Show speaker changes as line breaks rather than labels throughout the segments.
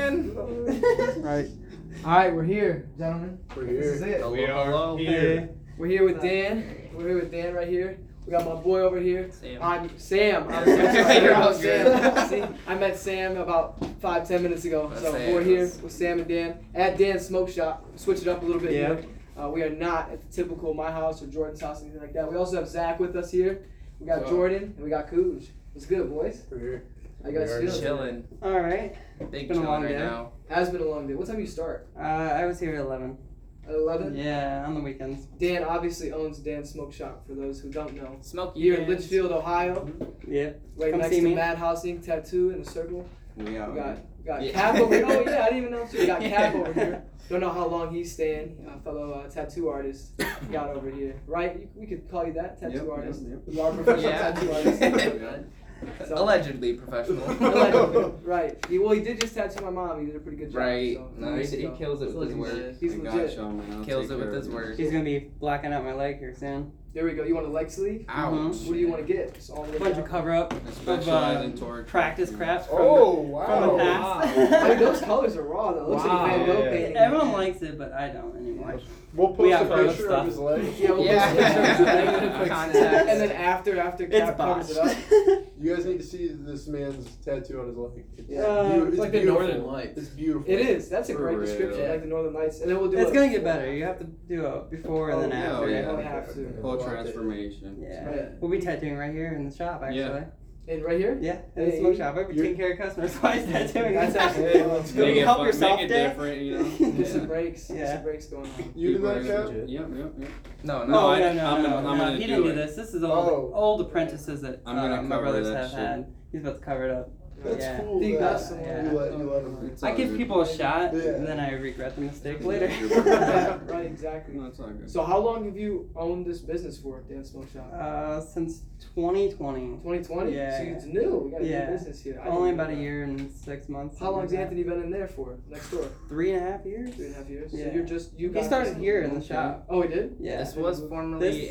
again?
Right. All right, we're here, gentlemen.
We're
This is it.
Hello,
We are
hello.
here.
We're here with Dan. We're here with Dan right here. We got my boy over here.
Sam.
I'm Sam. I'm so sorry.
You're
I'm
all
Sam.
good.
See, I met Sam about five, ten minutes ago.
That's
so
Sam.
we're here
That's-
with Sam and Dan at Dan's Smoke Shop. Switch it up a little bit
Yeah.
here. Uh, we are not at the typical my house or Jordan's house, anything like that. We also have Zach with us here. We got
What's up?
Jordan and we got Cooge. What's good, boys?
We're here.
How you guys
We are
feeling?
Chilling.
All right.
Big
Been a
chilling
long
right
day.
now.
Has been a long day. What time you start?
Uh, I was here at 11.
At 11?
Yeah, on the weekends.
Dan obviously owns Dan Smoke Shop, for those who don't know.
Smoke
Here in
yams.
Litchfield, Ohio,
Yeah.
right
Come
next
see
to
me.
Mad Housing Tattoo in a circle.
We
We
are.
got, we got
Yeah.
Cap over here. Oh, yeah, I didn't even know. We got Cap
Yeah.
over here. Don't know how long he's staying. A fellow uh, tattoo artist got over here. Right? You- We could call you that, tattoo
Yep, yep,
artist.
yep.
You are a professional
Yeah.
tattoo artist. So-
Allegedly professional.
Allegedly, right. He, well, he did just tattoo my mom. He did a pretty good job.
right.
So,
No, he, he kills it with his work.
He's
I
legit.
got you, man. I'll
Kills
take
it with
care
his
of
work.
He's gonna be blacking out my leg here soon.
There we go. You want a leg sleeve?
Ouch.
Mhm.
What do you want to get? Just all the way
Bunch
down.
of cover up
I
of
specialize
uh,
in torque.
practice
Mm.
crafts from,
Oh,
the,
wow.
from the past.
I mean, those colors are raw though. It looks
Wow.
like Van Gogh
Yeah.
painting.
Everyone likes it, but I don't anymore.
We'll
We
post
have
a
both
picture
stuff.
of his leg.
Yeah, we'll
Yeah.
post pictures of that in the pics.
Context.
And then after, after
It's
Cap covers
botched.
it up.
You guys need to see this man's tattoo on his leg. It's,
Yeah.
beau-
Uh,
it's
it's
like
like
the
Northern Lights.
It's beautiful.
It is. That's a great
For real.
description, like the Northern Lights. And then we'll do.
it's
a-
gonna get better. You have to do a before and then
Oh,
after.
yeah.
We'll have to.
Whole transformation.
Yeah.
Right.
We'll be tattooing right here in the shop, actually.
Yeah.
And right here.
Yeah, in the smoke shop. I've been
You're-
taking care of customers. Why is tattooing?
That's actually-
Hey, let's
Make it
go.
Help
fun-
yourself,
Make it
Dave.
different, you know.
Get some
Yeah.
breaks. Get
Yeah.
some breaks going on.
You did
People
that,
are
Cap?
legit. Yep, yep, yep.
No,
No,
no,
no,
I-
Oh, no,
I'm
no,
gonna- I'm
no,
gonna
He
do
didn't
it.
do this. This is old,
Oh.
old apprentices that
I'm gonna
uh, my
cover
brothers
that
have
shit.
had. He's about to cover it up.
That's
Yeah.
cool.
Think
that
that's the one.
You let, you let him.
It's
I
all
give
good.
people a shot,
Yeah.
and then I regret the mistake later.
Yeah, right. Exactly.
No, it's all good.
So how long have you owned this business for, Dan Smoke Shop?
uh, since 2020,
2020.
yeah.
So it's new. We got a
Yeah.
new business here. I didn't
only
know
about a
that.
year and six months.
How long's
something like
Anthony been in there for? Next door.
that. Three and a half years.
Two and a half years. So
Yeah.
you're just you.
He
got
started
this-
here in the shop.
Oh, he did.
Yeah.
This was formerly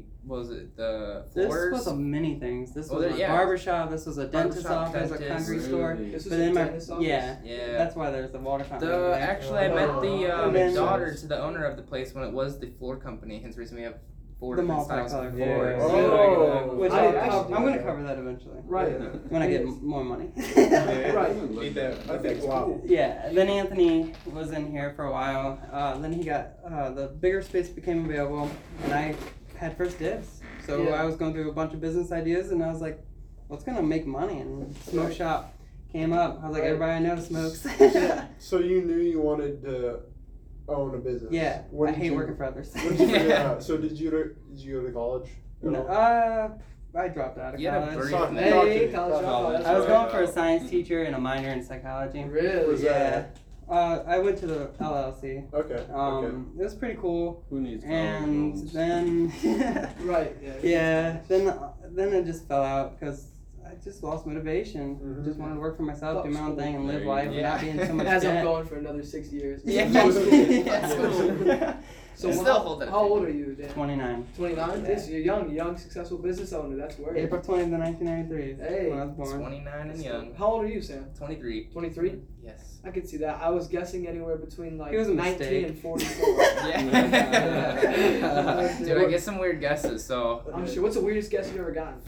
a was it the
This
floors?
was a many things. This
Oh,
was
there-
a
yeah.
barber shop. This was a dentist
Barbershop,
office, a
dentist.
concrete store.
Really?
This was
But
in
then
my
my
dentist office.
yeah,
yeah.
that's why there's the water fountain. over
The
there.
actually, I met the
Oh,
um,
that makes
daughter
sense.
to the owner of the place when it was the floor company. Hence, the reason we have four
The
different
multi-color
styles of
floors.
floors.
Yeah.
Oh.
Which
I
I'll-
didn't actually
I'll-
do
I'm gonna
that.
cover that eventually.
Right.
when I get
Yes.
m- more money.
Yeah.
Right.
Look
Eat that.
at
I think
That's
wow.
cool.
yeah. and Then Anthony was in here for a while. Uh, then he got uh, the bigger space became available, and I had first dibs. So
Yeah.
I was going through a bunch of business ideas, and I was like, "What's gonna make money?" And smoke
Right.
shop came up. I was like,
Right.
"Everybody I know smokes."
Yeah.
So you knew you wanted to own a business.
Yeah,
When
I
did
hate
you,
working for others.
When did you figure
Yeah.
out? So did you did you go to college? at
No,
all?
uh, I dropped out of
You had a
college.
brief-
Talk-
Hey,
talk to
college
me. Talk to me.
dropout.
I was
Sorry
going for a
about-
science teacher and a minor in psychology.
Really?
Was
Yeah.
that-
Uh, I went to the LLC.
Okay.
Um,
okay.
It was pretty cool.
Who needs
And
phones?
then,
Right. Yeah.
yeah, then then it just fell out because I just lost motivation.
Mhm.
Just wanted to work for myself, do my own thing, and
There
live
you
life
go.
without
Yeah.
being so much
Mm-hmm. As I'm
debt.
going for another six years.
Yeah.
Yeah.
So
It's
wha-
still holding it.
how old are you, Dan?
29.
29?
Yeah.
This, you're young, young, successful business owner. That's where.
April 20th, 1993 is
Hey,
when I was born.
Twenty nine and young.
How old are you, Sam?
Twenty three.
23?
Yes.
I could see that. I was guessing anywhere between like
It was a
19
mistake.
and 44.
Yeah. Dude, I get some weird guesses. So,
I'm sure. What's the weirdest guess you've ever gotten?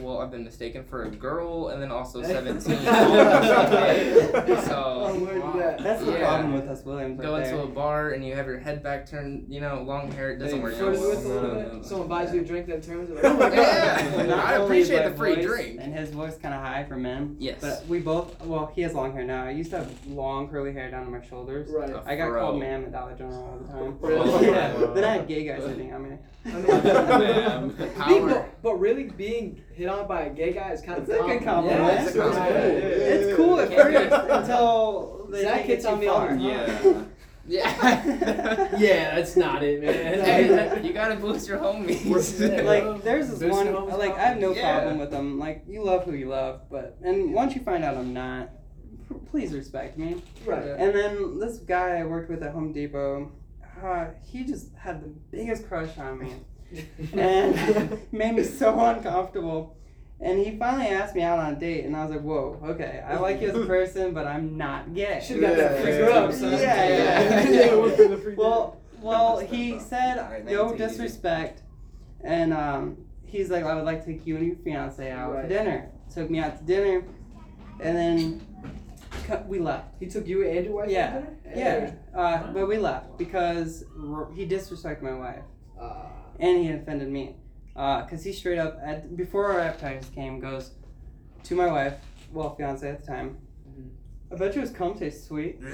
well, I've been mistaken for a girl, and then also seventeen.
Oh,
so.
where did that?
That's the
Yeah.
problem with us Williams right
Go
there.
into a bar and you have your head back turned, you know, long hair, it doesn't
Hey,
work
Yeah,
Flirted
well,
with a little
no,
bit.
no,
Someone
no.
buys you a drink, then turns.
Oh my God.
Yeah.
Not
I
only is
appreciate
my
the free
voice-
drink.
And his voice kind of high for men.
Yes.
But we both, well, he has long hair now. I used to have long curly hair down to my shoulders.
Right.
A
I got
fro.
called ma'am at Dollar General all the time.
Really?
yeah. Then I had gay guys hitting on me.
I mean-
Ma'am.
It's
Being-
Power.
but, but really, being hit on by a gay guy is kind
It's
of
a good compliment.
Yeah,
It's
it's
a compliment.
right.
It's cool at
Yeah.
first until they
Zach
take it
hits
too
on me all the
far.
time.
Yeah.
Yeah.
Yeah,
that's not it,
man.
hey, you gotta boost your homies.
We're sick.
Like there's this
Boost
one
and always
like I have no
Yeah.
problem with them. Like you love who you love, but and once you find out I'm not, p- please respect me.
Right.
And then this guy I worked with at Home Depot, uh, he just had the biggest crush on me and made me so uncomfortable. And he finally asked me out on a date, and I was like, "Whoa, okay, I like you as a person, but I'm not gay."
Should've got that
Yeah,
free
yeah,
grub,
yeah.
son.
Yeah, yeah.
yeah, it would've been a free
Well, well,
That's
he
the
said
problem.
no
It's easy.
disrespect, and um, he's like, I would like to take you and your fiance out for
Right.
dinner. Took me out to dinner, and then cu- we left.
He took you and your wife.
Yeah.
out there?
Yeah, uh, but we left because r- he disrespected my wife
Uh,
and he offended me. Uh, cause he straight up at before our appetizers came goes to my wife, well fiance at the time.
Mhm.
I bet your cum tastes sweet.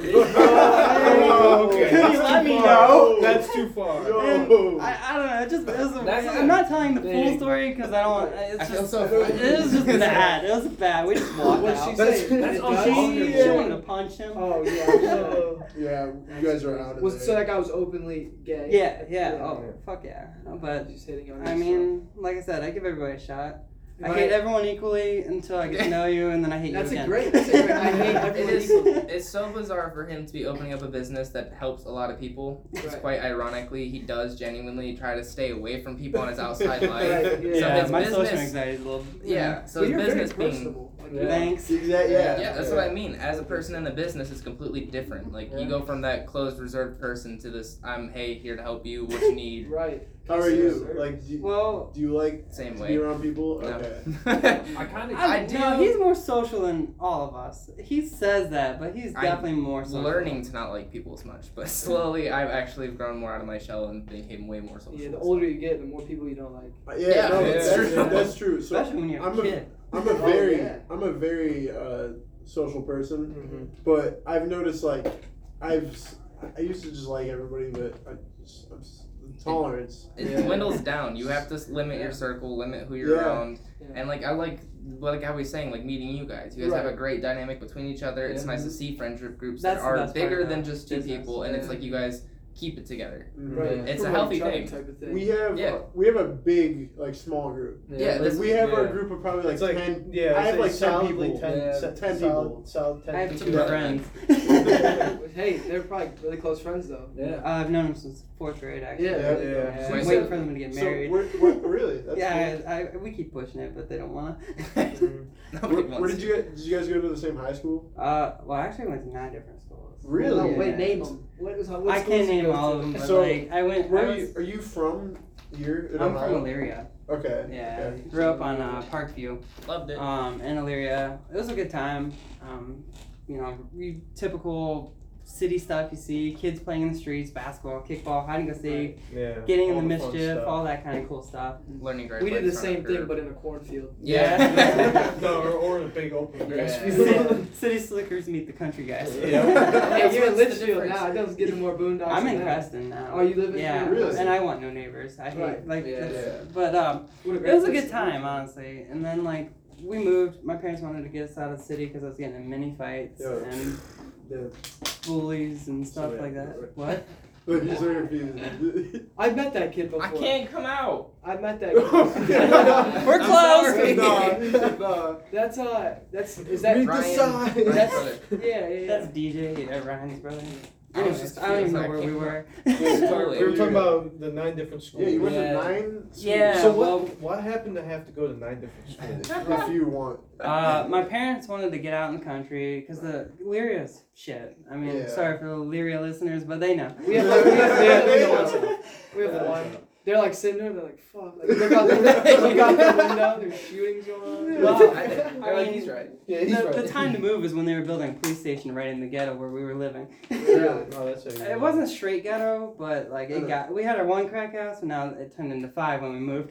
Oh, okay.
Could
That's
you
too
let me
far.
know?
That's
too far.
Yo.
And
Oh.
I, I don't know. It just it was,
That's
I'm not telling the full
big.
story because I don't. want- It's
I
just,
feel so
It was just
funny.
bad. It was bad. We just walked
What'd
out.
she say?
That's-
It
oh,
got
she,
she-
you?
she wanted to punch him.
Oh yeah. I'm sure.
Yeah, you guys are out of
Was
there.
so that guy was openly gay.
Yeah, yeah.
yeah.
Oh, fuck yeah. But
Just hitting on
I
you, so-
mean, like I said, I give everybody a shot. I
Right.
hate everyone equally until I get to know you, and then I hate
That's a
you again.
great- that's a great-
I hate
It
everyone
is.
equally.
It's so bizarre for him to be opening up a business that helps a lot of people. It's
Right.
quite ironically, he does genuinely try to stay away from people on his outside life.
Right, yeah.
Yeah,
his
my social
business-
anxiety is a little.
Yeah. So
But
his
you're
business
very
being.
personable. Like,
Yeah.
Thanks.
Exactly. Yeah.
Yeah, that's what I mean. As a person in a business, it's completely different. Like you go from that closed, reserved person to this. I'm hey here to help you. What you need.
Right.
How are you? Like, do you,
Well,
do you like
Same
to
way.
be around people?
No.
Okay.
I kind of
I,
I do-
No, he's more social than all of us. He says that, but he's
I'm
definitely more social.
learning to not like people as much, but slowly I've actually grown more out of my shell and became way more social.
Yeah. The older you get, the more people you don't like.
Yeah,
Yeah,
no,
that's
that's,
true.
that's true. So
especially when you're
I'm
a
a-
kid.
I'm a
Oh,
very,
yeah.
I'm a very uh, social person,
Mm-hmm.
Mhm.
but I've noticed like, I've, s- I used to just like everybody, but I just, I'm s tolerance.
it
Yeah.
dwindles down. You have to s- limit your circle, limit who you're
Yeah.
around,
Yeah.
and like I like like how we was saying, like meeting you guys. You guys have a great dynamic between each other. It's nice to see friendship groups that
That's the
are
best part
bigger
about
than just two
business,
people, and it's
yeah.
like you guys keep it together.
Mm-hmm.
Mhm.
Right.
It's a
Promote
healthy
each other
thing.
Type of thing.
We have,
Yeah.
we have a big like small group.
Yeah,
Like,
this-
we have our
yeah.
group of probably like,
It's like-
ten.
yeah,
I
it's
have
like
like ten
solidly
people.
10
Yeah.
solid-
ten people.
solid- solid
I
10
have
people.
two
Yeah.
friends.
Yeah.
Hey, they're probably really close friends though.
Yeah.
I've known him since fourth grade, actually.
Yeah.
Yeah.
Yeah,
So
I'm
you
waiting
said-
for them to get
So
married.
we're, we're, really? That's
yeah, I, I, we keep pushing it, but they don't want to.
Mm-hmm.
cool.
Nobody
Where,
wants
where did
to.
you guys, did you guys go to the same high school?
uh, well, I actually went to nine different schools.
Really?
Oh,
Yeah.
wait, name them. What was, what
I
schools
can't
you
name
go
all
to?
of them, but
So,
like I went.
Where
I
are
was-
you? Are you from here in
I'm from
Ohio?
Elyria.
okay.
Yeah,
okay.
grew up on uh, Parkview,
Loved it.
um, in Elyria. It was a good time. Um, you know, we, typical city stuff you see: kids playing in the streets, basketball, kickball, hide and go seek,
Yeah.
getting
All
in the,
the fun
mischief,
stuff.
all that kind of cool stuff.
Learning right
We
away
did the
from
same
her.
thing, but in a cornfield.
Yeah.
no, or, or a big open grass
Yeah.
field.
City slickers meet the country guys.
Yeah.
hey, you're in
What's the
Litchfield
difference?
now. It doesn't get more boondocks.
I'm in
than that.
Creston now.
Oh, you live in-
yeah,
Really?
and I want no neighbors. I hate
Right.
like
Yeah.
that's- but um.
What
It
great
was a
place
good
to live.
time, honestly. And then like we moved. My parents wanted to get us out of the city because I was getting in many fights
Yeah.
and
Yeah.
bullies and stuff
Sorry,
like
I'm
that.
sorry.
What?
Look, he's so confused.
I met that kid before.
I can't come out.
I met that kid.
We're
I'm
close.
sorry.
nah, he said nah.
That's uh. That's is that
Meet the
Ryan-
sign.
Ryan's
That's-
brother.
Yeah, yeah, yeah.
That's DJ uh, Ryan's brother.
I was
Anyways,
just
I don't even
confused,
know
I
where we
can't-
were.
Totally.
We were talking about the nine different schools.
Yeah, you went
Yeah.
to nine. schools.
Yeah,
so what?
well-
what happened to have to go to nine different schools?
if you want.
Uh, my parents wanted to get out in the country because the Lyria's shit. I mean,
Yeah.
sorry for the Lyria listeners, but they know.
We have like we have, we have, one. we have
Yeah.
one. They're like sitting there. They're like, fuck. Like, look out the look out the window. There's shootings going on.
Well,
I think
I
like
mean-
he's right.
yeah, he's
the,
right.
the time to move was when they were building a police station right in the ghetto where we were living.
Yeah.
No, that's how you
It wasn't straight ghetto, but like it
Uh-huh.
Uh.
got. We had our one crack house, and now it turned into five when we moved.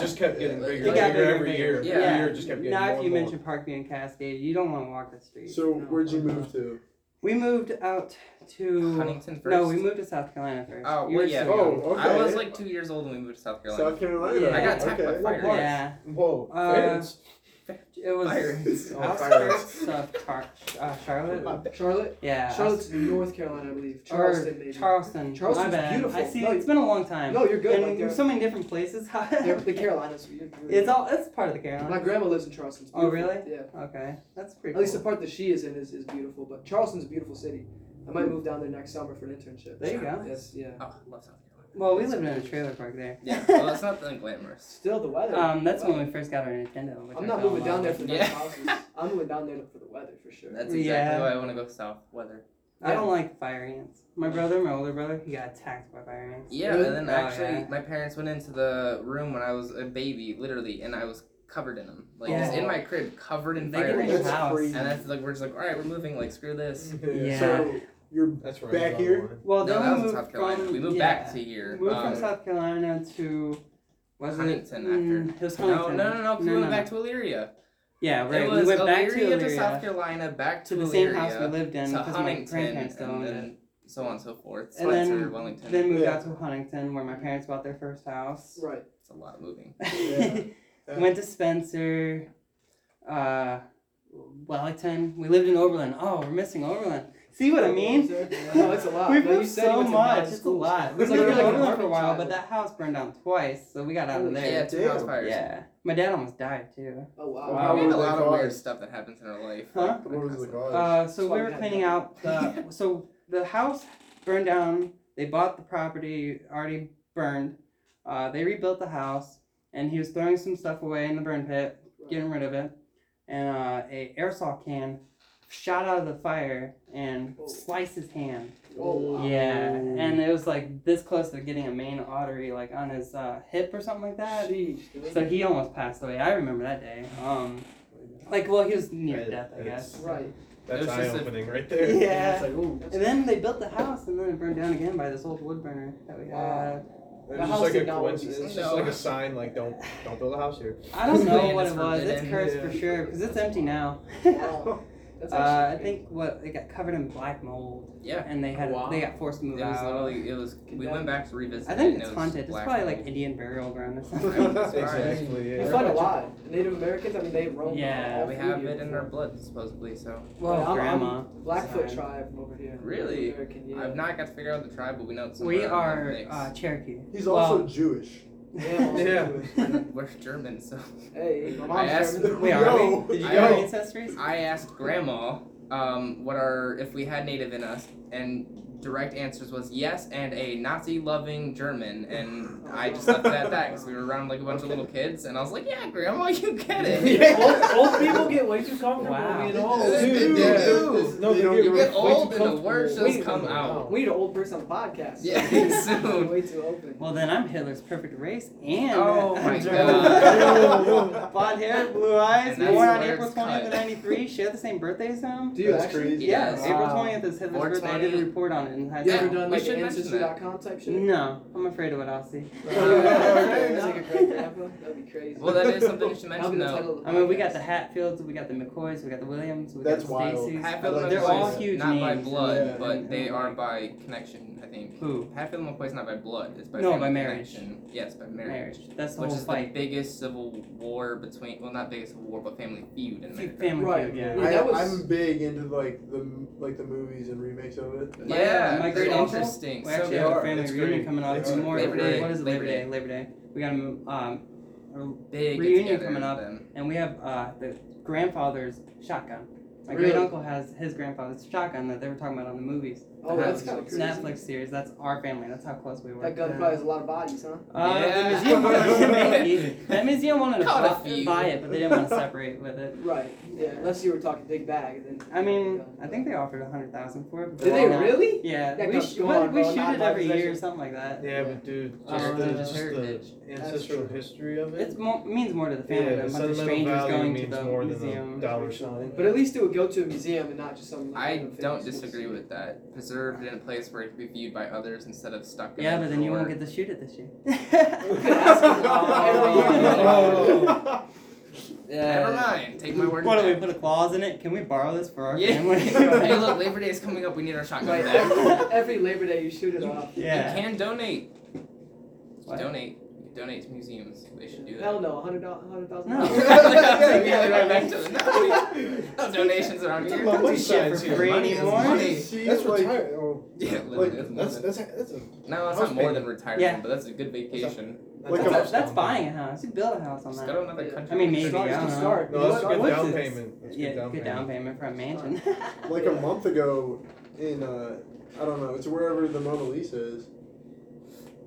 just kept getting
It
bigger,
got
and bigger,
bigger and
every
bigger.
year.
Yeah.
Every year, it just kept getting
now
more
if
and
you
more.
mention Parkview and Cascade, you don't want to walk the street.
So
No.
where'd you move to?
We moved out to.
Huntington first.
No, we moved to South Carolina first.
Oh,
You
well,
were
yeah.
so
Oh,
young.
okay.
I was like two years old when we moved to South Carolina.
South Carolina.
Yeah. I got
attacked by
okay.
oh,
fire.
What
Yeah,
Whoa,
Uh,
parents.
it was
Irons.
Oh,
outskirts of Tar- uh, Charlotte.
Charlotte.
Yeah,
Charlotte's in North Carolina, I believe.
Or
Charleston, maybe.
Charleston.
Charleston's
My bad.
beautiful.
I see.
No,
it's been a long time.
No, you're good,
And
like, they're-
so many different places.
They're- the Carolinas. you- you-
It's all. It's part of the Carolinas.
My grandma lives in Charleston. It's
Oh,
beautiful.
really?
Yeah.
Okay, that's pretty.
At least the
cool.
part that she is in is, is beautiful, but Charleston's a beautiful city. I might move down there next summer for an internship.
There you go.
Yes, yeah.
Oh, I love South Carolina.
Well, we lived in a trailer park there.
Yeah, well, it's not that glamorous.
Still the weather.
Um, that's when
Wow.
we first got our Nintendo. Which
I'm
I
not
fell in
moving
love
down there
with.
for the
Yeah.
houses. I'm moving down there for the weather for sure.
That's exactly
Yeah.
why I want to go south. Weather.
I don't like fire ants. My brother, my older brother, he got attacked by fire ants.
Yeah,
Really?
and then
Oh,
actually,
yeah.
my parents went into the room when I was a baby, literally, and I was covered in them, like just
Yeah.
in my crib, covered in
They get
fire
in
That's
your
ants.
house.
crazy.
And that's like we're just like, all right, we're moving. Like screw this.
Yeah.
So you're
That's right.
Back here?
Well,
no,
then
that
we
was
moved
in South Carolina.
from
we moved
yeah.
back to here.
We moved
um,
from South Carolina to was
Huntington
it, Mm, It was
no,
Huntington.
no, no, no. 'cause We went back to Illyria.
Yeah, right.
It was
we went back to,
Illyria to,
Elyria,
South Carolina, back to,
to the
Illyria,
same house we lived in
to
because my
Huntington,
grandparents still
and
owned it.
then so on and so forth.
And
Spencer,
then-
Wellington.
Then moved
Yeah.
out to Huntington where my parents bought their first house.
right.
it's a lot of moving.
Uh,
Yeah.
Went to Spencer, uh, Wellington. We lived in Oberlin. Oh, we're missing Oberlin. See what I mean?
No, it's a lot.
We've
No, you
moved
said you
so
went to
much.
mountain
It's a
schools.
lot. We
It's
lived
like
in
you're like an
Oberlin for a
orphan
while,
child.
but that house burned down twice, so we got out of
Holy
there.
Oh, Yeah, two house
Damn.
fires.
Yeah. My dad almost died too.
Oh wow.
Wow.
we had a
were they
lot of weird
caused?
stuff that happens in our life.
Huh?
like,
What was the
Oh,
cause?
Uh, so
That's why
we
we
were
had
cleaning
that.
out the. so the house burned down. They bought the property already burned. Uh, they rebuilt the house, and he was throwing some stuff away in the burn pit, getting rid of it, and uh, a aerosol can shot out of the fire and
Whoa.
sliced his hand.
Oh, wow.
Yeah, and it was like this close to getting a main artery, like on his uh, hip or something like that.
Sheesh, dude.
So he almost passed away. I remember that day. Um, like, well, he was near
Right,
death, I
it's-
guess.
Right.
That's
It was
eye
just a-
opening right there.
Yeah.
It's like, ooh.
And then they built the house, and then it burned down again by this old wood burner that we had.
It's
The
just
house
like a
did not work.
coincidence. It's just
No.
like a sign, like don't don't build a house here.
I don't know
Land
what
is
it was. It's
forbidden.
cursed for
Yeah.
sure because it's empty now.
Wow. That's
uh, I
actually
think what it got covered in black mold,
Yeah.
and they had
Oh, Wow.
they got forced to
It
move
was
out.
literally it was. We went back to revisit.
I
it,
think
and
it's
it was
haunted. It's
black
probably
mold.
like Indian burial ground or something.
Exactly.
Exactly.
They
Yeah.
fight a lot. Native Americans, I mean, they roam.
Yeah,
all
We
through
have
here
it in
before.
our blood supposedly. So
well,
Yeah, I'm-
grandma.
Blackfoot
Sorry.
tribe from over here.
Really?
Native American, yeah.
I've not got to figure out the tribe, but we know it's
We
somewhere in the
are
mix.
uh, Cherokee.
He's
Well,
also Jewish.
Yeah.
We're German, so
Hey, my
I
mom's
asked-
German.
Wait, are
Yo.
we? Did you
I
go to
know.
ancestries?
I asked Grandma um, what our if we had Native in us, and direct answers was yes and a Nazi-loving German, and I just left it at that because we were around like a bunch of little kids, and I was like, yeah, Grandma, you get it.
Yeah.
old, old people get way too comfortable
Wow.
being old.
They
Oh, dude.
do.
Yeah.
They
No,
do.
they
You
get
get
way too
old and the
comfortable.
words just
Way too
come
comfortable.
out.
We need an old person podcast.
Yeah, soon.
Way too open.
Well, then I'm Hitler's perfect race and
Oh
I'm
my
German.
God.
Blonde hair, blue eyes,
And that's
born on
where
April
it's
20th of
cut.
93, share the same birthday as him.
Do you
That's
actually?
crazy.
Yes.
April
Wow.
20th is Hitler's birthday. I did
420.
a report on it in high
You
Yeah,
school.
ever done
we
like
should
an
mention that.
ancestry.com type shit?
No, I'm afraid of what I'll see.
okay. Like a great
I
grandpa? That'd be crazy.
Well, that is something you should
That'll be
mention
the
though.
title of the
mean, we got
podcast.
the Hatfields, we got the McCoys, we got the Williams, we
That's
got the
wild.
Stacey's.
Hatfield and
I like
They're
that.
all
McCoy's
huge
not by
names.
blood,
Yeah.
but they are by connection, I think.
Who?
Hatfield and McCoy's not by blood, it's by
No,
family
by marriage.
connection. Yes, by marriage.
Marriage. That's the
Which
whole
is
fight.
the biggest civil war between, well, not biggest civil war, but family feud in America.
Family
Right.
feud, yeah.
Yeah, that was-
I, I'm big into like the like the movies and remakes of it.
My-
Yeah,
my
very
great uncle,
interesting.
We
so
actually
they
have a
are.
family
It's
reunion
great.
coming up.
It's
It's more
Labor Day.
What is it,
Labor
Labor Day? Labor Day. We got a um,
big
Reunion
get-together
coming up.
then.
and we have uh, the grandfather's shotgun. My
Really?
great uncle has his grandfather's shotgun that they were talking about on the movies.
Oh, that's kind of
It's
crazy.
an Netflix series. That's our family. That's how close we were.
That gun probably has a lot of bodies, huh?
Uh,
Yeah.
The museum wanted to, that museum wanted to
Caught a
bu-
few.
buy it, but they didn't want to separate with it.
Right. Yeah. Unless you were talking big bag, then.
I mean, I think they offered a hundred thousand for it. but
Did they
not-
really?
Yeah,
That
we,
gun's
sh-
gone,
we
bro,
shoot
not
it
my
every year or
possession.
something like that.
Yeah, but dude, just
Um,
the,
it's
just the
heritage.
ancestral history of it.
It's mo- means more to the family
yeah,
than a
the
bunch of
sentimental
strangers
value
going to
means
the
more
museum.
than a dollar sign.
But at least it would go to a museum and not just some. Like,
I
random
don't
family school.
disagree with that. Preserved in a place where it can be viewed by others instead of stuck in
Yeah,
a
but then you won't
drawer.
get to shoot it this year.
Never mind. Take my word.
What
for
do we
it.
put a clause in it? Can we borrow this for our
Yeah.
family?
hey, look, Labor Day is coming up. We need our shotgun
Right.
back.
Every, every Labor Day you shoot it off.
yeah.
You can donate.
What?
Donate. You can donate to museums. They should do that.
Hell no, hundred hundred thousand.
No.
Immediately right back to the- no, no donations around
It's a
here.
lot. Money
do shit for
signs here.
free
Money is
anymore.
money.
She,
That's
like,
retired. Oh,
Yeah,
like,
literally, that's more
that's
than-
that's a, that's a
no, it's
house
not more
payment.
than retirement,
Yeah.
but that's a good vacation.
Like
that's,
a-
that's, that's buying a house. You build a house on
Just
that.
go to another country.
I mean,
with
maybe.
your-
I don't know.
Start.
No, that's a good
What's
down
this?
payment. That's a
yeah,
good down
good
payment.
down payment for a mansion.
like a month ago in uh I don't know, it's wherever the Mona Lisa is.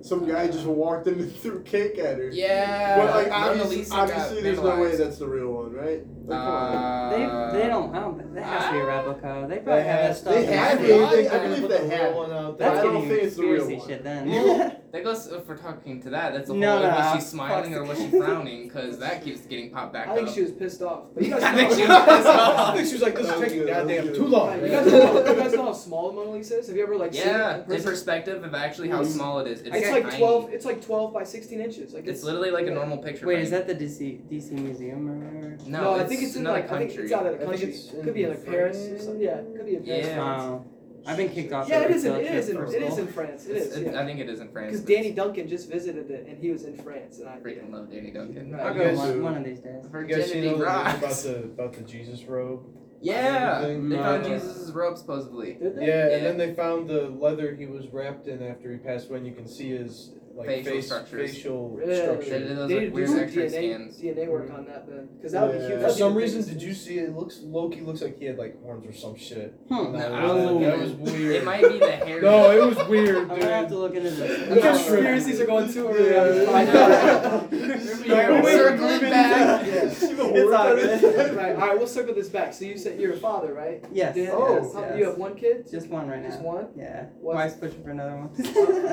some guy just walked in and threw cake at her.
Yeah.
But like
Mona
obviously,
Lisa got
obviously there's no way
vandalized.
that's the real one, right? Like, come on.
Uh,
they they don't. I don't. That has to be a replica. They probably have that stuff.
they
in their
have
room.
it. I think- I
I'm gonna
believe
put
they
the real
have it.
one out there.
That's
I don't
getting
think it's the real
conspiracy
one.
shit then.
Well, That goes if we're talking to that. That's a whole.
No, no,
was
no.
she smiling or was she frowning? Because that keeps getting popped back
I think
up.
she was pissed off. But you guys
I think
know-
she was pissed off.
I think she was like, this is
That was
taking
good, that was
goddamn
good.
too
Right,
long.
You guys know you guys know how small the Mona Lisa is? Have you ever like seen it
yeah,
in
the
person?
perspective of actually how
Mm.
small it is. It's,
It's like
tiny.
twelve. It's like twelve by sixteen inches. Like
It's literally like a normal picture.
Wait,
frame.
is that the DC DC museum or whatever?
No,
No,
it's
I think it's in
another
like I think
country.
it's out of
I
the
think
country.
it's
Could be
in
like Paris. or
France.
something. Yeah, it could be in Paris.
Yeah.
Um,
Wow. I've been kicked off.
Yeah, it
every
is. In,
field
it is.
trip
In,
for
it is
school.
in France. It
It's-
is.
it-
Yeah.
I think it is in France.
Because
but
Danny Duncan just visited it, and he was in France, and I.
I freaking love Danny Duncan.
Right.
I'll
You
go
guys
one,
do-
one of these days.
You guys seen
Virginity
all the news about
rocks.
the about the Jesus robe?
Yeah, they
Everything.
found
No.
Jesus' robe supposedly.
Did
Yeah,
they?
and then they found the leather he was wrapped in after he passed away. And you can see his like
Facial
face
structures.
facial
Really?
They
structure.
did those
They
like,
did
weird
do
X-ray
DNA,
scans.
DNA
Mm-hmm.
work on that then, because that would be
Yeah.
huge.
For
That'd
For
be
some
the
reason,
biggest.
did you see it? Looks Loki looks like he had like horns or some shit.
Hmm.
No,
that,
I was looking
Oh, that
at-
was weird.
It might be the hair.
No, it was weird,
I'm gonna have to
dude.
look into this.
The
I'm not sure.
conspiracies are going too early on this
Yeah.
We're circling back.
Yes.
It's all good.
right. All right. We'll circle this back. So you said you're a father, right?
Yes.
Dan,
yes,
how-
yes.
Oh, You have one kid.
Just one right now.
Just one.
Yeah.
What's-
Wife's pushing for another one.
Uh,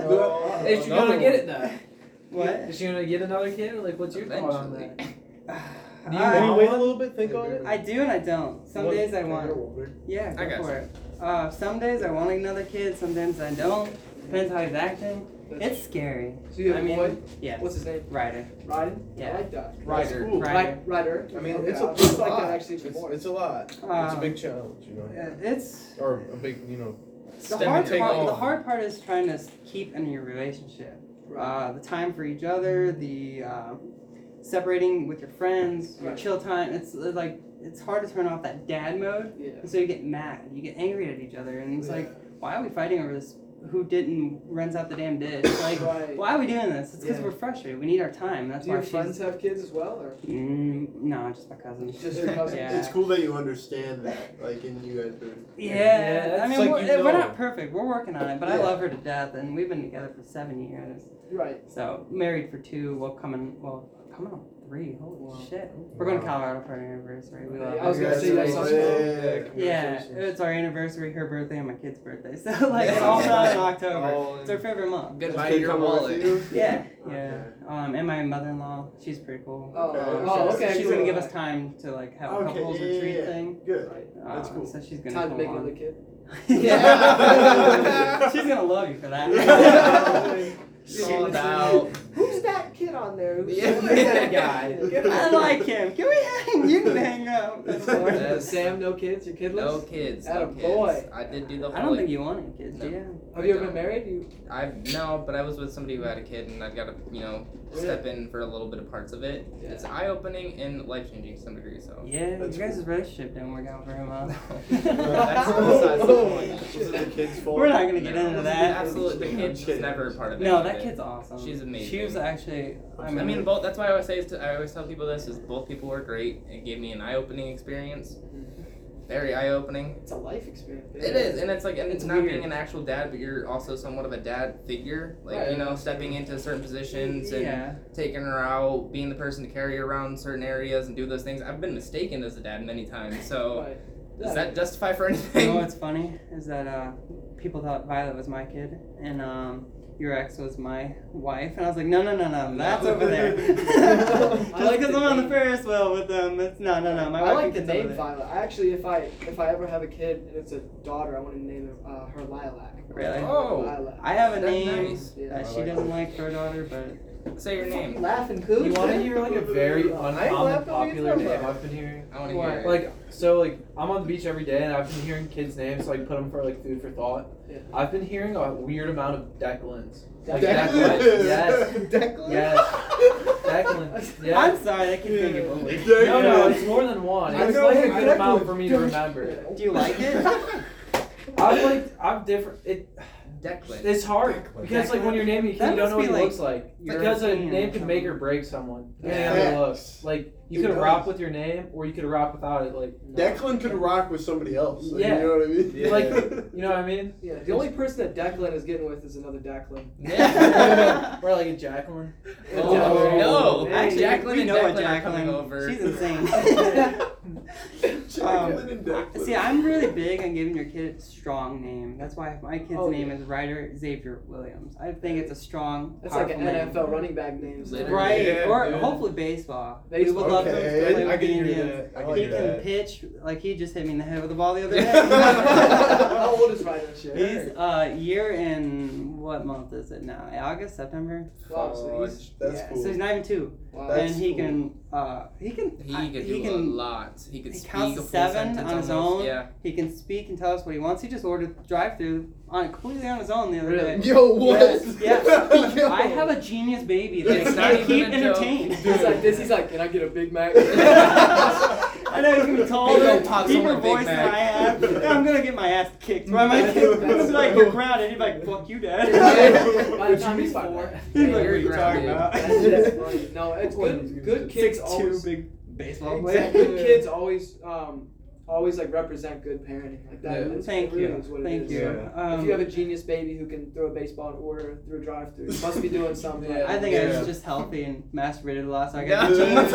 No,
If you're
another
gonna
one.
get it now,
what?
is she gonna get another kid? Or like, what's your thought on
Eventually.
that?
Do you
I-
want to wait a little bit, think on it?
I do and I don't. Some
What-
days I want. Yeah, go
I got
for it. Uh, some days I want another kid, some days I don't. Depends how he's acting. It's scary.
So you have
I mean,
a boy.
yeah.
What's his name?
Ryder.
Ryden.
Yeah.
I like that.
Rider.
Cool.
Ryder.
Ry- Ryder.
I mean,
Okay,
it's a,
I
it's a
like
lot.
that actually
it's,
more.
it's a lot. it's a
Uh,
big challenge, you know,
It's
or a big, you know.
the
Stem
hard
and take
part. The
off.
hard part is trying to s- keep in your relationship.
Right.
Uh, the time for each other, the uh, separating with your friends, your
Right.
chill time. It's uh, like it's hard to turn off that dad mode,
Yeah.
and so you get mad, you get angry at each other, and it's like, why are we fighting over this? Who didn't rinse out the damn dish? Like,
Right.
why are we doing this? It's because
Yeah.
we're frustrated. We need our time. That's
Do
why
your
she's.
friends have kids as well, or
Mm, no, just my cousin.
just your cousins?
Yeah.
It's cool that you understand that, like, and you guys are.
Yeah, I
it's
mean,
like
we're, eh,
you
we're
know.
not perfect. We're working on it, but I
Yeah.
love her to death, and we've been together for seven years.
Right.
So married for two. Well, coming, well, coming on three. Holy
Wow.
shit! We're going to
Wow.
Colorado for our anniversary. We
Yeah,
love.
I was
her.
gonna say that
Yeah.
Yeah,
congratulations.
it's our anniversary, her birthday, and my kid's birthday. So like, it's
Yeah.
all done in October.
All
It's
in-
our favorite month.
Goodbye
They
to your
come over to
wallet.
you?
Yeah, yeah.
Okay.
Um, and my mother-in-law, she's pretty cool.
Oh,
Um,
oh,
she's-
okay,
She's
cool.
gonna give us time to like have a
Okay,
couples
yeah, yeah,
retreat
yeah.
thing.
Good.
Uh,
That's cool.
So she's gonna
Time to
come
make
on.
another kid.
Yeah.
she's gonna love you for that.
Yeah.
Sold out.
Who's that kid on there? Who's
Yeah.
who's that guy?
I like him. Can we hang? You can hang out. That's all right.
Uh, Sam, no kids. You're kidless.
No kids. No kids.
Attaboy.
I did do the whole.
I don't think you want any kids, do
No.
you?
Have you ever been married? You
I've no, but I was with somebody who had a kid, and I've got to you know step in for a little bit of parts of it.
Yeah.
It's eye opening and life changing to some degree. So
Yeah,
That's
your guys' relationship didn't work out very well.
that's besides the point.
Was it the kid's fault?
We're not gonna get
No,
into that.
Absolutely, the kid was never a part of it.
No, that kid's awesome.
She's amazing.
She was actually. I
I
mean,
mean, both. That's why I always say is to, I always tell people this is both people were great. It gave me an eye opening experience. Very eye opening.
It's a life experience.
It is, and it's like, and
It's
it's not
weird.
being an actual dad, but you're also somewhat of a dad figure. Like
Right.
you know, stepping into certain positions and
yeah.
taking her out, being the person to carry her around certain areas and do those things. I've been mistaken as a dad many times, so
Right.
does that justify for
You
anything?
know what's funny is that uh, people thought Violet was my kid, and um, your ex was my wife, and I was like, no, no, no, no, that's over there. Just
I like
because
the
I'm on the
name.
Ferris wheel with them, it's no, no, no. My
I
wife
like the
and kid's over
name
there.
Violet. I actually, if I if I ever have a kid and it's a daughter, I want to name her, uh, her Lilac.
Really?
Oh.
Lilac.
I have a
That's
name
nice.
Yeah.
that she doesn't like for her daughter, but
Say your
Fucking
name.
Laughing cool.
You wanna hear like a very
I ain't
uncommon
laughing at you,
popular
bro.
name I've been hearing?
I want to
What?
hear it.
Like so, like I'm on the beach every day, and I've been hearing kids' names, so I put them for like food for thought.
Yeah.
I've been hearing a weird amount of Declan's. Like
Declan?
Declan, yes,
Declan?
Yes. Declan. Yeah.
I'm sorry, that kid's gonna get bullied.
Yeah,
no, no, it's more than one.
I
It's
know
like a good
Declan.
amount for me to remember.
Do you like it?
I've like I've different. It
Declan.
It's hard because like when you're naming a kid,
That
you don't
must
know what
be
he
like
looks like.
European
Because a
or
name can make or
something.
break someone.
Yeah.
Yeah. how
Facts.
he looks. Like you
It
could
does.
rock with your name, or you could rock without it. Like
Declan could rock with somebody else. Like,
Yeah.
You know what I mean?
Yeah.
Like- you know what I mean?
Yeah, the only person that Declan is getting with is another Declan.
Yeah.
or like a Jacqueline.
Oh, no.
Hey,
Actually, Jacqueline
we
and
know a
Declan are coming
Jacqueline.
over.
She's insane.
um,
Jacqueline and Declan.
See, I'm really big on giving your kid a strong name. That's why my kid's
Oh,
name is Ryder Xavier Williams. I think it's a strong,
That's like
powerful
an
name.
NFL running back name.
Literally.
Right,
Yeah,
or
dude.
hopefully baseball. We
Baseball.
would love him to play
Okay,
with
I
the
can hear
Indians.
that. I can
He
hear
can
that.
pitch like he just hit me in the head with a ball the other
How
day.
old is Ryan Shea?
He's uh, year in what month is it now? August, September.
Wow, so he's
That's
yeah,
cool.
So he's not even two,
wow.
That's-
and he
cool.
can uh, he can
He
I-
could do
he
a
can
lot. He could
he
speak
counts
a
to
full
seven
sentence
on his
almost.
own.
Yeah.
he can speak and tell us what he wants. He just ordered drive through on completely on his own the other
Really?
day.
Yo, what?
Yes, yes.
Yo.
I have a genius baby that
It's
I
not
can't
even
keep
a joke.
entertained.
He's like this. He's like, can I get a Big Mac?
I know he's gonna be taller,
They don't talk so
deeper
much Big
voice than
Mac.
I have. I'm gonna get my ass kicked by my kid. I'm gonna be like, you're grounded. He'd be like, fuck you, dad.
By the time he's four,
He'd
You're
be like, what are you
grounded.
talking about?
That's just funny. No, it's good. Good kids
Six two,
always.
big baseball player.
Exactly. Good kids always, um, always like represent good parenting. Like that.
Yeah.
that's
Thank
really
you.
is what it
Thank
is.
you. Um,
if you have a genius baby who can throw a baseball in order through a drive-through, you must be doing something.
Yeah.
I think I
Yeah.
was just healthy and masturbated a lot, so I
Yeah.
got the genes.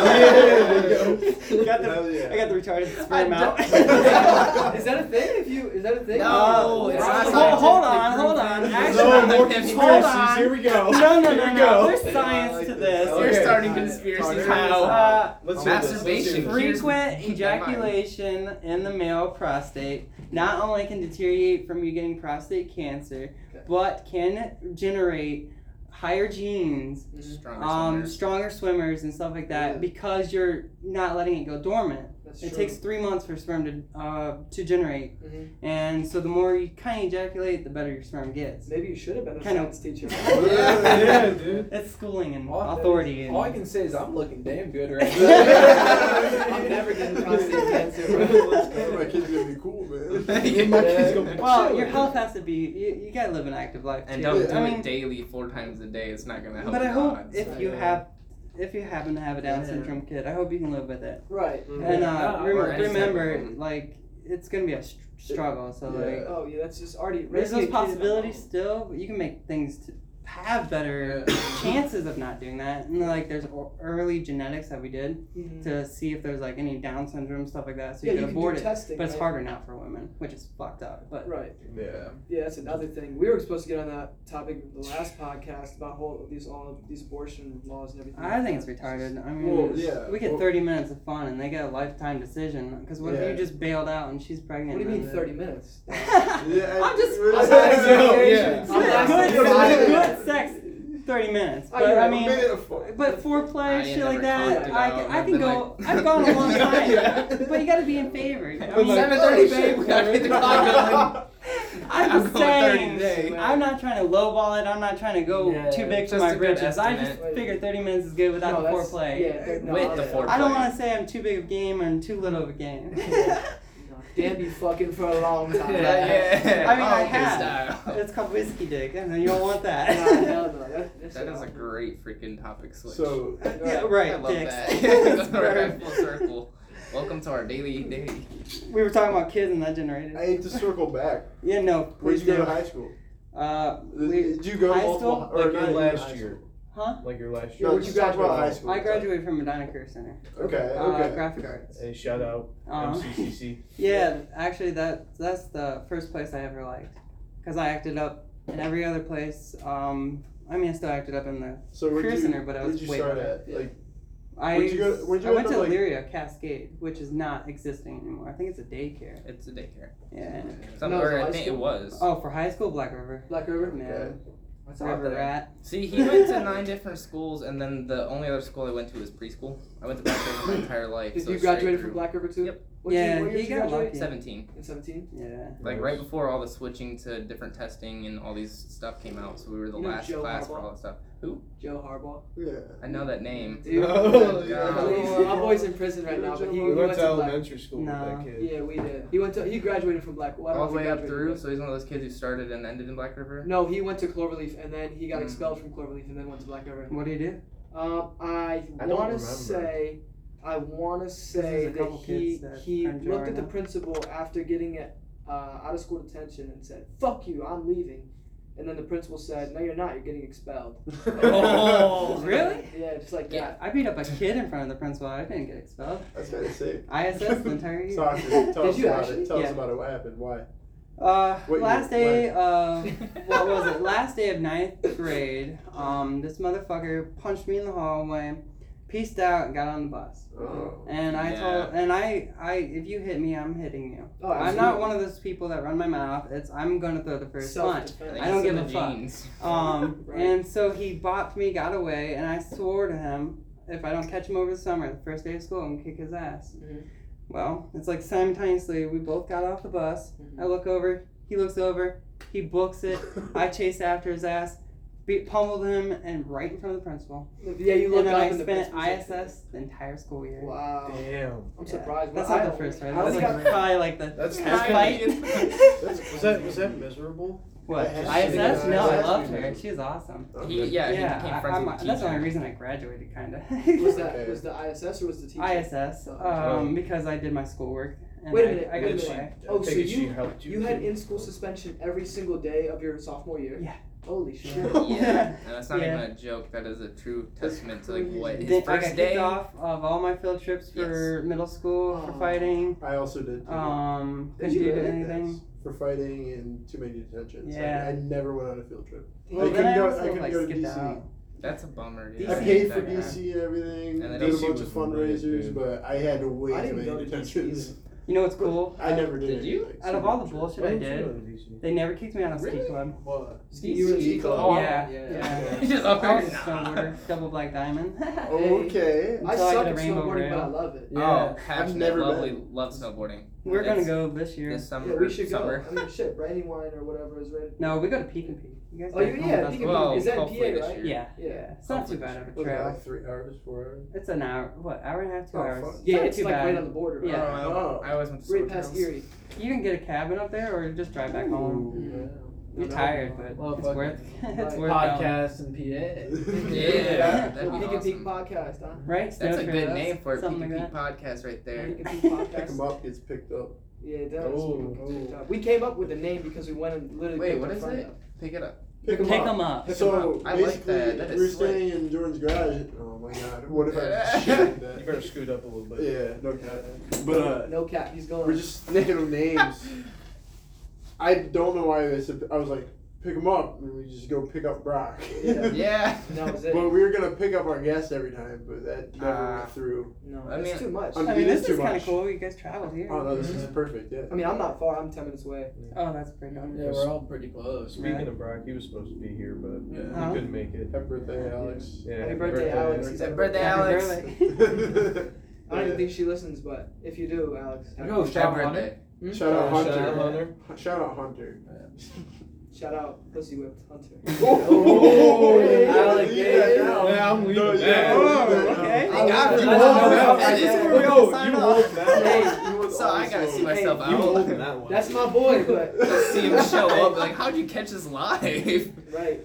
Yeah,
I got
Hell
the
yeah.
I got the retarded sperm out.
is that a thing? If you is that a thing?
No,
Uh,
it's
hold-
not
hold on,
scientifically
hold on.
proven.
Actually,
No more
hold
conspiracies.
on.
Here we go.
No, no,
Here
no,
we
no.
go.
There's science to this.
Okay.
You're starting
Alright.
conspiracies
Alright.
now.
Uh,
Let's hear this. Let's hear
Masturbation.
this.
frequent
Here's-
ejaculation in the male prostate not only can deteriorate from you getting prostate cancer,
Okay.
but can generate higher genes
Stronger
um,
swimmers.
stronger swimmers and stuff like that
Yeah.
because you're not letting it go dormant.
That's
It
true.
takes three months for sperm to uh, to generate,
Mhm.
and so the more you kind of ejaculate, the better your sperm gets.
Maybe you should have been a
Kind of-
science teacher.
Yeah, dude.
That's schooling and
All I-
authority. And
All I can say is I'm looking damn good right now.
I'm never getting prostate cancer, bro.
Let's go. My kid's gonna be cool, man.
Yeah.
My kid's gonna be
well,
chill.
your health has to be. You, you gotta live an active life.
And
too.
don't
Yeah.
do
I mean,
it daily four times a day. It's not gonna help.
but I
your
hope
odds.
if you
Yeah.
have, if you happen to have a Down
Yeah.
syndrome kid, I hope you can live with it.
Right.
Mm-hmm.
And uh,
Yeah,
rem-
or any type of
remember,
problem.
like it's gonna be a str struggle. So
Yeah.
like.
Oh yeah, that's just already.
There's
raising a
those
kid on
possibilities still, but you can make things to have better chances of not doing that. And like, there's o- early genetics that we did
your own. Mhm.
to see if there's like any Down syndrome stuff like that, so
Yeah,
you
you
can
can
abort
do
it.
testing.
But it's
right?
harder now for women, which is fucked up. But
Right.
Yeah.
Yeah, that's another thing. We were supposed to get on that topic of the last podcast about whole these all these abortion laws and everything.
I think it's retarded. I mean,
Well, yeah.
we get
Well-
30 minutes of fun, and they get a lifetime decision. Because what if
Yeah.
you just bailed out and she's
What
pregnant?
do you mean
and-
thirty minutes?
Yeah,
I'm just.
I-
I'm
Yeah.
just-
I'm not-
Good,
Yeah.
good sex, 30 minutes.
Oh,
But
you're
I
right.
mean, But
I
foreplay, shit
never
like that,
counted
I,
out.
I
I've
can
been
go.
like-
I've gone a long time.
Yeah.
But you gotta be in favor. I
But
mean,
like- 7:30, babe, we gotta get the clock
I'm just
I'm going 30
saying.
today.
I'm not trying to lowball it. I'm not trying to go
Yeah,
too big for
just
my
a good
britches. I just
estimate.
figure 30 minutes is good without
No,
the
that's-
foreplay.
Yeah, that- no,
With the
I-
foreplay.
I don't want to say I'm too big of a game or I'm too little of a game.
no, Dan be fucking for a long time.
Yeah.
I mean, I
Honky
have.
style.
it's called whiskey dick, and you don't want
Nah, hell
that.
no, that- that's
That is a
not-
great freaking topic switch.
So,
yeah,
I
right.
love
dicks.
that. We're at full circle. Welcome to our daily daily.
we were talking about kids and that generated.
I hate to circle back.
yeah, no.
Where'd
Please
you go to
do.
high school?
Uh, we,
Did you go
high
multiple
school?
or
Like your
not
last
high
year.
school?
huh?
Like your last
Yeah,
year.
where'd you graduate from high school?
I graduated from Medina Care Center.
Okay,
Uh,
okay.
graphic arts.
Hey, shout out
Um,
MCCC.
yeah, actually, that that's the first place I ever liked, cause I acted up in every other place. Um, I mean, I still acted up in the.
So where'd
Career
you,
Center, but I was
where'd you
way
start
better.
at? Like,
I,
Where'd you go- where'd you
I
end
went
up,
to
like-
Illyria Cascade, which is not existing anymore. I think it's a daycare.
It's a daycare.
Yeah.
Some,
No, it's
or
high
I think it
school.
was.
Oh, for high school, Black River.
Black River.
Man,
Okay.
What's out
River
there?
Rat.
See, he went to nine different schools, and then the only other school I went to was preschool. I went to preschool my entire life.
Did
so
you
straight
graduate
through.
from Black River too?
Yep.
What year-
Yeah,
what year
he
did you
got
graduate?
lucky.
Seventeen.
In seventeen.
Yeah.
Like right before all the switching to different testing and all these stuff came out, so we were the
You know
last
Joe
class for
Harbaugh?
all that stuff.
Joe Harbaugh.
Oh,
Yeah.
I know that name.
Dude,
Oh,
yeah.
my boy's in prison right now, but he, he
We
We went to
Black.
elementary school
No.
with that kid.
Yeah, we did. He went to he graduated from Black. Well, I don't
all
know
the way
if he
up
graduated,
through, so he's one of those kids who started and ended in Black River.
but- No, he went to Cloverleaf and then he
Hmm.
got
Mm.
expelled from Cloverleaf and then went to Black River.
What do you do?
Um, I,
I don't
want to
remember.
say, I want to say
there's a
that
couple
he
kids that
he
are in jail
looked at
right
the
now.
principal after getting it uh, out of school detention and said, "Fuck you, I'm leaving." And then the principal said, "No, you're not. You're getting expelled."
Oh.
Really?
Yeah, just like
Yeah.
that.
I beat up a kid in front of the principal. I didn't get expelled.
That's kind of sick.
I assessed the entire year.
Sasha, tell
Did
us
you
about
actually?
it. Tell us
Yeah.
about it. What happened? Why?
Uh,
What
last
year?
day of what was it? Last day of ninth grade. Um, this motherfucker punched me in the hallway, peaced out, and got on the bus.
Oh.
And I
Yeah.
told, and I, I, if you hit me, I'm hitting you.
Oh,
I'm not one of those people that run my mouth. It's I'm gonna throw the first punch.
think
I don't
it's in
give
the
a fuck.
genes.
Um,
Right.
and so he bopped me, got away, and I swore to him, if I don't catch him over the summer, the first day of school, I'm gonna kick his ass.
Mhm.
Well, it's like simultaneously, we both got off the bus.
Mhm.
I look over, he looks over, he books it. I chase after his ass, beat, pummeled him, and right in front of the principal.
Yeah, you
and
looked
then
up
I
in the
spent
principal's-
ISS the entire school year.
Wow,
Damn.
I'm
Yeah.
surprised.
That's
Well,
not
I
the first time.
I
That's
only
like
got
probably like the
That's
third
kinda-
fight.
Was that was that miserable?
what?
That
has to
ISS?
be-
No, I
that's
loved
pretty
her.
good.
She was awesome.
He, yeah, he became
I-
friends
I'm-
with the
That's the only
teacher.
reason I graduated, kind of.
was that
Okay.
was the ISS or was the teacher?
ISS, um, because I did my schoolwork. And
Wait a
I-
minute,
I, got
wait a
to
minute.
play.
Oh,
I
so
figured she
you-
helped you.
You had
too.
in-school suspension every single day of your sophomore year.
Yeah.
Holy shit.
Yeah, and that's not
Yeah.
even a joke. That is a true testament to like what his
Then I got
first
kicked
day.
off of all my field trips for middle school for
Oh.
fighting.
I also did. too.
Um,
Did
couldn't
you
do
really?
anything.
for fighting and too many detentions.
Yeah.
I, I never went on a field trip.
Well,
I
then
couldn't
I
go.
also,
I couldn't
like,
go to
skipped
DC.
out.
That's a bummer, dude.
Yeah.
I
Yeah.
paid for
Yeah.
DC and everything.
And then
did a
DC
bunch
was
of
weird,
fundraisers,
dude.
but I had way
I
too
didn't go
many
to DC
detentions.
You know what's cool?
I never did.
Did you?
anything,
Out of
so-
all the bullshit I
Why didn't you
did,
go to DC?
they never kicked me on a ski
Really?
club.
What?
Ski- you were in
Ski
ski
club.
club.
Yeah, yeah.
He just
I
up there,
was a
nah.
snowboarder, double black diamond.
Okay.
I
Until I
suck
get
at
a rainbow
snowboarding, but I
rail.
love it.
Oh,
I've
passionate,
never
lovely, love snowboarding.
We're gonna
It's
go this year.
this summer.
Yeah, we should
summer.
go. I mean, shit, Brandywine or whatever is ready.
No, we go to Peek and Peek. You guys
Oh,
gotta
you-
come
yeah,
with us.
Peek and Peek.
Well,
Is that in
hopefully
PA,
this
right?
year.
Yeah,
Yeah.
yeah. It's not too
Hopefully
bad of a
Was it
trail.
like three hours, four hours?
It's an hour, what, hour and a half, two
Oh,
hours.
fuck.
It's
Yeah,
not
it's
too
like
bad.
right on the border.
Yeah.
Oh, I-
Oh.
I always went to
Right
Sword
past
Girls.
Erie.
You can get a cabin up there or just drive back home. You're
No, no,
tired,
no.
but
Well,
it's
fuck
worth
Right.
it's worth going.
Podcast and PA.
Yeah, that'd be
Peek and Peek
awesome.
podcast, huh?
Right?
That's a good
Snow trails,
name for a
something
PPP
like that.
podcast right there.
Peek and Peek
Pick
podcast.
them up, gets picked up.
Yeah, it does.
Oh,
We came up with the name because we went and literally.
Wait,
picked
what
the
is
front
it?
up.
Pick it up.
Pick them
Pick
up.
'em up.
Pick 'em
so
up. I like
basically,
that. That is
we're
slick.
staying in Jordan's garage. Oh my god! What if I shit
You
that?
better scoot up a little bit.
Yeah, no cap. But uh,
No cap, he's going.
we're just thinking of names. I don't know why they said. I was like, pick them up, and we just go pick up Brock.
Yeah.
Yeah.
And that was it.
But we were gonna pick up our guests every time, but that never
Ah.
went through.
no,
I
it's
mean-
too much.
I'm-
I
It
mean,
is
this
too
is kind
much.
of cool. You guys traveled here.
Uh,
Oh no, this is perfect. Yeah.
I mean, I'm not far. I'm ten minutes away.
Oh, that's pretty
Yeah,
good.
we're all pretty close.
Speaking
Right.
of Brock, he was supposed to be here, but
Yeah.
Huh?
he couldn't make it.
Happy birthday, Alex.
Yeah,
Happy birthday, Alex.
Happy birthday,
Happy
Alex.
birthday.
I don't even think she listens, but if you do, Alex, happy-
Go,
Oh, Happy
shout out.
birthday.
Hmm?
Shout out
Uh, shout
Hunter.
out Hunter.
Shout out Hunter.
Shout out, pussy whipped Hunter.
Oh,
Alex,
leave that
yeah.
out.
Yeah, I'm
No,
leaving.
yeah,
Yeah.
leave that
Oh,
out.
okay.
I'll
Thank
leave
God
that
for
out.
that.
I'll
That
leave
is
that
where
out.
we
You
sign
woke
off.
that one. You woke
So I
all
gotta
those.
see myself
You
out.
old in that one.
That's my boy, but
See him show up. Like, how'd you catch his live?
right.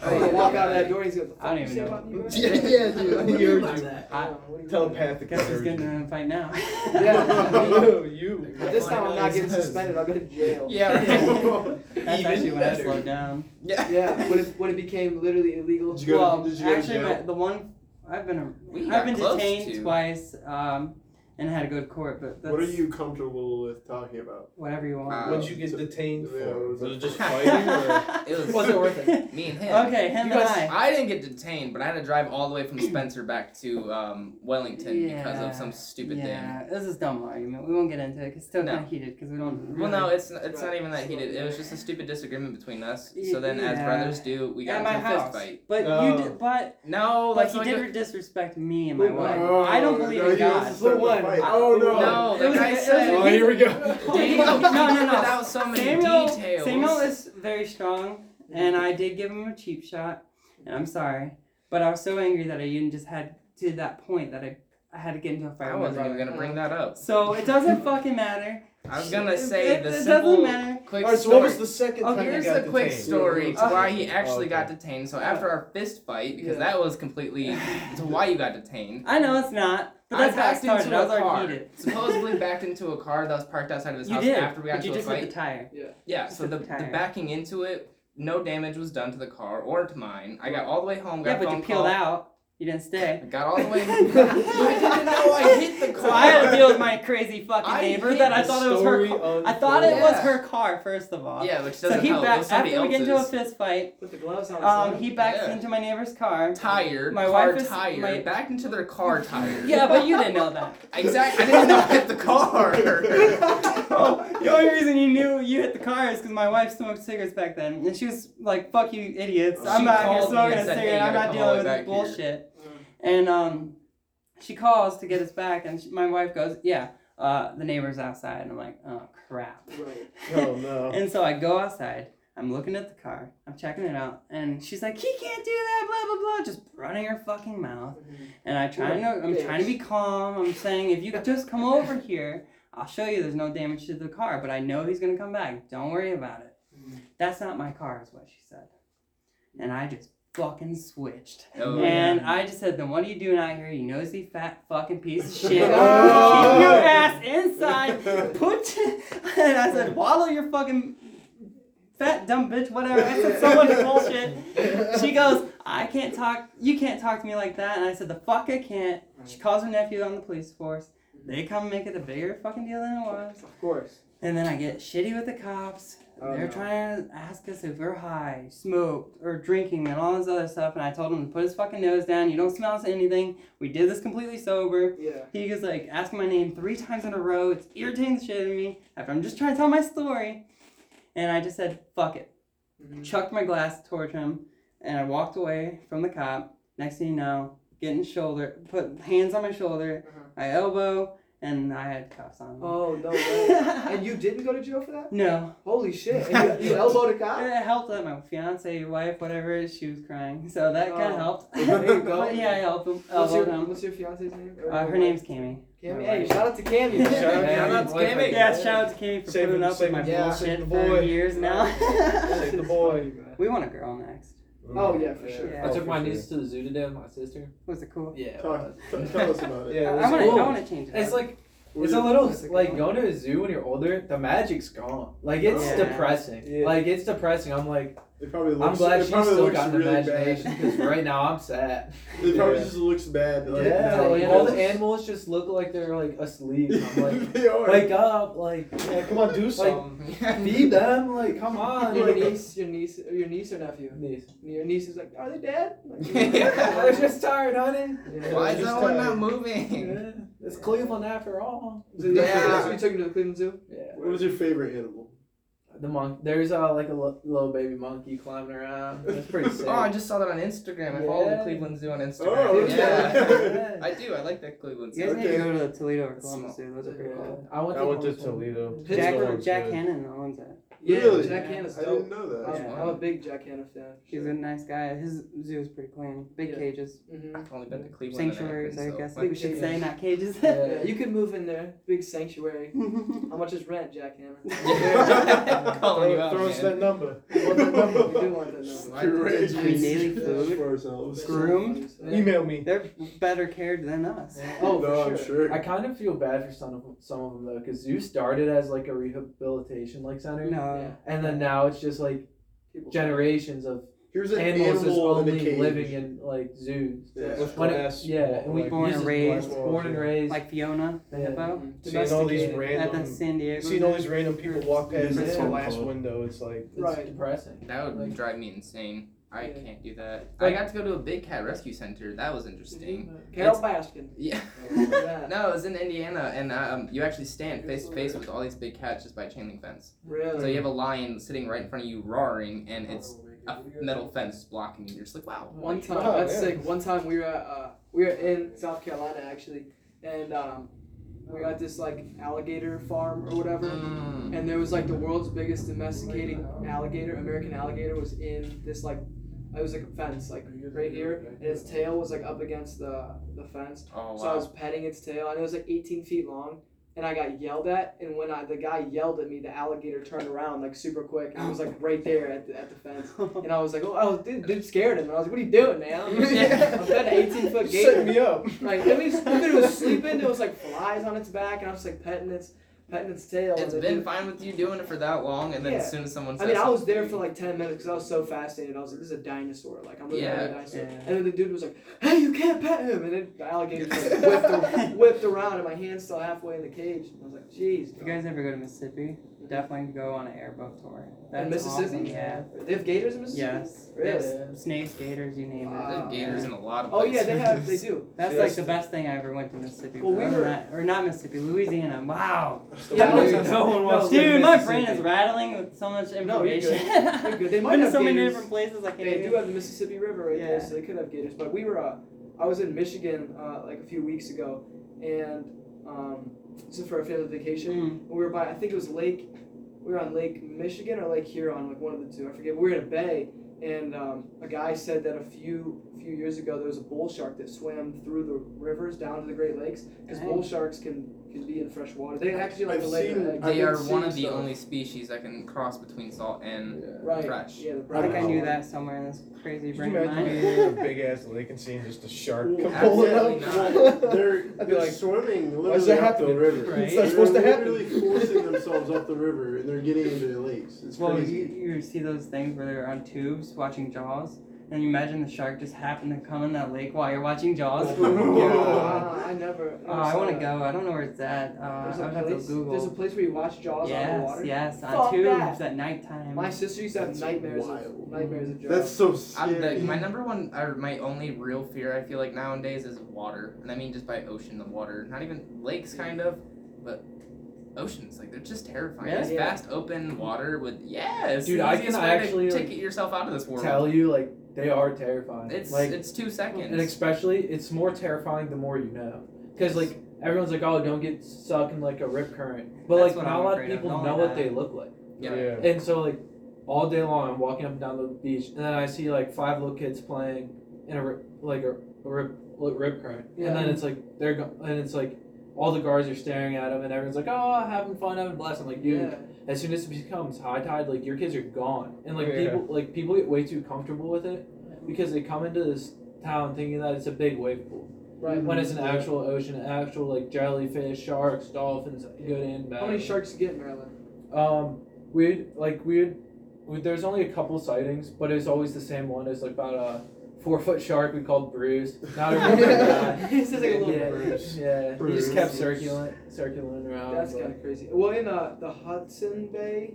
Oh,
Hey,
yeah.
walk out of that door, he's gonna.
I don't
"Fuck you
even
say
know.
about me, bro?"
Yeah, yeah, dude. He heard you.
Yeah, what do you-
Telepathic.
Guess who's getting in a fight now?
Yeah.
you.
But this time I'm not getting suspended. I'll go to jail.
Yeah. Right.
That's actually when I slowed down.
yeah.
Yeah. When it, when it became literally illegal.
Did you go to-
well,
did you go to
actually,
jail?
my, the one I've been
We
I've
got
been
close
detained
to.
twice, um, and had to go to court. But that's
What are you comfortable with talking about?
Whatever you want.
Wow.
What'd you get detained
Yeah,
for?
what was
Was it
it?
just fighting or?
It was-
Was it worth it?
Me and him.
Okay, him
You
and
guys-
I.
I didn't get detained, but I had to drive all the way from Spencer back to um, Wellington because
Yeah,
of some stupid
yeah, this is dumb argument. We won't get into it. 'cause It's still
No.
kind of heated because we don't.
thing. Well, no, it's it's not
Right.
even that heated. It was just a stupid disagreement between us.
Y-
So then, as
yeah.
brothers do, we got
at
into
my
a fist
house,
fight. Oh,
but
No.
Oh.
you did, but
No,
like
so
he
I
did
go-
disrespect me and my
Who
wife.
won?
I don't believe in
Oh, no, he
God.
was-
Who won?
Wait, oh no.
No,
It
that
was-
guy
it was-
said.
Oh,
here we go.
Daniel
No, no, no.
without so many
Samuel,
details.
Samuel is very strong, and
Mm.
I did give him a cheap shot, and I'm sorry, but I was so angry that I even just had to that point that I, I had to get into a fight.
I
with my
wasn't even
brother.
gonna bring that up.
So it doesn't fucking matter.
I was gonna
It-
say
it,
the
it
simple
doesn't matter.
quick
Alright, so
story.
what was the second
Oh,
time you
Here's
got
the quick
detained?
story to
Uh,
why he actually
Oh, okay.
got detained. So after our fist fight, because
Yeah.
that was completely to why you got detained.
I know it's not, but
I
that's how it
backed
started.
into
I
a
was already
car.
heated.
Supposedly backed into a car that was parked outside of his
You
house
did,
after we got
but you
into a
just
fight.
hit the tire.
Yeah,
It's
so
just
the,
the
the
tire.
backing into it, no damage was done to the car or to mine. I got all the way home, got
Yeah,
a
but
phone
you peeled
call.
out. You didn't stay.
I got all the way. I didn't know I
I
hit the
So
car.
I had to deal with my crazy fucking
I
neighbor
hate
that I
the
thought it was her.
Story
Car.
unfolds.
I thought it was
Yeah.
her car first of all.
Yeah, which
So
doesn't
he
help. it was
backed
somebody
after we get into a
else's
fist fight.
Put the gloves on.
Um, he backs
Yeah.
into my neighbor's car.
tire.
My
car
wife is-
tire.
my-
Backed into their car tire.
Yeah, but you didn't know that.
Exactly. I didn't know I hit the car.
the only reason you knew you hit the car is because my wife smoked cigarettes back then, and she was like, "Fuck you, idiots! I'm
She
not here
called me and
smoking a
said, "Hey,
cigarette.
you
I'm
gotta
not
come all
dealing
the
with
way
this
back here."
bullshit." And um, she calls to get us back, and she, my wife goes, "Yeah, uh, the neighbor's outside." And I'm like, "Oh crap!"
Right.
Oh no.
And so I go outside. I'm looking at the car. I'm checking it out, and she's like, "He can't do that." Blah blah blah. Just running her fucking mouth. And I try to, I'm trying to be calm. I'm saying, if you could just come over here, I'll show you. There's no damage to the car, but I know he's gonna come back. Don't worry about it. That's not my car, is what she said. And I just fucking switched.
Oh,
and I just said, then what are you doing out here? You nosy fat fucking piece of shit. Keep your
Oh.
ass inside. Put. and I said, wallow your fucking fat dumb bitch, whatever. I said so much bullshit. She goes, I can't talk. You can't talk to me like that. And I said, the fuck I can't. She calls her nephew on the police force. They come and make it a bigger fucking deal than it was.
Of course.
And then I get shitty with the cops.
Oh,
They're
no.
trying to ask us if we're high, smoked, or drinking, and all this other stuff. And I told him to put his fucking nose down. You don't smell anything. We did this completely sober.
Yeah.
He was like asking my name three times in a row. It's irritating the shit out of me. After I'm just trying to tell my story. And I just said, fuck it
Mm-hmm.
chucked my glass towards him, and I walked away from the cop. Next thing you know, getting shoulder, put hands on my shoulder,
Uh-huh.
my elbow, and I had cuffs on. Me.
Oh no way. and you didn't go to jail for that?
no,
Holy shit! And you, you elbowed a cop?
it helped that my fiance, wife, whatever, she was crying, so that kind
Oh.
of helped.
There you go.
but yeah, I helped him.
What's your,
Elbowed him.
what's your fiance's name? Or
Uh,
your
her name's Cami.
Cammy.
my
Hey,
wife.
shout out to Cammy.
Shout out
Hey,
Cammy.
that's
Cammy.
wife.
Yeah, shout out to Cami for
Save
putting
him,
up with
save
my
him,
yeah,
bullshit
save the
for
boy.
years now.
That's
the
just
boy.
funny, man.
we want a girl next.
Oh yeah, for sure.
Yeah.
I
for
took my
sure.
niece to the zoo today with my sister.
Was it cool?
Yeah.
Talk, t- tell us about it.
Yeah,
I-
it
I
was
want to.
cool.
I want to change it.
It's
up.
like
Were
it's
you-
a little
That's a good
like
one.
going to a zoo when you're older. The magic's gone. Like it's
Yeah.
depressing.
Yeah.
Like it's depressing. I'm like
It probably looks.
I'm glad
it
she
probably
still
looks
got an
really
imagination
Bad.
because right now I'm sad.
It probably
Yeah.
just looks bad. Like,
yeah,
no,
like
yeah.
all the animals just look like they're like asleep. I'm like,
they are.
wake up, like
Yeah, come on, do something.
feed them, like come on,
Your
like.
niece, your niece, or your niece or nephew.
Niece.
Your niece is like, are they dead?
I was just tired, honey.
Yeah.
Why is
Just,
that one
uh,
not moving?
Yeah. It's Cleveland after all.
So yeah.
Yeah.
so you took him to the Cleveland Zoo.
Yeah.
What was your favorite animal?
The monk. There's uh, like a l- little baby monkey climbing around. It's pretty sick.
Oh, I just saw that on Instagram. I follow the
Yeah.
Cleveland Zoo on Instagram.
Oh, okay.
yeah.
yeah.
I do. I like that Cleveland
you
Zoo.
guys need to
okay.
go to Toledo or Columbus. Dude. Those are pretty
Yeah.
cool.
I went
I went to
Columbus one.
Toledo.
Jack,
Pittsburgh's
Pittsburgh.
Jack
good.
Hannon owns it.
Yeah,
Really?
Jack
Yeah.
Hanna's
I didn't
dope.
know
I'm,
that.
Yeah.
I'm a big Jack Hanna fan.
He's a nice guy. His zoo is pretty clean. Big
Yeah.
cages,
hmm
I've only been to Cleveland.
sanctuaries.
and
I
Akron, so
guess
my-
we should
yeah.
say not cages.
Yeah,
Yeah.
you could move in there. Big sanctuary. How much is rent, Jack Hanna?
Yeah. Calling you
Throw-
out,
Throw us
man.
that number.
We want that number. We do want that number.
Why did they
Great.
just-
We daily food.
For ourselves.
Groomed.
Email me.
They're better cared than us.
Oh,
no,
for
I'm
sure.
sure.
I kind of feel bad for some of some of them though, because Zoo started as like a rehabilitation like center,
No.
and then now it's just like
People.
generations of
Here's an
animals just
animal in a
only
cage.
living in like zoos.
Yeah.
With
When it-
glass
yeah,
wall,
and we
like,
Born and
uses
raised.
glass- born and raised.
Like Fiona, the
Yeah.
hippo.
Mhm.
Seeing all these
Domesticated.
At the
random
San Diego.
Seeing all these random people walk past
Yeah.
this
Yeah.
glass window, it's like
it's
Right.
depressing.
That would
Like-
drive me insane. I
Yeah.
can't do that. I
Like-
got to go to a big cat rescue center. That was interesting.
Carol Baskin.
Yeah.
Yeah,
No, it was in Indiana, and um, you actually stand face to face with all these big cats just by a chain link fence.
really.
So you have a lion sitting right in front of you, roaring, and it's a metal fence blocking you. You're just like, wow.
One time,
Oh,
that's
yeah.
sick. One time we were at, uh, we were in South Carolina actually, and um, we got this like alligator farm or whatever.
Mm.
and there was like the world's biggest domesticated alligator, American alligator, was in this like, it was like a fence, like right here, and its tail was like up against the the fence.
Oh
So I
wow.
was petting its tail, and it was like 18 feet long, and I got yelled at, and when I the guy yelled at me, the alligator turned around like super quick, and it was like right there at the, at the fence, and I was like, oh, I was, dude, dude scared him, and I was like, what are you doing, man? I'm petting an 18 foot gator.
Set me up.
Like it was, it was sleeping. There was like flies on its back, and I was like petting its, petting its tail.
It's
and it
been
didn't-
fine with you doing it for that long, and then
Yeah.
as soon as someone
I
says
mean, I was there for
something-
like ten minutes because I was so fascinated. I was like, "This is a dinosaur! Like I'm looking at
Yeah.
a dinosaur."
Yeah.
And then the dude was like, "Hey, you can't pet him!" And then the alligator just like, whipped, ar- whipped around, and my hand's still halfway in the cage. And I was like, "Jeez."
If you guys ever go to Mississippi, definitely go on an airboat tour. That's
in Mississippi?
awesome, Yeah.
They have gators in Mississippi.
Yes.
Really?
Snakes, gators, you name
They
it.
have
Wow.
gators in a lot of
Oh
places.
yeah, they have. They do.
That's
Yeah.
like the best thing I ever went to Mississippi.
Well,
for.
we
Or
were-
not- or not Mississippi, Louisiana. Wow.
Yeah,
I was-
no one wants to
Dude,
go to
my
Mississippi.
brain is rattling with so much
No, you're good.
information.
They're good. They might
Been to
have
so many
gators.
different places I can't
They
even-
do have the Mississippi River right there,
Yeah.
so they could have gators. But we were, uh, I was in Michigan uh, like a few weeks ago, and um, so for a family vacation,
Mm.
we were by I think it was Lake we were on Lake Michigan or Lake Huron, like one of the two. I forget. We were in a bay and um, a guy said that a few few years ago there was a bull shark that swam through the rivers down to the Great Lakes because
Dang.
bull sharks can can be in fresh water. They actually like
I've
to lay their
seen-
eggs.
I've
They
been
are one
seeing
of the
stuff.
only species that can cross between salt and
Right.
fresh.
Yeah, the
I think I
brown
knew
one.
that somewhere in this crazy
Could you
brain of
imagine
mine.
being in a big ass lake and seeing just a shark
Well,
come
Absolutely
pulling
not.
up?
They're,
I'd be
they're
like,
swimming literally
does that
up the
happen?
river.
Right. It's
not supposed to
They're
happen.
literally forcing themselves up the river, and they're getting into the lakes. It's
Well,
crazy.
you, you see those things where they're on tubes watching Jaws, and you imagine the shark just happened to come in that lake while you're watching Jaws.
Yeah.
Ah, I never.
Oh, I want
want
to go. I don't know where it's at. Uh, I
There's
would
a,
have to
place, there's a
Google.
place where you watch Jaws on the
Yes,
water.
yes, on
Fuck
tubes
that.
at nighttime.
My sister used to have
That's
nightmares of
wild.
nightmares of Jaws.
That's so
I'm
scary.
the, my number one, or my only real fear I feel like nowadays is water, and I mean just by ocean, the water, not even lakes, kind of, but oceans, like they're just terrifying.
Really?
This
Yeah.
vast open water with yeah, it's
Dude,
the
I
easiest
can
way
actually,
to
like,
ticket yourself out of this world.
Tell you like they are terrifying.
it's
like
it's two
and
seconds.
especially it's more terrifying the more you know because like everyone's like oh don't get stuck in like a rip current, but
That's
like
what
not
I'm
a lot of
afraid of,
people
don't
know
like
what
that.
they look like.
Yeah.
And so like all day long, I'm walking up and down the beach, and then I see like five little kids playing in a ri- like a, a rip like, rip current,
Yeah.
and then it's like they're go- and it's like all the guards are staring at them, and everyone's like, "Oh, having fun, having a blast." I'm like, dude,
yeah.
as soon as it becomes high tide, like your kids are gone, and like
Yeah.
people like people get way too comfortable with it because they come into this town thinking that it's a big wave pool
Right.
when it's an
Yeah.
actual ocean, an actual like jellyfish, sharks, dolphins, good and bad.
How many sharks you get in Maryland?
Um, we like we, we there's only a couple sightings, but it's always the same one. It's like about a four foot shark we called Bruce. Not a real guy.
This is like a little
yeah,
Bruce.
Yeah, he just
Bruce.
kept circulating, circulating around.
That's
but-
kind of crazy. Well, in uh, the Hudson Bay,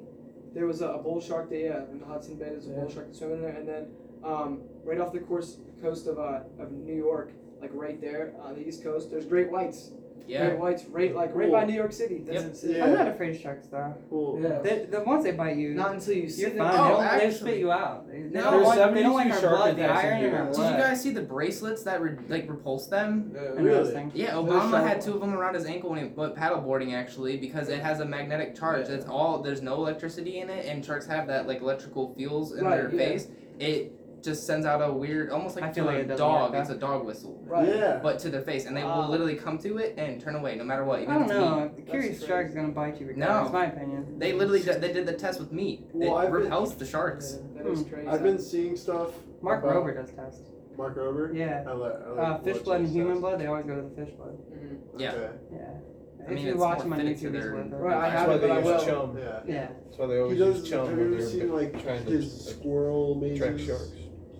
there was a, a bull shark. That, yeah, in the Hudson Bay, there's a bull
Yeah.
shark swimming there, and then um, right off the course coast of uh, of New York, like right there on the East Coast, there's great whites.
yeah.
Great whites, right like right by
Cool.
New York City. That's insane.
Yeah.
I'm not afraid of sharks though.
Cool.
yeah.
They, the ones they bite you,
Not until you see
you're
them.
fine.
Oh,
they, don't, they
actually-
spit you out. They, they
No,
don't want, they
there's
don't like
72
our
shark
blood, the
attacks in
iron in
here.
our
Did
blood.
you guys see the bracelets that re- like repulse them?
And
Really?
roasting.
Yeah,
Those
Obama
shark-
had two of them around his ankle when he went paddleboarding actually because it has a magnetic charge.
Yeah.
It's all there's no electricity in it, and sharks have that like electrical feels in
Right,
their
yeah.
face. It just sends out a weird, almost
I
like
feel
to
like it
a
doesn't
dog.
work,
It's a dog whistle,
Right.
Yeah.
but to their face, and they
Wow.
will literally come to it and turn away no matter what. Even
I don't
if it's meat.
know. The curious
crazy.
shark's gonna bite you.
No.
That's my opinion.
They literally did, they did the test with meat.
Well,
it
I've been-
repels the sharks.
That is
Hmm.
crazy.
I've been seeing stuff.
Mark
about
Rober does test.
Mark Rober.
Yeah.
I like, I like
Uh, fish
watching
blood and
stuff.
human blood. They always go to the fish blood.
Mhm.
Yeah.
Yeah.
I
if
mean,
you
it's
watch
more
him on
fitted to
YouTube, he's
their-
worth it.
Right, I
That's
have
why
it, but I
they use
will.
chum.
Yeah.
Yeah.
That's why they
He
always use
does.
chum.
Have
when
you ever
they're
seen like
trying to
his
like,
squirrel mazes?
track sharks.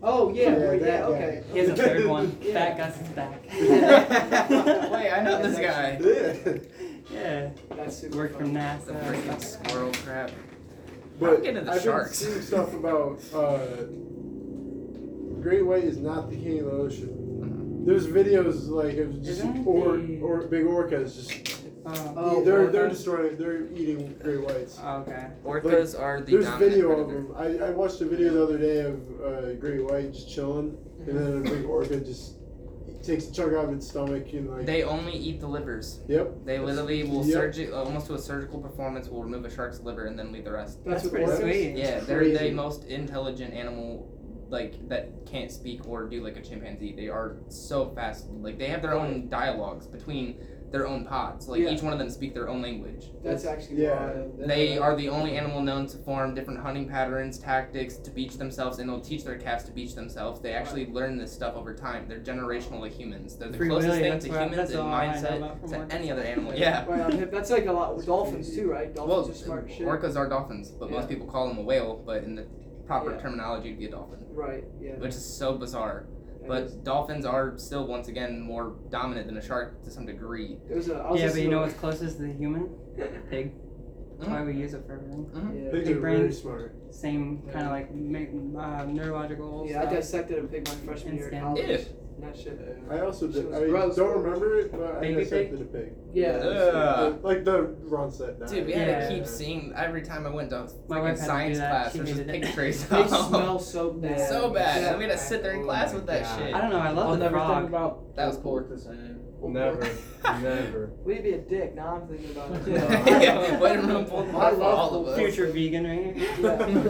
Oh yeah,
Yeah,
right,
that
yeah,
guy.
okay.
He has a third one.
Yeah.
Fat Gus is back.
Wait, I know this guy.
Yeah.
yeah.
That's super.
Worked
fun.
from
The
NASA.
freaking squirrel crap.
But
I'm getting the
I've
sharks.
been seeing stuff about uh, great white is not the king of the
Mm-hmm.
ocean. There's videos like of just
Isn't
or
the-
or big orcas just
Oh.
Oh,
they're
orcas?
they're destroying they're eating great whites.
Okay.
Orcas are the
There's
dominant
video of
predator.
them. I, I
Mm-hmm.
watched a video the other day of uh, great white just chilling, and then a big orca just takes a chunk out of its stomach and like.
They only eat the livers.
yep.
They literally will
Yep.
surgi- almost to a surgical performance will remove a shark's liver and then leave the rest.
That's
what
pretty
orcas-
sweet.
Yeah, they're the
crazy.
most intelligent animal like that can't speak or do like a chimpanzee. They are so fast. Like they have their own dialogues between their own pods. Like
Yeah.
each one of them speak their own language.
That's actually
Yeah.
wild.
They are the only animal known to form different hunting patterns, tactics to beach themselves, and they'll teach their calves to beach themselves. They actually learn this stuff over time. They're generational like humans. They're the
Free
closest
Willy,
thing
that's
to
what-
humans
that's
in
all I know about
mindset
from
to
orcas.
any other animal. Yeah.
Right, I mean, that's like a lot with dolphins too, right? Dolphins
Well,
are smart as shit.
orcas are dolphins, but
Yeah.
most people call them a whale. But in the proper
Yeah.
terminology, it'd be a dolphin,
Right. Yeah.
which is so bizarre.
that is-
But dolphins are still once again more dominant than a shark to some degree.
it was a, I was
Yeah, but
listening
you know
to-
what's closest to the human? Pig.
Hmm?
That's why we use it for everything.
Yeah.
Pigs
Big
are
brain.
very smart.
Same kind of like ma- uh, neurological.
Yeah, I
stuff.
dissected a pig my freshman year in
Instant.
college.
Ew.
and That shit.
I also
She
did.
was
I
gross.
don't remember it, but I
Baby
dissected a pig.
Yeah.
Ugh.
Like the run set. Now.
Uh. Dude, we had
Yeah.
to keep seeing every time I went to
My
fucking
wife had to do
science
that.
class,
She
there's just
hated it.
pig trays.
They smell so bad.
so bad. And we had to
Yeah.
sit there in
Oh
class
my
with that
God.
shit.
I don't know. I love
I'll
the
never think
frog.
about
That was cool.
pork the same.
Never, never.
We'd be a dick. Now I'm thinking about it.
yeah, way to ruin both
I
for
love
all of us.
Future vegan right here.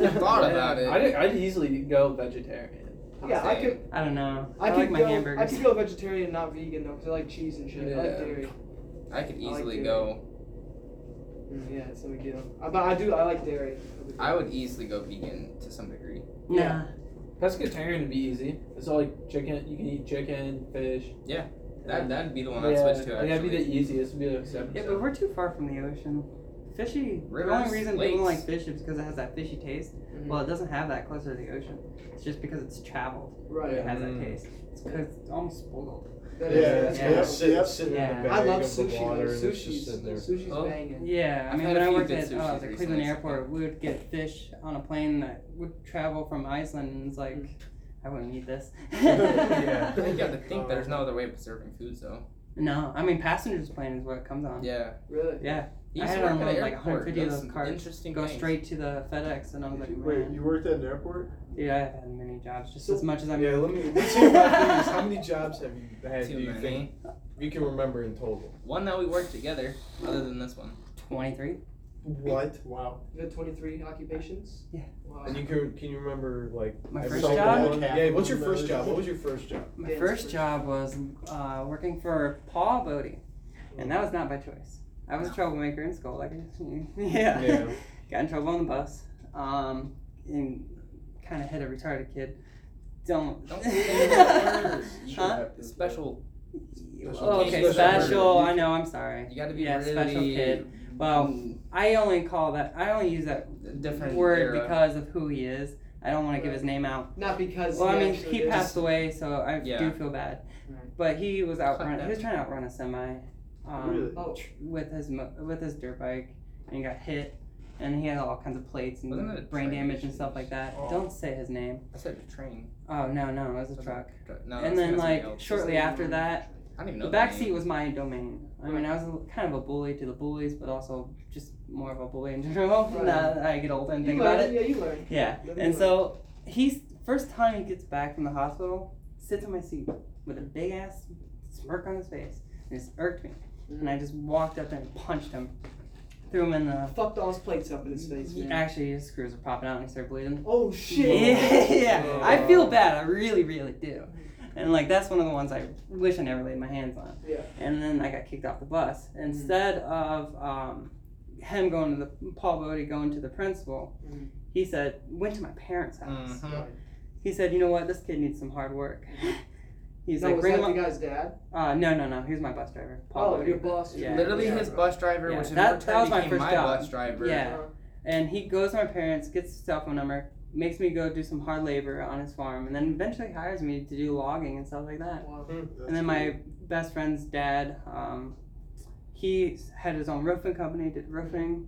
Yeah.
Thought about it.
I'd, I'd easily go vegetarian.
Yeah, I could.
Same.
I don't know.
I,
I,
could
like my
go, I
hamburgers.
could go vegetarian, not vegan though, because I like cheese and shit. I like
Yeah.
dairy.
I could
I like
easily
dairy.
go.
Mm, yeah, it's no big deal. Uh, But I do. I like dairy.
I would easily go vegan to some degree.
Nah.
Pescatarian would be easy. It's all like chicken. You can eat chicken, fish.
That that'd be the one I'd
yeah,
switch to.
like,
Actually.
that'd be the easiest. Would be like seven.
Yeah, but we're too far from the ocean. Fishy. the
Rivers,
only reason people
lakes. Mm.
like fish is because it has that fishy taste.
Mhm.
Well, it doesn't have that closer to the ocean. It's just because it's traveled.
Right.
It has that
Mm.
taste. It's because it's almost spoiled.
That
Yeah,
is-
it's
that's
yeah.
good.
Yep,
Sit-
yep.
sitting
Yeah.
in the
I
bag
love
of the
sushi. though.
water and it's just
Sushi's
sitting there.
sushi's
Oh.
banging.
Yeah, I
I've
mean,
had
when
a
I
few
worked
good
at oh, I was at
sushis
Cleveland
recently, so-
Airport, we would get fish on a plane that would travel from Iceland, and it's like, I wouldn't eat this.
Yeah.
you got to think there's no other way of preserving foods though.
No, I mean, passenger's plane is what it comes on.
Yeah.
Really?
Yeah,
You
I
used to
had
work
it on
at an
like
airport.
150 of
That's
those
some
carts.
interesting.
go
things.
straight to the FedEx, and I was like,
Wait,
man,
you worked at an airport?
dude, I have had many jobs just
So-
as much as I'm.
Yeah, let me. Let's hear about these. How many jobs have you had?
Too
do you
many.
think you can remember in total?
One that we worked together, other than this one.
23.
What?
Wow.
You had 23 occupations?
Yeah.
Wow.
And you can can you remember like
My
every
first
single
job?
one? Yeah. What's your first job? What was your first job?
My
Dance
first
first.
job was uh, working for Paul Bodie, and that was not by choice. I was a troublemaker in school, like I yeah.
Yeah.
Got in trouble on the bus, um, and kind of hit a retarded kid. Don't.
Don't say those words. You
Huh?
have to special.
Oh, okay,
Special
special.
word.
I know. I'm sorry.
You got to be
Yeah,
really
special kid. Well,
mm,
I only call that. I only use that
different
word
era.
because of who he is. I don't want to give
Right.
his name out.
Not because.
Well, I mean,
actually
he
did.
passed away, so I
Yeah.
do feel bad.
Right.
But he was outrun.
Fuck
He was trying to outrun a semi um,
Really?
Oh.
with his mo- with his dirt bike, and he got hit, and he had all kinds of plates
Wasn't it a
and brain
train?
damage and stuff like that.
Oh.
Don't say his name.
I said train.
Oh no, no, it was a
Wasn't
truck.
No,
and
that's
then
something
like
Oh, else.
shortly after that,
I don't even
the
know.
back
name.
seat was my domain. I mean,
Right.
I was a, kind of a bully to the bullies, but also just more of a bully in general.
Right.
Now that I get older and
You
think about it.
learn. Yeah, you learn.
Yeah.
Let me learn.
And so he's first time he gets back from the hospital, sits in my seat with a big ass smirk on his face. And it's irked me. And I just walked up and punched him. Threw him in the
Fucked all his plates up in his face,
he,
man.
actually his screws were popping out and he started bleeding.
Oh
Yeah,
shit.
yeah. I feel bad, I really, really do. And like that's one of the ones I wish I never laid my hands on.
Yeah. Mm-hmm.
And then I got kicked off the bus. Instead of um, him going to the Paul Bodie going to the principal,
Mhm.
he said went to my parents' house.
Mm.
Mhm.
He said, "You know what? This kid needs some hard work." He's
No,
like,
was
"Bring
that
him
the
up."
guy's dad?
Uh, no, no, no. He was my bus driver.
Oh,
Bodie.
your boss.
Yeah.
Literally,
Yeah.
his bus driver,
Yeah,
which in
that-
that,
that was my
became
first
my
job.
bus driver.
Yeah. And he goes to my parents, gets his cell phone number, makes me go do some hard labor on his farm, and then eventually hires me to do logging and stuff like that.
Wow.
and then my best friend's dad, um, he had his own roofing company, did roofing.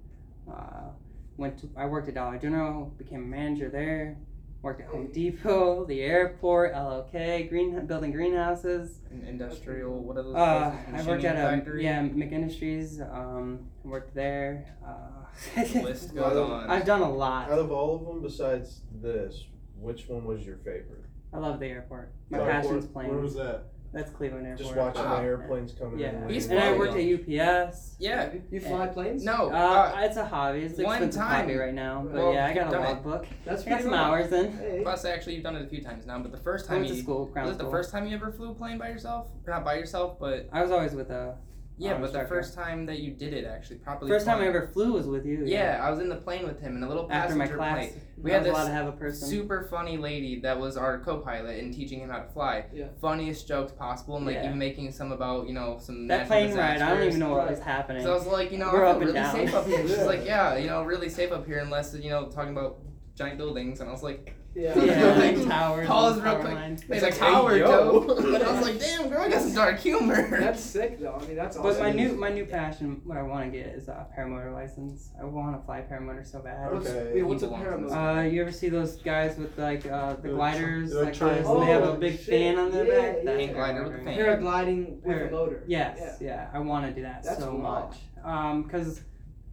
Uh, went to I worked at Dollar General, became a manager there. Worked at Home Depot, the airport, LOK, green building greenhouses.
An industrial. What are those?
Uh,
places?
I worked
Machining
at a
factory.
yeah McIndustries. Um, worked there. Uh,
The list goes on.
I've done a
Out
lot.
of all of them, besides this, which one was your favorite?
I love the airport. My
Airport?
passion's
Where
planes.
was that?
That's Cleveland Airport.
Just watching
Ah.
the airplanes coming
Yeah.
in. and
We used
And I
fly,
worked at UPS.
Yeah.
You fly planes?
No.
Uh,
Uh,
it's a hobby. It's an
one
expensive
time-
hobby right now. But
Well,
yeah, I got a
done it.
logbook.
That's
I got
pretty
some
cool.
hours in.
Hey.
plus, actually, you've done it a few times now, but the first
I
time
went to
you
school, ground
was it the
school.
first time you ever flew a plane by yourself? Or not by yourself, but
I was always with a
yeah,
Oh,
but the
instructor.
first time that you did it actually properly.
first time I
flown.
ever flew was with you.
Yeah, I was in the plane with him in a little
After
passenger
my class,
plane.
we
We
I
had
was allowed
this
to have a person.
super funny lady that was our co-pilot and teaching him how to fly.
Yeah.
Funniest jokes possible, and like
Yeah.
even making some about you know some natural
that plane ride, I don't
disasters.
even know what
Right.
was happening.
So I was like, you know,
We're
I
up
feel
and
really
down.
safe up here. She's
Yeah.
like, yeah, you know, really safe up here unless you know talking about giant buildings. And I was like,
Yeah.
yeah,
Like,
like towers,
pause
and
real
power
quick.
lines.
made
like,
a
hey,
tower
yo.
joke. And I was like, damn, girl, I got some dark humor.
That's sick though. I mean, that's awesome.
But my new my new passion, what I want to get is a paramotor license. I want to fly paramotor so bad.
Okay.
Yeah, what's a
He belongs in
paramount?
this-
Uh, you ever see those guys with like uh, the
They're
gliders,
tr- they're
like this,
triangle.
and they have a
Oh,
big
shit.
fan on their
Yeah,
back?
yeah.
That's
Hang
what I'm
glider with a
ordering.
fan.
Paragliding with
Para-
a motor.
Yes, yeah, I want to do that
That's
so
wild.
much. Um, because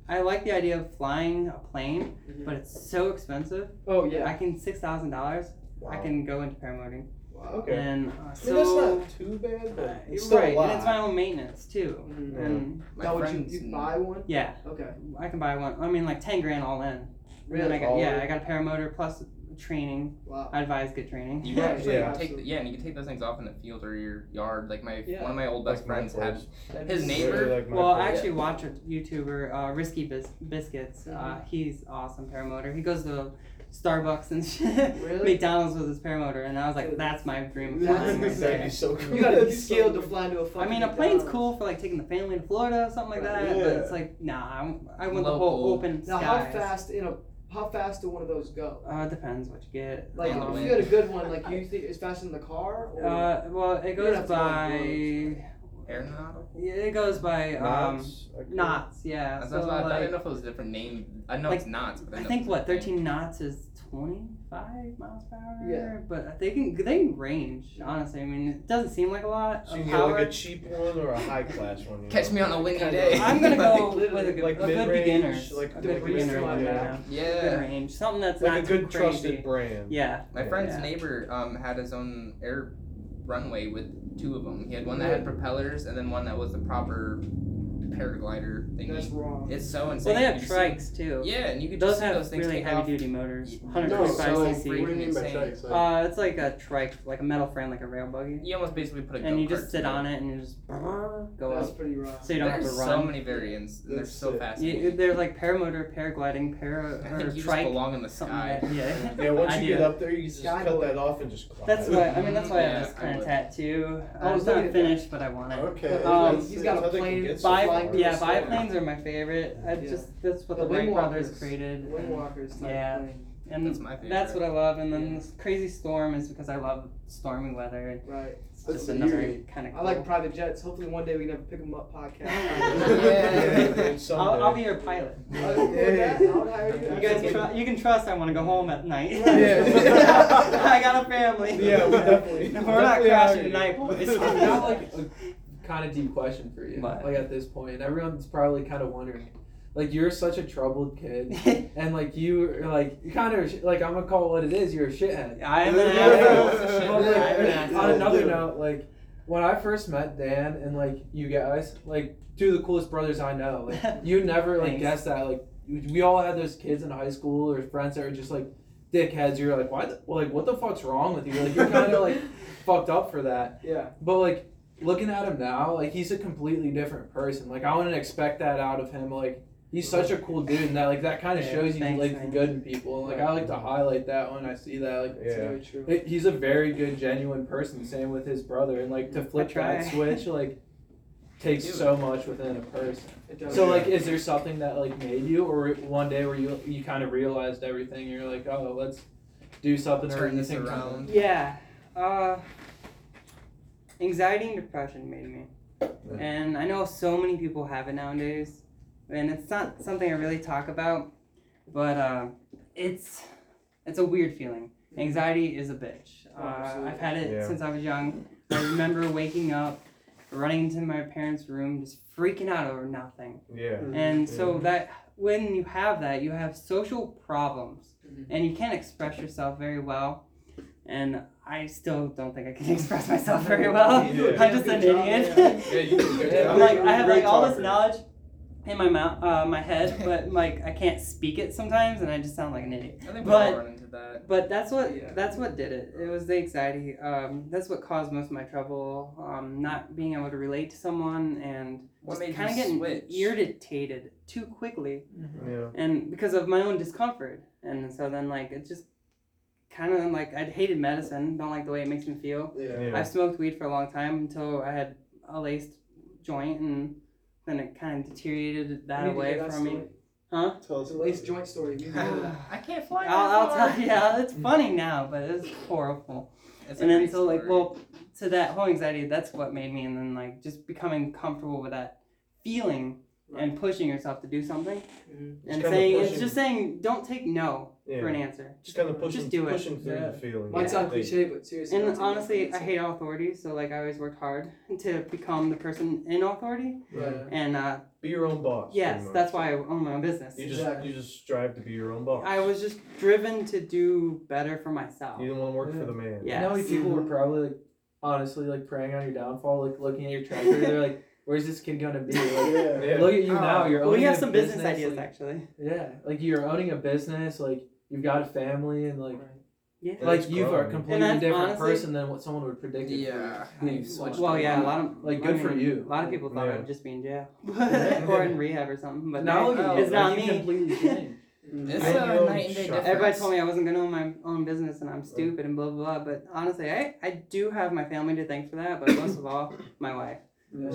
I like the idea of flying a plane,
Mhm.
but it's so expensive.
Oh yeah.
I can six thousand dollars. I can go into paramotoring,
Wow.
Okay.
and uh,
I mean, that's
so
not too bad,
uh,
but it's still
right,
a lot.
and it's my own maintenance too.
Mm.
Mhm.
And
My
now would you,
friends
you
and-
buy one?
yeah,
Okay.
I can buy one. I mean, like ten grand all in. And then I
Really?
got, yeah,
All
I got a paramotor plus training.
Wow.
I advise good training.
You actually
Yeah.
take the, yeah, and you can take those things off in the field or your yard. Like my
Yeah.
one of my old best
Like my
friends had
place.
That'd
his
be
It's
sick.
neighbor-
literally like my
Well, I
place.
actually watch a YouTuber, uh, Risky Bis- Biscuits. Uh,
Mhm.
he's awesome paramotor. He goes to Starbucks and shit,
Really?
McDonald's with his paramotor, and I was like, that's my dream. of
That's
flying right
insane.
That'd be
there.
so cool.
You gotta be
That'd so
skilled to
cool.
fly into a
I
fucking.
mean, a plane's
McDonald's.
cool for like taking the family to Florida, something like
Right.
that. But
Yeah.
it's like, nah, I, want- I want the
Local.
whole open
Now, how
skies.
fast in a how fast do one of those go?
Uh, depends what you get.
Like,
On the
Um,
if
way.
you had a good one, like you think it's faster than the car? Or?
uh, well, it
don't have
goes
to go on
by.
aeronautical.
Yeah, it goes by um,
Knots, I could-
knots. Yeah.
That's
so,
what I thought. I
like,
didn't know if it was a different name. I know it's not. But I,
I
know
think
it's
what
a different name.
thirteen knots is twenty five miles per hour.
Yeah.
but they can they can range honestly. I mean, it doesn't seem like a lot
So you
of
can get
power.
like a cheap one or a high class one. You
Catch
know?
me on a windy
Kinda.
day.
I'm gonna go
Like,
with a good,
like
a good
mid-range,
beginner,
like
a
the
good beginner
reason why
one, you
that-
know? good
Yeah.
range, something that's
Like
not
a good
too
trusted
crazy.
brand.
Yeah,
My friend's
Yeah.
neighbor um, had his own air runway with two of them. He had one that had propellers and then one that was the proper paraglider thingy.
That's wrong.
it's so insane.
well they have
You see-
trikes too.
Yeah, and you could
those
just see
have
those things
really
take
heavy
off.
duty motors,
Yeah.
No,
125
so what do you
cc.
mean by
Insane.
trikes? Like,
Uh, it's like a trike, like a metal frame, like a rail buggy,
You almost basically put a
and you
go-kart
just sit
to it.
on it and you just go
That's
up,
pretty rough.
so you don't
There's
have to run.
so many variants. and They're
That's
so
it.
fast.
You, they're like paramotor, paragliding, para
I
or
think you
trike.
just belong in the
something
sky.
like that, yeah.
Yeah, once you
Idea.
get up there, you just
Sky
cut
boy.
that off and just climb.
That's why I mean that's why I
Yeah, Oh,
have this
I
kind of
would.
tattoo.
I
Uh,
was
it's not
looking at that.
finished, but I want it. um,
okay. that's-
he's got
that's
a
how they
plane
can
get so
Bi-
far.
yeah,
It's like-
biplanes are my favorite. I
Yeah.
just that's what
The
the, Wright
wingwalkers.
brothers created, and,
Windwalkers type
Yeah.
plane.
and
That's my favorite.
that's what I love. And then
Yeah.
this crazy storm is because I love stormy weather. and
Right.
It's
That's
just another
eerie.
kind of. Cool.
I like private jets. Hopefully one day we can have a pick 'em up
Yeah.
podcast.
dude,
I'll, I'll be
someday.
your pilot.
I would do that. I would hire
You
you.
guys,
Absolutely.
tru- you can trust. I want to go home at night.
Yeah.
I got a family.
Yeah, we definitely.
We're not
definitely hire
crashing
you.
tonight, boys.
I've got like a kind of deep question for you.
What?
Like at this point, and everyone's probably kind of wondering. Like you're such a troubled kid, and like you, are like you kind of like I'm gonna call it what it is. You're a shithead.
I am an
Yeah.
asshole.
But, like,
I am an asshole.
on another
Yeah.
note, like when I first met Dan and like you guys, like two of the coolest brothers I know. Like you never like
Thanks.
guessed that. Like we all had those kids in high school or friends that were just like dickheads. You're like, why? The, well, like what the fuck's wrong with you? Like you're kind of like fucked up for that.
Yeah.
But like looking at him now, like he's a completely different person. Like I wouldn't expect that out of him. Like he's such a cool dude, and that like that kind of
Yeah,
shows you
thanks,
like the
man.
good in people. And, like I like to highlight that when I see that. Like
It's
Yeah.
very true.
it, he's a very good, genuine person. Same with his brother, and like to flip
try.
that switch, like takes
Dude.
so much within a person.
It does.
So like, is there something that like made you, or one day where you you kind of realized everything? You're like, oh, let's do something or
Turn this
anything
around.
Yeah. Uh, anxiety and depression made me. And I know so many people have it nowadays. And it's not something I really talk about, but uh, it's it's a weird feeling. Anxiety is a bitch.
Oh,
Uh,
absolutely.
I've had it
Yeah.
since I was young. I remember waking up, running into my parents' room, just freaking out over nothing.
Yeah.
And so
Yeah.
that when you have that, you have social problems
Mhm.
and you can't express yourself very well. and I still don't think I can express myself very well.
Yeah.
I'm just an
Good job,
idiot.
yeah.
Yeah, you did a good
Yeah,
I'm
job.
like
you're
I
a
have
great
like all this
talker.
knowledge in my mouth, uh, my head, but like I can't speak it sometimes, and I just sound like an idiot.
I think we
But-
all run into that.
But that's what
Yeah.
that's what did it. It was the anxiety. Um, that's what caused most of my trouble. Um, not being able to relate to someone and
What
just
made
kind of
you
getting
switch?
irritated too quickly,
Yeah.
and because of my own discomfort. And so then like it just kind of like I hated medicine. Don't like the way it makes me feel.
Yeah.
Yeah.
I've smoked weed for a long time until I had a laced joint, and then it kind of deteriorated that away from me. Huh?
Tell us
It's a lace
about it.
joint story. You know that.
I can't fly.
I'll,
that
I'll
far.
tell you. Yeah,
Mm.
it's funny now, but it was horrible.
It's a
and then
great
so like,
story.
well, to that whole anxiety, that's what made me, and then like just becoming comfortable with that feeling and pushing yourself to do something,
Mhm.
and
kinda
saying it's
pushing-
just saying don't take no for an
yeah.
answer.
Just kind of pushing,
do it.
pushing through
Yeah.
the feeling.
Might
yeah.
sound
They-
cliche, but seriously.
And
that's a-
honestly, I hate all authority, so like I always worked hard to become the person in authority,
Yeah.
and uh,
Be your own boss. pretty
yes,
much.
that's why I own my own business.
You just
Exactly.
you just strive to be your own boss.
I was just driven to do better for myself.
You don't want to work
Yeah.
for the man.
Yeah.
You know how many
Yes. Mm-hmm.
people were probably like, honestly, like preying on your downfall, like looking at your track record, they're like, "Where's this kid gonna be?" Like,
Yeah.
Yeah.
look at you
Oh.
now. You're owning
we have
a
some business,
business,
ideas
like-
actually.
Yeah, like you're owning a business, like you've got a family, and like
Yeah.
And
like
it's
you are a
growing.
completely
And that's
different
honestly-
person than what someone would predict. it for you
Yeah.
to be. So much
well,
different.
yeah, a lot of
Like,
I
good for
mean,
you.
A lot of people thought
Yeah.
I'd just be in jail
Yeah.
or in rehab or something. But
now look at
Oh,
you,
it's not
like, you
me.
Completely changed.
It's
I
a
know,
night and day
shock.
difference.
Everybody told me I wasn't gonna own my own business and I'm stupid and blah blah blah. But honestly, I I do have my family to thank for that. But most of all, my wife.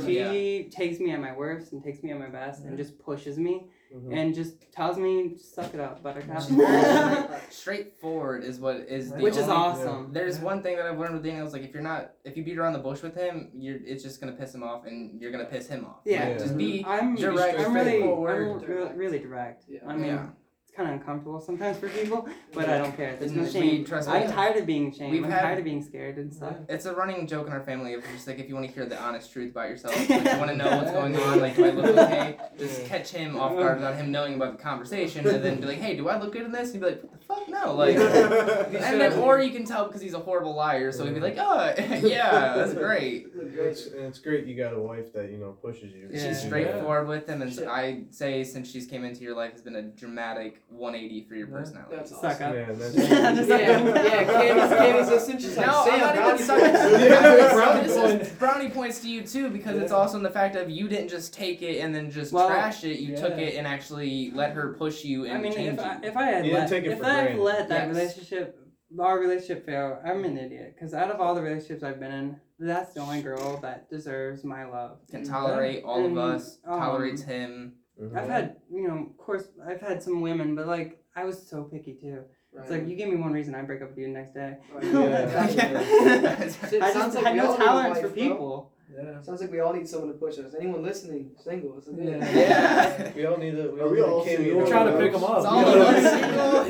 She takes me at my worst and takes me at my best and just pushes me
Mm.
Mhm.
and just tells me suck it up, buttercup.
She's very straightforward is what is the
Which is
only-
awesome.
There's one thing that I've learned with Daniel is like if you're not if you beat around the bush with him, you're it's just gonna piss him off and you're gonna piss him off.
Yeah.
Like, just be
I'm
direct,
I'm really,
straightforward,
I'm re- really direct.
Yeah.
I mean,
Yeah.
it's kind of uncomfortable sometimes for people, but I don't care. There's
And
no
Mm, we
shame.
trust
I'm
that.
tired of being shamed.
We've
I'm
had-
tired of being scared and stuff.
It's a running joke in our family of just like if you want to hear the honest truth about yourself, like you want to know what's going on, like do I look okay? Just catch him off guard without him knowing about the conversation, and then be like, hey, do I look good in this? And he'd be like, what the fuck, no, like. And then, or you can tell because he's a horrible liar, so he'd be like, oh, yeah, that's great.
It's, and it's great you got a wife that you know pushes you.
Yeah.
She's straightforward with him, and so I say since she's came into your life has been a dramatic 180 for your
Yeah.
personality.
That's
Suck
awesome.
up.
Yeah, that's
Yeah,
Yeah,
just
yeah. Candace, Candace, listen. She's
No,
like,
I'm
Sam,
not
how
even
do you-
sucking.
Yeah, brownie
this is
point.
brownie points to you too because it's
Yeah.
also in the fact of you didn't just take it and then just
Well,
trash it. You took
yeah.
it and actually let her push you and
I mean,
change
if I,
you.
if I had
You didn't
let,
take it
if
for
I had
granted.
let that
Yes.
relationship, our relationship fail, I'm an idiot. Because out of all the relationships I've been in, that's the only girl that deserves my love.
Can tolerate all of
And,
us.
um,
tolerates him.
Mm-hmm.
I've had, you know, of course, I've had some women, but like, I was so picky too. It's like, you give me one reason, I break up with you the next day.
Right.
Yeah.
It
I
sounds
just
like
had
we all
no
need a
tolerance for
wife, bro.
people.
Yeah.
Sounds like we all need someone to push us. Anyone listening, single, it's a good-
Yeah.
Yeah.
We all need a. We
Are
all
we
need
all
a kid.
single?
know,
We're trying to
that
pick them
It's
helps.
up.
all of us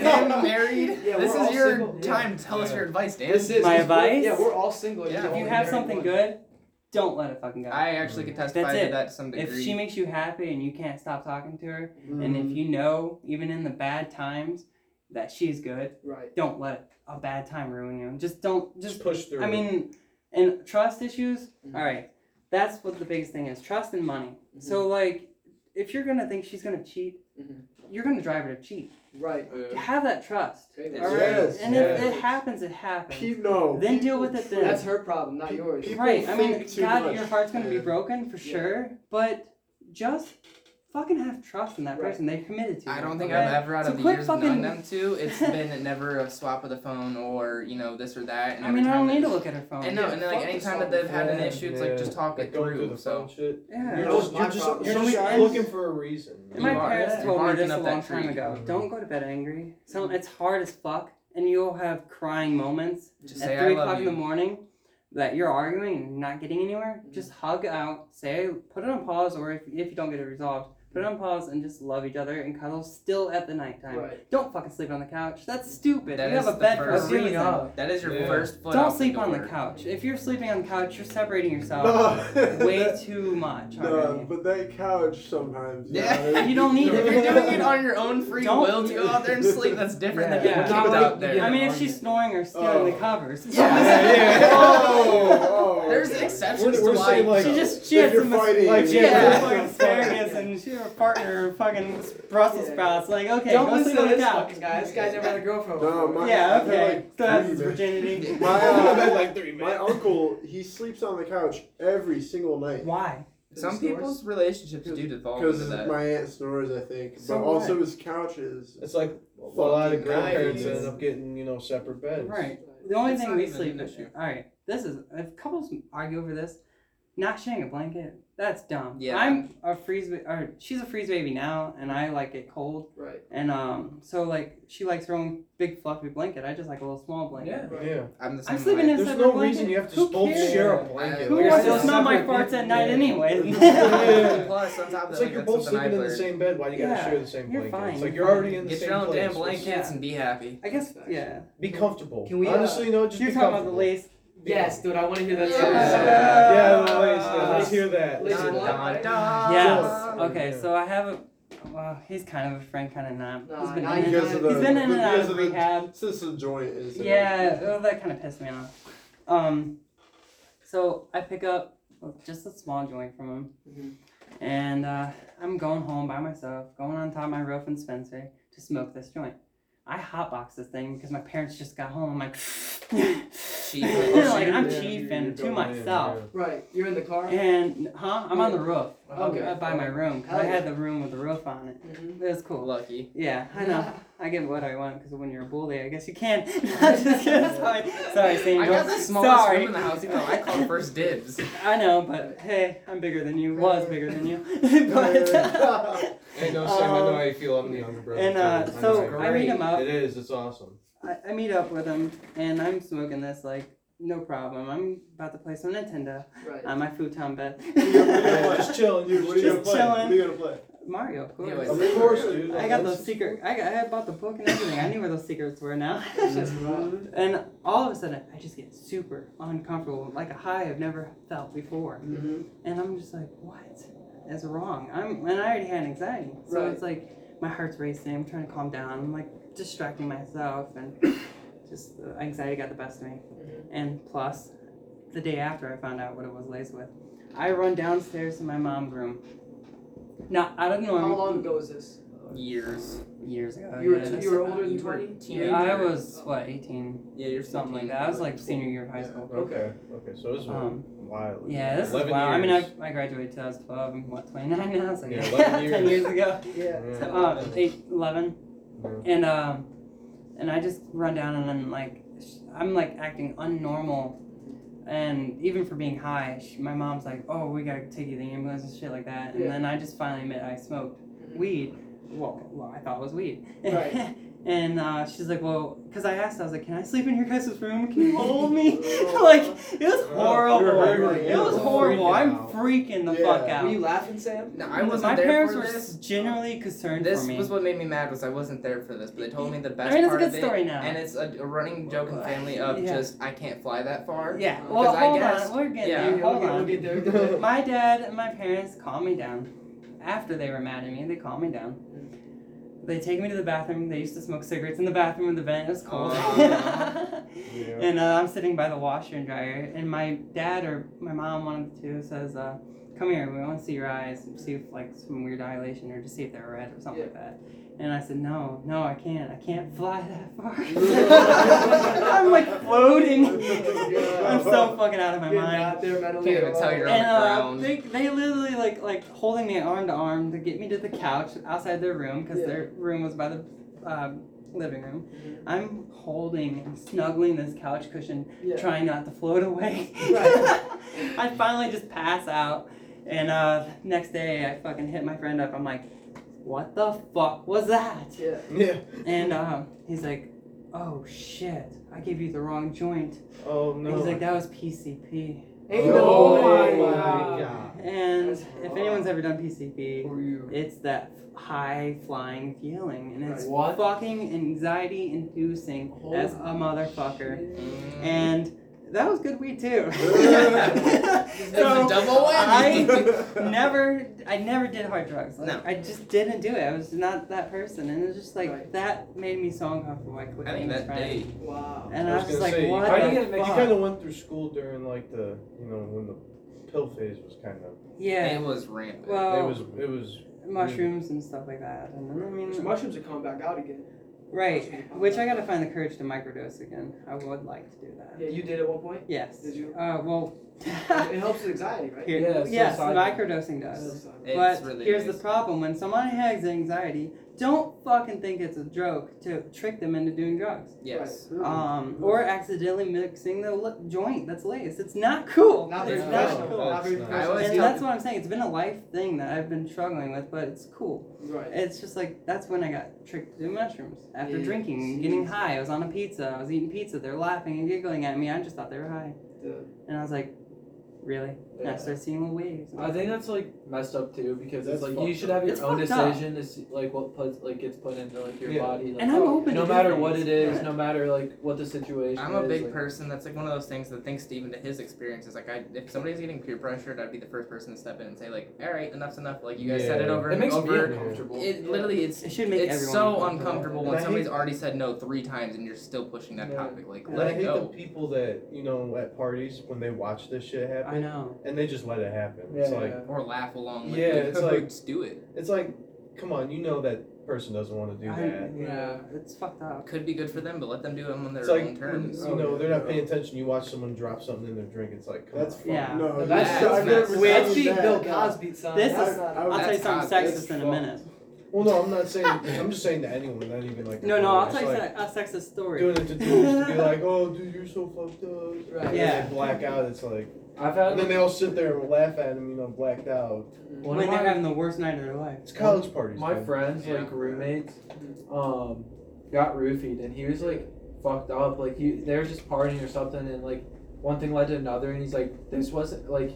single, him married. this
Yeah, we're
is
all
your
single, yeah.
time. Tell us your advice, Dan.
This is
My
this- we're-
advice?
Yeah, we're all single.
Yeah.
can
If you
only
have
marry
something
one.
good, don't let it fucking go.
I actually could
That's
testify
it.
to that to some degree.
if she makes you happy and you can't stop talking to her, and
Mm.
if you know, even in the bad times, that she's good,
Right.
don't let a bad time ruin you. Just don't, just,
Just push through.
I
it.
mean, and trust issues,
Mhm.
all right, that's what the biggest thing is trust and money.
Mm-hmm.
So, like, if you're gonna think she's gonna cheat,
Mhm.
you're gonna drive her to cheat.
Right.
Have that trust.
Amen.
All right?
Yes,
and if
yes.
it happens, it happens.
Pe- no.
then deal with it then.
That's her problem, not
Pe-
yours.
people-
Right. I mean,
think too
God,
much,
your heart's gonna be
man.
broken for
Yeah.
sure, but just fucking have trust in that
Right.
person they committed to.
I don't think
okay?
I've ever out
So
of the
quit
years
fucking-
known them to. It's been never a swap of the phone or you know this or that. And
I
every
mean, I
time
don't
that-
need to look at her phone.
And no,
Yeah,
and then like
fuck the
anytime
swap
that they've had an
Yeah,
issue, it's like
yeah.
just talk
Like
it
going
through.
the phone
So
shit.
Yeah.
You're
That was
just,
my
you're just,
problem.
you're
So we
just
end-
looking for a reason.
And my
You are-
parents
you're
told me
barking
this a
up that
long time
tree.
ago.
Mhm.
Don't go to bed angry.
Mm-hmm.
So it's hard as fuck, and you'll have crying moments
just
at
say I
three o'clock
love
in the
you. Mm-hmm.
morning that you're arguing and not getting anywhere.
Mhm.
Just hug out, say, put it on pause, or if, if you don't get it resolved, put put it on pause and just love each other and cuddle still at the nighttime.
Right.
Don't fucking sleep on the couch. That's stupid.
That
you have
is
a
the
bed for a
first-
That's really
reason.
not.
That is your
Yeah.
first foot.
Don't
out
sleep
the
on the
door.
couch. If you're sleeping on the couch, you're separating yourself
No.
way
that,
too much
no,
already.
but that couch sometimes.
Yeah.
You don't need
If
it.
you're doing it on your own free
Don't-
will to go out there and sleep, that's different than
Yeah.
people
Yeah.
keep it out there.
Yeah.
I mean, if she's snoring or stealing the
Oh.
covers,
Yeah. Yeah.
Oh, oh,
There's
okay.
exceptions
We're- we're
to why.
saying, like-
she
So,
just she
If
has
you're
some
fighting,
like,
She
Yeah.
had
Yeah.
fucking asparagus and she had a partner fucking Brussels
Yeah.
sprouts. Like, okay,
Don't
go
listen
sleep
to
on the
this
couch.
fucking guy. This guy's never had a girlfriend. before.
No, my-
Yeah,
I've had,
okay.
like,
So that's his
three, man.
virginity.
My, uh,
like three
my uncle, he sleeps on the couch every single night.
Why?
Some people's relationships do devolve into
Because
that.
my aunt snores, I think.
So
but also
what?
his couches.
It's like a lot of
Fucking
grandparents
nice.
end up getting you know separate beds.
Right. The only
It's
thing
not
we
even
sleep
an issue.
All right. This is if couples argue over this, not sharing a blanket. That's dumb.
Yeah.
I'm a freeze. ba- Or she's a freeze baby now, and I like it cold.
Right.
And um, so like she likes her own big fluffy blanket. I just like a little small blanket.
Yeah.
Right.
Yeah.
I'm the same
I'm sleeping
way.
in a
There's
separate
no
blanket.
reason you have to
Who
both
cares?
share a blanket.
I-
Who
Like,
wants to
still
smell my
separate
farts at
people.
night
Yeah.
anyway?
Yeah.
Plus, on top of
It's
that,
like you're
that's something
both sleeping in
I've
the
learned.
same bed. Why do you gotta
Yeah,
share the same
you're
blanket?
fine,
It's
you're
like you're already
fine.
in the
Get
same
your own
place.
damn
Let's
blankets
Yeah.
and be happy.
I guess yeah.
Be comfortable.
Can we, uh,
Honestly, no. Just
You're
be
talking about the
comfortable.
lace.
Yes, dude. I want to hear that.
Yeah.
story.
Yeah.
Yeah, the lace. yeah,
Uh,
Let's hear that.
Lace
Let's hear
Dun,
block.
that.
dun,
Um,
dun.
Yes. Okay,
Yeah.
so I have a. Well, he's kind of a friend, kind of not.
Nah,
he's been
nah,
in and
because
out.
of the-
he's been in and out
because
of
of the-
rehab.
It's just a joint. Isn't
Yeah,
It?
well, that kind of pissed me off. Um, so I pick up just a small joint from him,
Mhm.
and uh, I'm going home by myself, going on top of my roof in Spencer to smoke this joint. I hotbox this thing because my parents just got home. I'm like,
Oh,
like I'm
Yeah,
chiefing
you
to
go in,
myself.
Right. You're in the car.
And huh? I'm on the roof.
Okay.
uh, by my room
Oh,
'cause I
Hell
had the room with the roof on it.
Mhm.
It was cool.
Lucky.
Yeah, I know. I get what I want because when you're a bully, I guess you can. I'm just kidding. Sorry, sorry, Samuel.
I got the smallest
Sorry.
room in the house, even though I called first dibs.
I know, but hey, I'm bigger than you. Was bigger than you. but
Hey, no, Sam, I
Um,
know how you feel. I'm the younger brother.
and,
too.
uh,
I
so
know.
I meet him up.
It is. It's awesome.
I, I meet up with him, and I'm smoking this like no problem. I'm about to play some Nintendo
Right.
on my futon bed.
just chilling.
Dude,
Dude,
what are you gonna
Just
play? What
chilling.
are you gonna play?
Mario, of course.
Yeah, wait.
Of course, dude.
I got those secret. I got. I had bought the book and everything. I knew where those secrets were now.
That's rough.
And all of a sudden, I just get super uncomfortable, like a high I've never felt before.
Mhm.
And I'm just like, what is wrong? I'm, and I already had anxiety, so
Right.
it's like my heart's racing. I'm trying to calm down. I'm like distracting myself, and just the anxiety got the best of me.
Mm-hmm.
And plus, the day after, I found out what it was laced with. I run downstairs to my mom's room. Now, I don't know.
How long ago was this?
Years.
Years ago.
You were
yeah,
t-
this-
you were older than
You were
twenty.
teenager.
I was what 18,
Yeah, you're
something like that. I was like senior year of high
Yeah.
school.
Okay. Okay. So this is
Um,
wild.
Yeah, this is wild.
Eleven
I mean,
years.
I, I graduated 2012. I'm what 29 now, so
Yeah,
yeah,
11
10
years.
years ago.
Yeah.
Yeah.
So, uh, eight, 11, and um, and I just run down and then like, sh- I'm like acting unnormal, and even for being high, sh my mom's like, oh, we gotta take you to the ambulance and shit like that, and
Yeah.
then I just finally admit I smoked
Mm-hmm.
weed. Well, well, I thought it was weed.
Right.
And uh, she's like, well, because I asked, I was like, can I sleep in your guys' room? Can you hold me? like, it was
Oh,
horrible.
you were
hungry.
It was
Freaking
horrible. I'm
out.
freaking the
Yeah.
fuck
Were you
out.
laughing, Sam?
No, I wasn't
My
there
parents
for
were
this.
genuinely concerned
This
for me.
was what made me mad was I wasn't there for this, but they told me the best
I mean, it's a
part
good
of it,
story now.
and it's a, a running joke in family of
Yeah.
just I can't fly that far.
yeah.
Because
Well,
I
hold
guessed-
on. We're getting
yeah.
there. Hold
We'll
on.
get there. We'll get there.
My dad and my parents calm me down. After they were mad at me, they calm me down. They take me to the bathroom. They used to smoke cigarettes in the bathroom in the vent. It was cold.
Oh, Aw.
Yeah.
and uh, I'm sitting by the washer and dryer, and my dad or my mom, one of the two, says, uh, "Come here, we want to see your eyes, and see if like some weird dilation, or to see if they're red or something like that." And I said, "No, no, I can't. I can't fly that far. I'm like floating. I'm so fucking out of my
You're
mind."
not there mentally.
Can't even
at
tell
all.
you're on
And
the
uh,
ground.
they, they literally like like holding me arm to arm to get me to the couch outside their room because
Yeah.
their room was by the um, living room. I'm holding and snuggling this couch cushion
Yeah.
trying not to float away.
Right.
I finally just pass out, and uh, next day I fucking hit my friend up. I'm like, "What the fuck was that?"
Yeah.
Yeah.
And uh, he's like, "Oh shit, I gave you the wrong joint."
Oh
And he's like,
no.
"That was PCP."
Ain't
Oh
no
my
way.
God.
And
That's
if
wrong.
anyone's ever done PCP, it's that high flying feeling, and it's
What?
fucking anxiety inducing as a motherfucker.
Mm.
And that was good weed too.
It's
So,
a double whammy.
never I never did hard drugs. Like,
No.
I just didn't do it. I was not that person. And it was just like
Right.
that made me so uncomfortable. I quit
I think
being his
that
friend.
day.
Wow.
And
I
I
was
was, just
gonna
like,
say,
what?
how do you
the
get it
fuck?
mixed
You kind of went through school during like the you know when the pill phase was kind of
Yeah.
It was rampant.
Well,
it was it was
mushrooms and stuff like that. And then, I
Which
mean,
mushrooms are coming back out again.
right. Which I gotta find the courage to microdose again. I would like to do that.
Yeah, you did at one point.
Yes.
Did you?
Uh, well.
It helps with anxiety, right?
Here-
Yeah,
yes,
suicidal.
microdosing does.
It's
but
really
here's
nice.
the problem: when someone has anxiety, don't fucking think it's a joke to trick them into doing drugs,
Yes.
Mm.
um, or accidentally mixing the li- joint that's laced. It's not cool.
Not very
it's
Yeah.
not
professional.
cool.
Not very
That's not-
I
professional.
always
And
tell
that's what I'm saying. It's been a life thing that I've been struggling with, but it's cool.
Right.
It's just like that's when I got tricked to do mushrooms after
Yeah,
drinking and getting high. I was on a pizza. I was eating pizza. They're laughing and giggling at me. I just thought they were high,
The-
and I was like, really? And I
Yeah.
started seeing little waves.
I think that's like messed up too because
That's
it's like
fucked
you should have your
It's
own
fucked up.
decision to see, like what puts like gets put into like your
Yeah.
body. Like,
And I'm open
no
to do
matter what
things.
it is,
Yeah.
no matter like what the situation.
I'm a
is,
big
like,
person. That's like one of those things that thinks even to his experiences. Like, I if somebody's getting peer pressured, I'd be the first person to step in and say like, "All right, enough's enough." Like you guys said it
Yeah.
over
It
and
makes me
over.
uncomfortable.
It literally it's
It should make
it's
everyone
so
uncomfortable.
uncomfortable
And I
when
hate-
somebody's already said no three times and you're still pushing that
Yeah.
topic. Like,
and
let
I
it
hate the
go.
people that you know at parties when they watch this shit happen
I know.
and they just let it happen. It's
Yeah.
like
Or laugh along with
Yeah,
it.
it's like-
Just do it.
it's like come on, you know that person doesn't want to do
I-
that.
yeah, it's fucked up.
Could be good for them, but let them do it on their
It's like
own terms.
Oh,
you know they're not paying attention. You watch someone drop something in their drink. It's like come
That's
on.
fucked.
Yeah.
No,
That's-
I've never
that's-
seen
That's
That's
that.
the Bill Cosby son.
This
That's
is-
not-
I
I'll
would-
tell you
That's
something
hot.
sexist in a minute.
Well, no, I'm not saying. I'm just saying to anyone, not even like.
No, no, I'll
it's
tell you
like
se- a sexist story.
Doing it to dudes to be like, oh, dude, you're so fucked up.
Right.
And
Yeah.
They black out. It's like,
I've
and then
had
they all sit there and laugh at him, you know, blacked out.
when
one of
they're
my,
having the worst night of their life.
It's college parties.
my
man.
friends
Yeah.
like roommates, um, got roofied and he was like fucked up. Like he they were just partying or something and like one thing led to another and he's like this wasn't like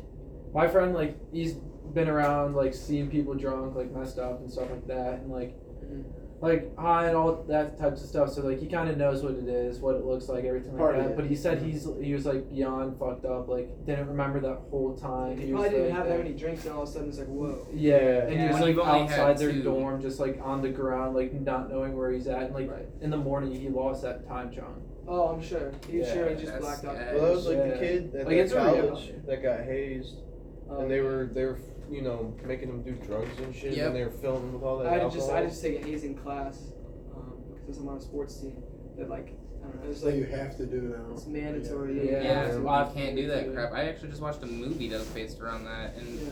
my friend like he's been around like seeing people drunk like messed up and stuff like that and like
Mhm.
like high and all that types of stuff so like he kind of knows what it is what it looks like everything like
Part of
that
it.
but he said he's he was like beyond fucked up like didn't remember that whole time
He
he was
probably didn't
like,
have that
uh,
many drinks, and all of a sudden it's like, whoa.
yeah, and he
Yeah.
was
When
like
you've only had
outside their
two.
dorm, just like on the ground, like not knowing where he's at. And like
Right.
in the morning, he lost that time, John.
Oh, I'm sure. He's
Yeah,
sure he just
that's-
blacked out.
yeah.
Well, that was like
Yeah.
the kid at
Like,
that
it's a real-
college that got hazed,
Um,
and they were they were you know making him do drugs and shit,
Yep.
and they were filming with all that
I had
alcohol.
just I had just take a hazing class um, because I'm on a sports team that like I don't know it's
So you
like
have to do now.
it's mandatory.
Yeah.
Yeah,
it's a lot
I
of-
can't do that crap. I actually just watched a movie that was based around that, and
Yeah.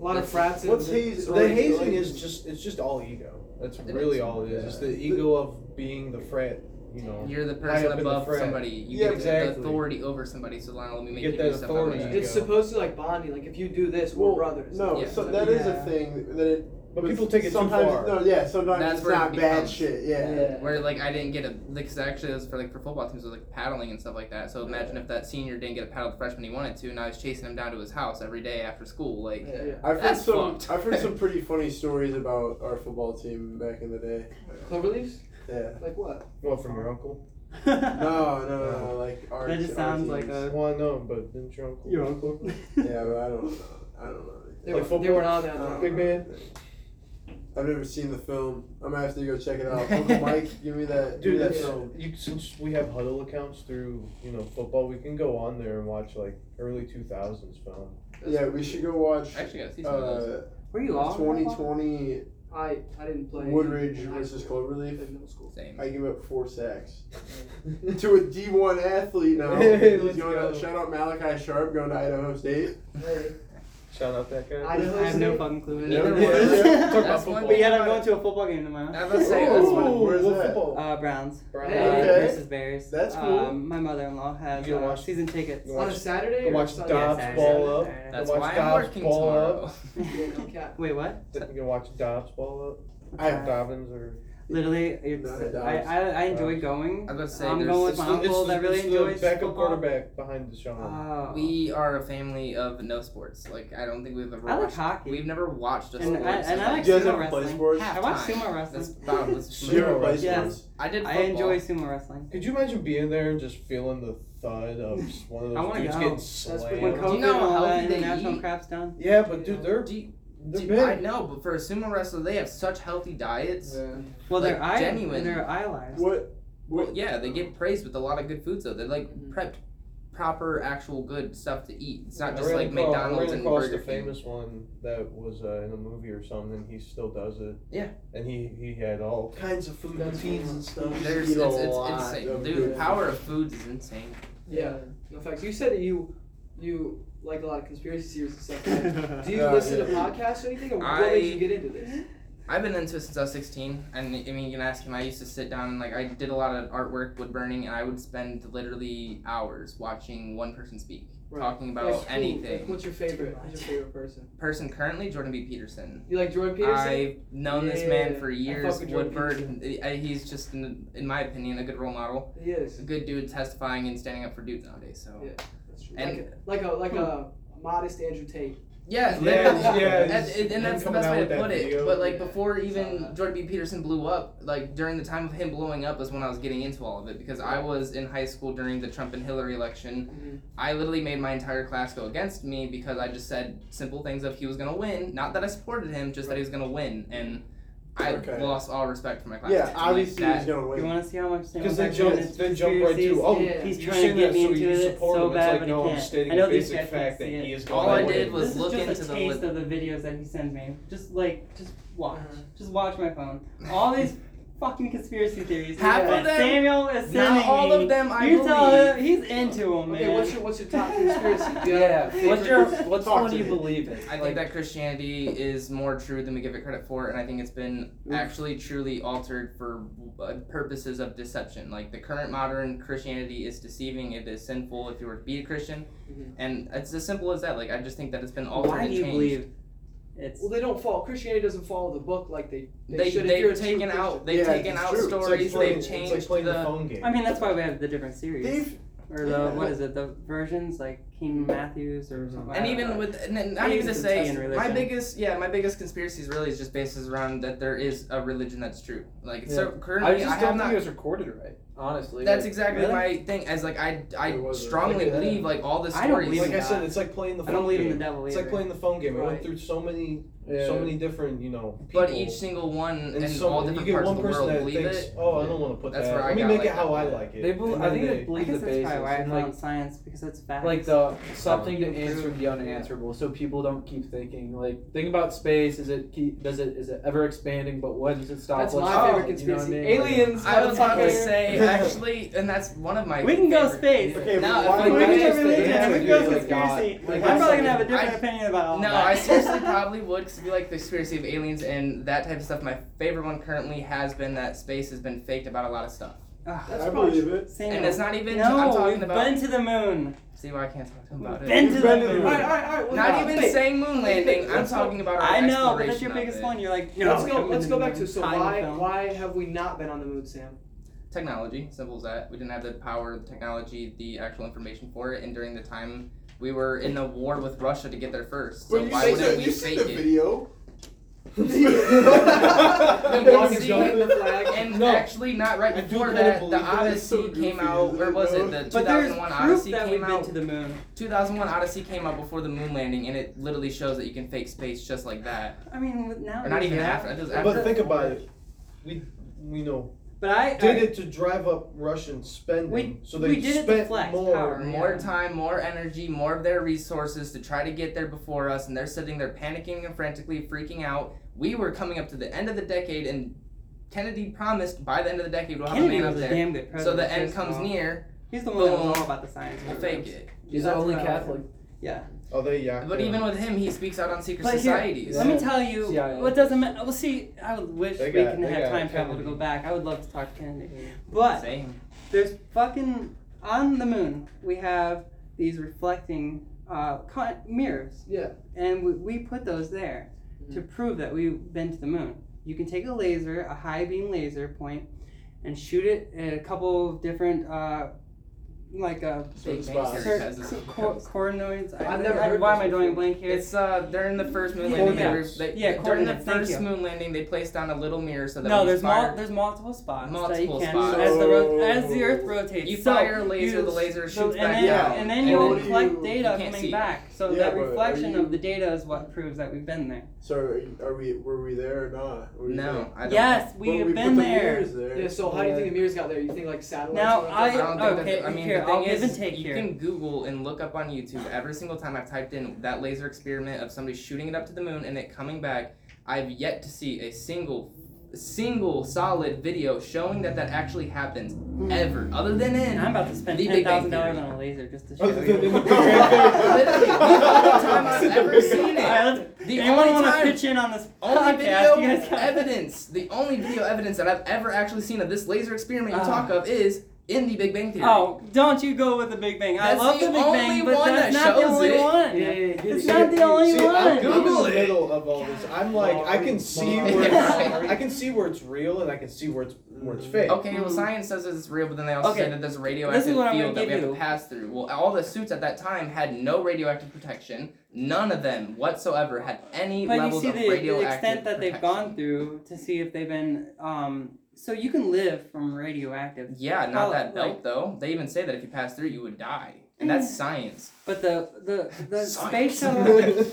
A lot of frats. and
What's
the-
hazing?
The hazing is just it's just all ego. That's
It
really
is.
all it is. It's the ego of being the frat, you know.
you're the
High
person
up in the
above
frat.
somebody. You
Yeah,
get the
exactly.
authority over somebody. So Lionel, let me
You
make
get
you
that
do stuff. I want you
authority.
to do.
It's supposed to like bonding. Like if you do this, we're
Well,
brothers.
No,
Yeah.
so that is
Yeah.
a thing that it.
But people take it too
sometimes,
far.
No, yeah, sometimes
That's
it's
where it
not bad
becomes-
shit. Yeah.
Where like I didn't get a because actually it was for like for football teams it was like paddling and stuff like that. So imagine if that senior didn't get a paddle the freshman he wanted to, and I was chasing him down to his house every day after school. Like
Yeah.
I've heard
That's
some.
fucked.
I've heard some pretty funny stories about our football team back in the day.
Clover leaves?
Yeah.
Like what?
What from your uncle?
No, no, no, no like our.
That just
our
sounds like
teams.
a-
Uh, Well, I know, but didn't your uncle?
Your uncle.
Yeah, but I don't. know. I don't know.
They,
Like
were, they
football?
weren't on that.
Uh,
though.
Big man,
I've never seen the film. I'm gonna have to go check it out. Uncle Mike, give me that. give me
dude.
that
That's
film.
you. Since we have huddle accounts through, you know, football, we can go on there and watch like early two thousands film.
Yeah, we should go watch.
I actually gotta see some of those.
Uh,
Were you all?
2020
I I didn't play.
Woodridge
in high
versus
school. I
Cloverleaf.
played in middle school.
Same.
I give up four sacks to a D1 athlete now.
Hey,
He's
let's
going out,
go.
shout out Malachi Sharp going to Idaho State.
Hey,
Shout out that guy.
I
I
have no fucking clue. what it
Neither
is.
was.
Yeah. Talk about
That's one
football.
but yet I'm going to a football game tomorrow.
I was gonna say that's
Ooh.
what
where's
what
that?
football?
Uh, Browns.
Brown.
Hey,
uh,
okay.
versus Bears.
That's cool.
Um, my mother-in-law has
You gonna
uh,
watch-
season tickets.
you
on a
Watch-
Saturday. or
watch
Sunday?
Yeah,
Dobbs
Saturday,
ball
Saturday,
up.
Saturday.
That's
Watch
why I'm
Dobbs
working
ball
tomorrow.
up.
Yeah, no cap.
Wait, what?
You can watch Dobbs ball up.
I
Dobbins or
Literally, it's,
No, the
I,
Dodgers.
I, I enjoy going.
I was gonna say
I'm
there's
going with
It's
my
the- it's
uncle
the-
that really
it's the
enjoys
backup
football.
quarterback behind Deshaun.
Oh.
We are a family of no sports. Like I don't think we've ever.
I like
watched,
hockey.
We've never watched a
and,
sport.
I, and I like
Do you
sumo
guys ever play
wrestling.
sports?
I watch
Halftime.
sumo
That's
wrestling.
boundless.
Do you ever play
Yes.
sports?
I did.
I
football.
enjoy sumo wrestling.
Could you imagine being there and just feeling the thud of s- one of
I
those
wanna
dudes
go.
getting
pretty
When
Do
slammed?
you
COVID
know
and
how
all that
healthy they
international
eat?
crap's done.
Yeah, but dude, they're
Do you-
they're
do-
big.
I know, but for a sumo wrestler, they have such healthy diets.
Well,
Like,
they're eye,
genuine.
they're eye lives.
What?
Well, yeah, they get praised with a lot of good foods though. They're like prepped, proper, actual good stuff to eat. It's not
I
just
ran
like
across- I
McDonald's
ran
and
across
Burger
the
King.
famous one that was uh, in a movie or something. and He still does it.
Yeah.
And he he had all kinds of food
That's
routines and stuff.
There's,
eat
it's,
a
it's
lot
insane,
of
dude.
good
The power of foods is insane.
Yeah. In fact, you said that you you like a lot of conspiracy theories and stuff. Like that. Do you
Yeah,
listen to
yeah.
podcasts or anything? Or what made
I-
you get into this?
I've been into it since I was 16, and I mean, you can ask him. I used to sit down and like I did a lot of artwork, wood burning, and I would spend literally hours watching one person speak,
Right.
talking about
Like, who- like,
anything.
what's your favorite? Who's your favorite person?
person currently, Jordan B. Peterson.
You like Jordan Peterson?
I've known this
Yeah,
man for
I fuck
years.
with Jordan
Woodward, I- I- he's just, in, in my opinion, a good role model.
He is.
He's a good dude testifying and standing up for dudes nowadays. So
Yeah. That's true.
And- Hmm.
like, a, like a like a modest Andrew Tate.
yeah,
Yeah,
literally.
yeah,
and,
he's-
and- and that's the
him
best way
coming out
to
with
put
that
it.
video.
But like
Yeah,
before
saw
even
that.
Jordan B. Peterson blew up, like during the time of him blowing up was when I was getting into all of it because I was in high school during the Trump and Hillary election.
Mhm.
I literally made my entire class go against me because I just said simple things of he was gonna win. Not that I supported him, just that he was gonna win, and I
Okay.
lost all respect for my class.
Yeah,
Like,
obviously
that-
he's gonna
You
win.
want to see how much they
Because they
actually
jump,
into
they jump right
conspiracies?
to, oh,
Yeah.
He's
you
trying to
saying
get
that,
me
so
into
you
it so
support him. It's
bad,
like,
but I
no, I'm
can't.
stating
I know
the
these
basic
guys can't
fact that
see it.
he is
All
going
I
to
did
win.
was
this is
look
just
into
a
the
taste
lit-
of the videos that he sends me. Just like, just watch,
Uh-huh.
just watch my phone. All these fucking conspiracy theories.
Half
that
of them?
Samuel is sending
Not all
me.
of them I
you tell
believe.
him he's into them, Oh, man.
Okay, what's your what's your top conspiracy? Do you
Yeah.
have a
What's
favorite-
your what's the
Talk
one
to
you
me.
believe in?
I
Like,
think that Christianity is more true than we give it credit for, and I think it's been actually truly altered for uh, purposes of deception. Like the current modern Christianity is deceiving; it is sinful if you were to be a Christian,
Mhm.
and it's as simple as that. Like I just think that it's been altered
Why
and
do you
changed.
believe it's?
Well, they don't follow Christianity doesn't follow the book like they they,
They,
should. if
they
you're
have
a true
taken
Christian.
out they've
Yeah,
taken
it's
out
true. It's like
stories.
It's like playing,
they've
it's like
changed
playing
the,
the phone game.
I mean, that's why we have the different series.
They've
or the what is it? The versions like King Matthews or something.
and
I don't
even
know.
with and then not
They
even to
use the
say
Tian
my
religion.
biggest yeah my biggest conspiracies really is just bases around that there is a religion that's true like
Yeah.
so
I
currently I,
just don't
have
think
not
it was recorded right. Honestly.
that's
like,
exactly
Really?
my thing as like I
It
I
wasn't.
strongly
Look at
believe like all the
I don't
stories
believe
like I
in
said,
God.
it's like playing the phone
I don't believe
game.
in the devil
It's
either.
like playing the phone game. I
Right.
went through so many,
yeah.
so many different, you know, people.
but each single one
and,
and
so
all
and you
different parts
get one
of the
person
world
that
believe
thinks,
it
oh, I don't want to put
That's
that.
where I
Let me
got
make
like
it how
that.
I like it.
They bel-
And
I
then
think
they-
they
I
believe the
guess that's
basis
probably why I
and
found
like
science because it's facts.
like the something to
You prove-
answer the unanswerable so people don't keep thinking like think about space is it keep does it is it ever expanding but when does it stop
That's
What's
my
it stop?
favorite
You know what
conspiracy.
I mean? Like,
Aliens.
I was about to
motherfucker.
say actually and that's one of my
we can go
favorite-
space.
okay.
No,
but
if
why
we
we
would
can
you
go
just-
say
religion.
that?
We can go conspiracy.
Like,
I'm
that's
probably gonna have a
something-
different
I-
opinion about all
No,
that.
I seriously probably would because be like the conspiracy of aliens and that type of stuff. My favorite one currently has been that space has been faked about a lot of stuff,
Ugh,
That's
I
probably
believe it.
Samuel.
and it's not even.
no,
I'm talking
we've
about.
been to the moon.
See why I can't talk to him about it.
Been to
You've
the
been to the
moon.
All
moon.
right, all right, all right.
Not
well,
even
hey,
saying moon
hey,
landing.
hey,
I'm
let's go-
talking about. Our
I know, but that's
exploration
your
of
biggest
it.
one. You're like, no.
Let's go.
come
Let's
to
go
the
back
moon.
to so
Time
why
film.
why have we not been on the moon, Sam?
Technology, simple as that. We didn't have the power, the technology, the actual information for it, and during the time we were in a war with Russia to get there first. So
But you
why
say
wouldn't
that-
we
you see
fake
the
it?
video.
The
There was
Odyssey
no-
and the flag, and
No.
actually not right
I do
before
kinda
that,
believe
the
that. It's so
Odyssey came
goofy,
out.
isn't
Where
it,
was
though?
it? The
But there's
2001
proof
Odyssey
that we've
came
been
out.
to the moon.
2001 Odyssey came out before the moon landing, and it literally shows that you can fake space just like that,
I mean, with- now.
or not
there's
even
that.
after. It was after.
But think about it. We, we know,
But I
did it to drive up Russian spending,
We-
so they
we did it to
spent
flex
more.
power.
more
Yeah.
time, more energy, more of their resources to try to get there before us, and they're sitting there panicking and frantically freaking out. We were coming up to the end of the decade, and Kennedy promised by the end of the decade we'll have
Kennedy
a man up
was a
there.
damn good
so
president.
the end
first of
comes
all.
near,
He's the one that was
Boom.
all about the science.
we'll
programs.
fake it.
he's the
That's
only
what I would
Catholic.
Oh, they yacked
But
it
even
up.
with him, he speaks out on secret
But here,
societies.
Let me tell you
Yeah, yeah.
what doesn't matter. Well, see, I would wish
They
we
got-
can
they
have
got
time travel to
Kennedy. Mm.
go back. I would love to talk to Kennedy. But
Same.
there's fucking on the moon. We have these reflecting uh, con- mirrors,
Yeah. Mm-hmm.
and we, we put those there to prove that we've been to the moon. you can take a laser, a high beam laser point, and shoot it at a couple of different, uh, like uh
Big Bang
Sort of
Theory
cir-
has this-
cor- cor- coronoids. I,
I've never
I-
heard
Why
this
am I drawing a
before.
blank here?
It's uh during the first moon
Yeah,
landing.
yeah.
They, were, they
Yeah,
during the
coordinates, thank
first
you.
moon landing, they placed down a little mirror so that
no,
when you
there's
fire,
mul- there's multiple spots that you
Multiple
can
spots.
as the ro-
So-
as the Earth rotates.
you
So
fire a laser,
you-
the laser
So,
shoots
and,
back
then,
down.
and then
and
you'll
then-
collect
You
data
can't see
coming
it.
back. So
Oh. Yeah,
that
but are
reflection
you-
of the data is what proves that we've been there.
So are, you- are we? Were we there or not? What do you think?
no, I don't.
Yes,
Well,
we've
we
been
put the
there.
mirrors there.
Yeah, so how do you think the mirrors got there? You think like satellites?
Now,
went up
I-
I don't think
okay,
that's, I mean,
here,
the thing
I'll give
is,
and take
you
here.
can Google and look up on YouTube every single time I've typed in that laser experiment of somebody shooting it up to the moon and it coming back. I've yet to see a single, single solid video showing that that actually happens ever, other than
And
in
Hmm. I'm about to spend
The
ten
Big Bang
thousand dollars
Theory.
on a laser just
Oh,
to show
Other
you.
than in the-
Literally, the only time I've ever seen it.
Alright, let's-
The
Anyone
only
want to
time,
pitch in on this
only
podcast? You
video
guys got-
evidence, the only video evidence that I've ever actually seen of this laser experiment you
Ah.
talk of is in the Big Bang Theory.
Oh, don't you go with the Big Bang. I
That's
love
the
the Big Bang,
only
but
one
that's
that
not the
shows
only
it.
Yeah,
one.
yeah, yeah,
It's
yeah.
not the only
See, I'm,
one.
I'm in
Google
the
it.
middle of all this. I'm like, I can see
Sorry.
where
Sorry.
it's, I can see where it's real and I can see where it's where it's fake.
Okay, well, science says that it's real, but then they also
Mm-hmm. Okay,
say that there's a radioactive
what I'm gonna
field that we
give
have to
you.
pass through. Well, all the suits at that time had no radioactive protection. None of them whatsoever had any
But you
levels
see
of
the,
radioactive
the extent that they've
protection.
gone through to see if they've been. Um, so you can live from radioactive,
Yeah,
How-
not that belt
like- Mm.
though. They even say that if you pass through, you would die, and that's science.
but the the the space
Science.
shuttle.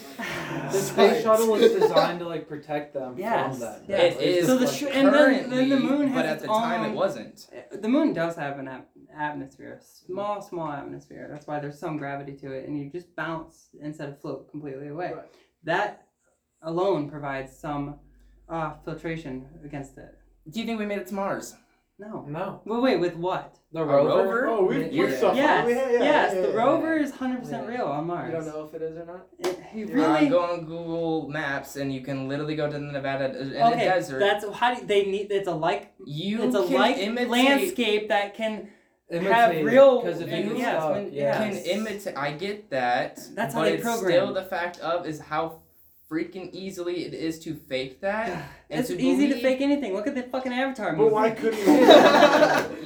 The space shuttle was designed to like protect them
Yes,
from that.
Yeah,
it
yes.
is.
So the
like,
sh- and then- then the
currently,
moon has
but at
its
the time
own-
it wasn't.
the moon does have an ap- atmosphere, a small, small atmosphere. That's why there's some gravity to it, and you just bounce instead of float completely away.
Right.
That alone provides some uh, filtration against it.
Do you think we made it to Mars?
No.
No,
Well, wait, with what?
the
A
rover.
rover? Uh,
Oh, we
Yeah.
put stuff.
Yes,
on. Yeah, yeah,
yes,
yeah,
the
yeah.
rover is 100%
Yeah.
real on Mars.
You don't know if it is or not.
It- you
Yeah.
Oh, really?
Uh, go on Google Maps, and you can literally go to the Nevada uh, in the
okay,
desert.
that's how do they need? It's a like,
you
it's a
can
like
imitate
landscape that can
Imitate
have
it,
real.
'cause if it
you-
gets
yes,
stuck,
when-
yeah.
can
yes.
imitate. I get that.
That's how
but
they
it's
program.
Still, the fact of is how freaking easily it is to fake that. and
It's
to
easy to
believe-
fake anything. Look at the fucking Avatar movie.
But why couldn't we?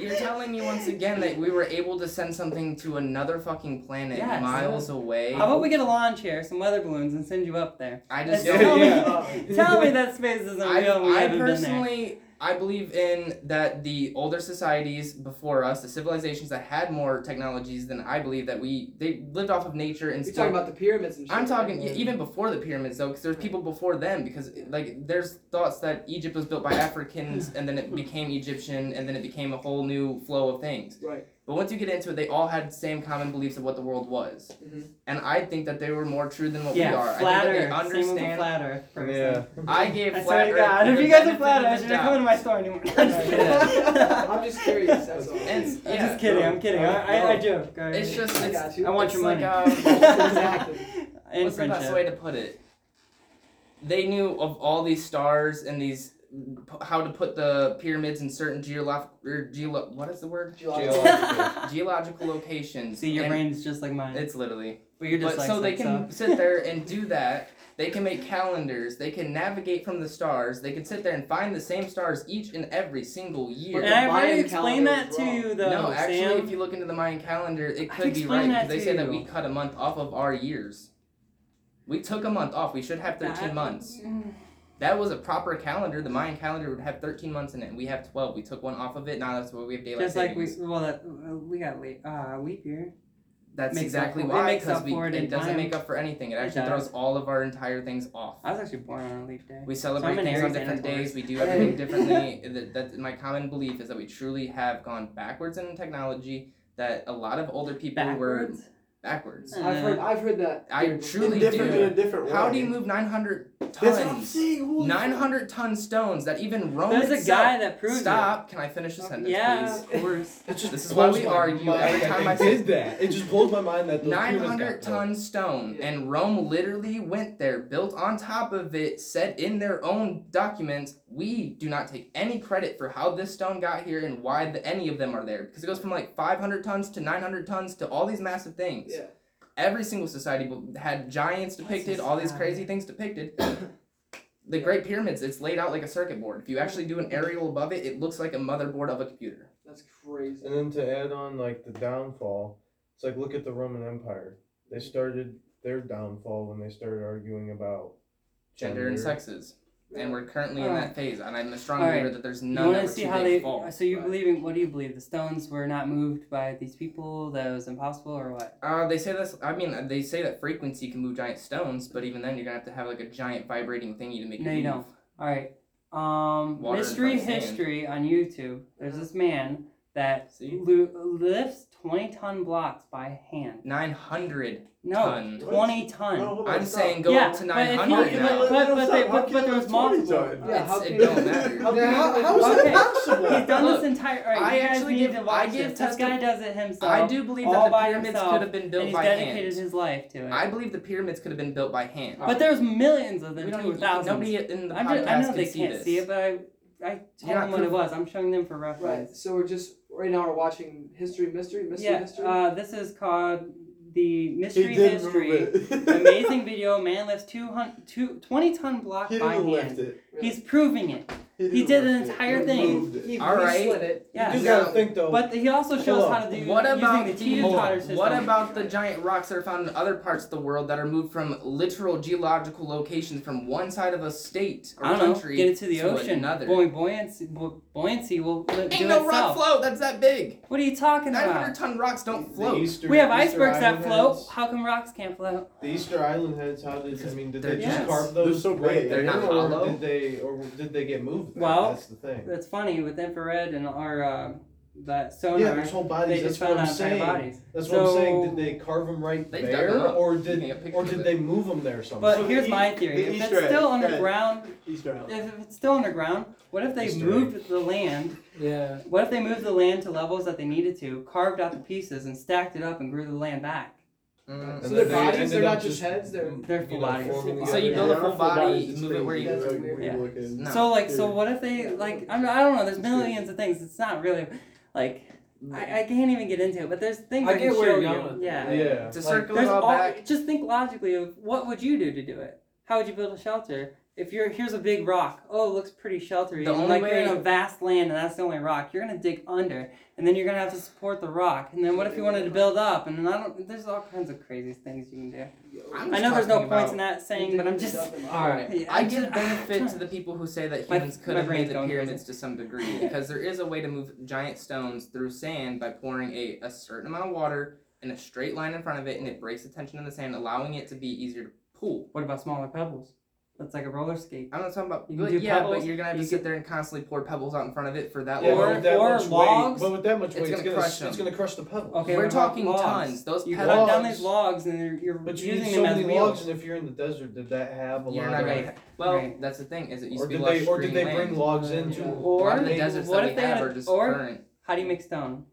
You're telling me once again that we were able to send something to another fucking planet
Yes. Oh,
miles away.
How about we get a lawn chair, some weather balloons, and send you up there?
I just
It's
don't.
Tell,
Yeah.
Uh,
me, tell me that space isn't
I,
real. and we
I
haven't been there.
personally, I believe in that the older societies before us, the civilizations that had more technologies than I believe that we, they lived off of nature and
You're
still-
talking about the pyramids and shit.
I'm talking
right?
e- even before the pyramids though, because there's people before them. Because like there's thoughts that Egypt was built by Africans and then it became Egyptian and then it became a whole new flow of things.
Right.
But once you get into it, they all had the same common beliefs of what the world was,
Mhm.
and I think that they were more true than what
Mm-hmm. yeah,
we are.
flat
I think
Earth.
that they
Same with the
understand.
flat Earth person.
Yeah.
I gave
I swear
flat
to
Earth
God, if
the
you guys are
benefit
flat
of the
Earthers, you're
doubt.
not coming to my store anymore. I'm just kidding.
I'm just curious. That's all.
And-
I'm
yeah.
just kidding. I'm kidding. I, I, I joke. I,
It's just
I
it's,
got you.
I want
it's
your
like,
money.
um,
Exactly.
In
what's the best
friendship.
way to put it? They knew of all these stars and these p- how to put the pyramids in certain geolog or geolo- what is the word
Geological.
geological locations.
See, your
and
brain's just like mine.
It's literally.
but you're just
But
like
so they can sit there and do that. They can make calendars. They can navigate from the stars. They can sit there and find the same stars each and every single year.
But
And I've
the
already
Mayan
explained
calendar
that
was
to
wrong.
you, though,
no, actually,
Sam.
if you look into the Mayan calendar, it
I've
could be
explained
right
that
because they say
to
that
you.
we cut a month off of our years. We took a month off. We should have 13
That- Mm.
months. That was a proper calendar. The Mayan calendar would have 13 months in it, and we have 12. We took one off of it. Now that's why we have daylight
Just like we,
savings.
well, that, uh, we got late, uh, leap year.
that's
makes up
exactly
for- it
why
makes
because
up
we
for it in
it doesn't
time.
make up for anything. It
It
actually
does.
throws all of our entire things off.
I was actually born on a leap day.
We celebrate
an
things on
Aries
different
and a Taurus.
days. We do everything differently. that, that my common belief is that we truly have gone backwards in technology. That a lot of older people were
Backwards.
backwards.
Uh,
I've heard. I've heard that.
I
theory before.
truly
different
do.
in a different way.
How do you move 900
That's what I'm
tons?
saying. holy
900 ton stones that even Rome
There's a
itself-
guy that proves
Oh, Stop. Can I finish the
it.
sentence,
Yeah,
please?
of course.
It just
This is
blows
why we
my
argue
mind
every
that
time
they
I say-
did that. It just blows my mind that those
Nine
humans got
hundred
built.
ton stone,
Yeah.
and Rome literally went there, built on top of it, said in their own documents, we do not take any credit for how this stone got here and why the, any of them are there, because it goes from like five hundred tons to nine hundred tons to all these massive things.
Yeah.
Every single society b- had giants depicted, all these
society?
crazy things depicted. The
Yeah.
Great Pyramids, it's laid out like a circuit board. If you actually do an aerial above it, it looks like a motherboard of a computer.
That's crazy.
And then to add on like the downfall, it's like look at the Roman Empire. They started their downfall when they started arguing about
Gender and sexes. And we're currently in that phase, and I'm a strong
Alright.
believer that there's
You
none
want
that
to
were
see
too
how
big
they?
fall.
So you
Right.
believe in? What do you believe? The stones were not moved by these people. That was impossible, or what?
Uh, they say this. I mean, they say that frequency can move giant stones, but even then, you're gonna have to have like a giant vibrating thingy to make
No,
it
you
move.
don't. All right. Um,
Water and
mystery
by sand.
history on YouTube. There's this man that
See?
lo- lifts twenty ton blocks by hand.
Nine hundred.
No,
Ton.
twenty ton.
No, hold on,
I'm
stop.
saying go
yeah,
up to
but if
nine
you-
hundred
but-
now.
but- but they-
How
but-
can
but
you
there's
have
multiple.
20 times?
Yeah, how
It's-
can
it
you-
don't matter.
How, can- how- how is
Okay.
that possible?
He's done
Look,
this entire. All right,
I
you guys
actually
need
give-
to
I
watch
give
this. This
testi-
guy does it himself.
I do believe
all
that the
by
pyramids
himself,
could have been
and
built
he's
by
dedicated
hand.
his life to it.
I believe the pyramids could have been built by hand.
but there's millions of them
We don't
too,
need-
thousands.
Nobody in the
I'm
podcast
just, I know
can
they
see
can't
this.
see it, but I I told
not
them what it was. I'm showing them for
Right.
reference.
So we're just right now we're watching history, mystery, mystery,
Yeah.
mystery.
Uh, this is called the
He
mystery
did move
history.
it.
Amazing video. Man lifts 200, two, 20 ton block
He
by
didn't lift
hand.
it.
Really.
He's proving it. He
didn't
did an
lift it.
entire
He
thing.
moved it.
He-
All
he
right.
slid it.
Yeah.
You gotta think though.
But he also shows
Hold
how
on.
to do
What about
using the
the,
teeter totter system.
what about the giant rocks that are found in other parts of the world that are moved from literal geological locations from one side of a state or
I don't know.
country
Get it to the
to
ocean.
another?
Buoy- buoyancy, bu- buoyancy will li- do
Ain't no rock
itself.
float. That's that big.
What are you talking
Nine
about?
hundred ton rocks don't
The
float.
Easter-
We have
Easter
icebergs that
Island
float.
heads-
How come rocks can't float?
The Easter Island heads. How did I mean? Did
They're
they just
just-
carve
they're
those?
so
right
big.
They're not
there, or
hollow.
Did they or did they get moved? there?
Well,
that's the thing.
That's funny with infrared and our uh, that sonar.
yeah, there's whole bodies.
they
that's
just
what
found
I'm
out entire
saying.
bodies.
That's what I'm saying.
So-
Did they carve them right
They dug them
there,
up.
or
You can
did
get pictures
or
of
did
it.
they move them there somehow?
But
So the
here's
E-
my theory:
the
if it's
Easter egg,
still
guys.
underground,
Easter Island.
if it's still underground, what if they
Easter
moved the land?
Yeah.
What if they moved the land to levels that they needed to, carved out the pieces, and stacked it up and grew the land back?
Mm.
So
And
they're
then they
bodies,
ended
they're not
up
just
just-
heads, they're
They're full
You know,
bodies.
forming
So you
together.
build a
Yeah,
full
full
body,
bodies,
you
it's
move it where
crazy.
you.
That's
Like,
weird.
we
Yeah.
look in.
No.
So like, so what if they like? I'm, I don't know. There's millions of things. It's not really like I, I can't even get into it. But there's things
I
I, can
get where
show
you're
you.
going with
Yeah.
that.
Yeah.
To
Like,
circle
There's
it all
all,
back.
just think logically of what would you do to do it? How would you build a shelter? If you're here's a big rock, oh it looks pretty sheltery.
The
and,
only
like you're in
way-
a vast land and that's the only rock. You're gonna dig under and then you're gonna have to support the rock. And then what if you wanted to build up? And I don't. There's all kinds of crazy things you can do.
I'm
I
just
know there's no
talking
points in
about-
that saying, but I'm just.
All right.
Yeah,
I
I'm
give
just-
benefit to the people who say that
My-
humans could
my
have made
brain's
the
going
pyramids to some degree because there is a way to move giant stones through sand by pouring a, a certain amount of water in a straight line in front of it and it breaks the tension in the sand, allowing it to be easier to pull.
What about smaller pebbles? That's like a roller skate.
I'm not talking about
You can
but
do
yeah, but
pebbles,
you're gonna have to
you
sit there and constantly pour pebbles out in front of it for that
Yeah,
Or-
but
long.
with that
or
much weight-
logs.
but with that much
It's
weight, it's
gonna
gonna,
crush
it's
them.
gonna crush the pebble.
Okay,
We're
what about
talking
logs?
tons. Those
You
pebbles
cut down
Logs.
these logs and you're, you're
But you
using
need
them
so
as
many
wheels.
logs, and if you're in the desert, did that have a
you're
lot
not
of?
gonna well,
Right.
that's the thing, is it used
or
to be
did
lush
they or
green
did they
land.
bring logs in
Yeah.
too?
a
Or
lot of the deserts
what
that
if
we
they
have
had-
are just
or-
burnt.
How do you make stone?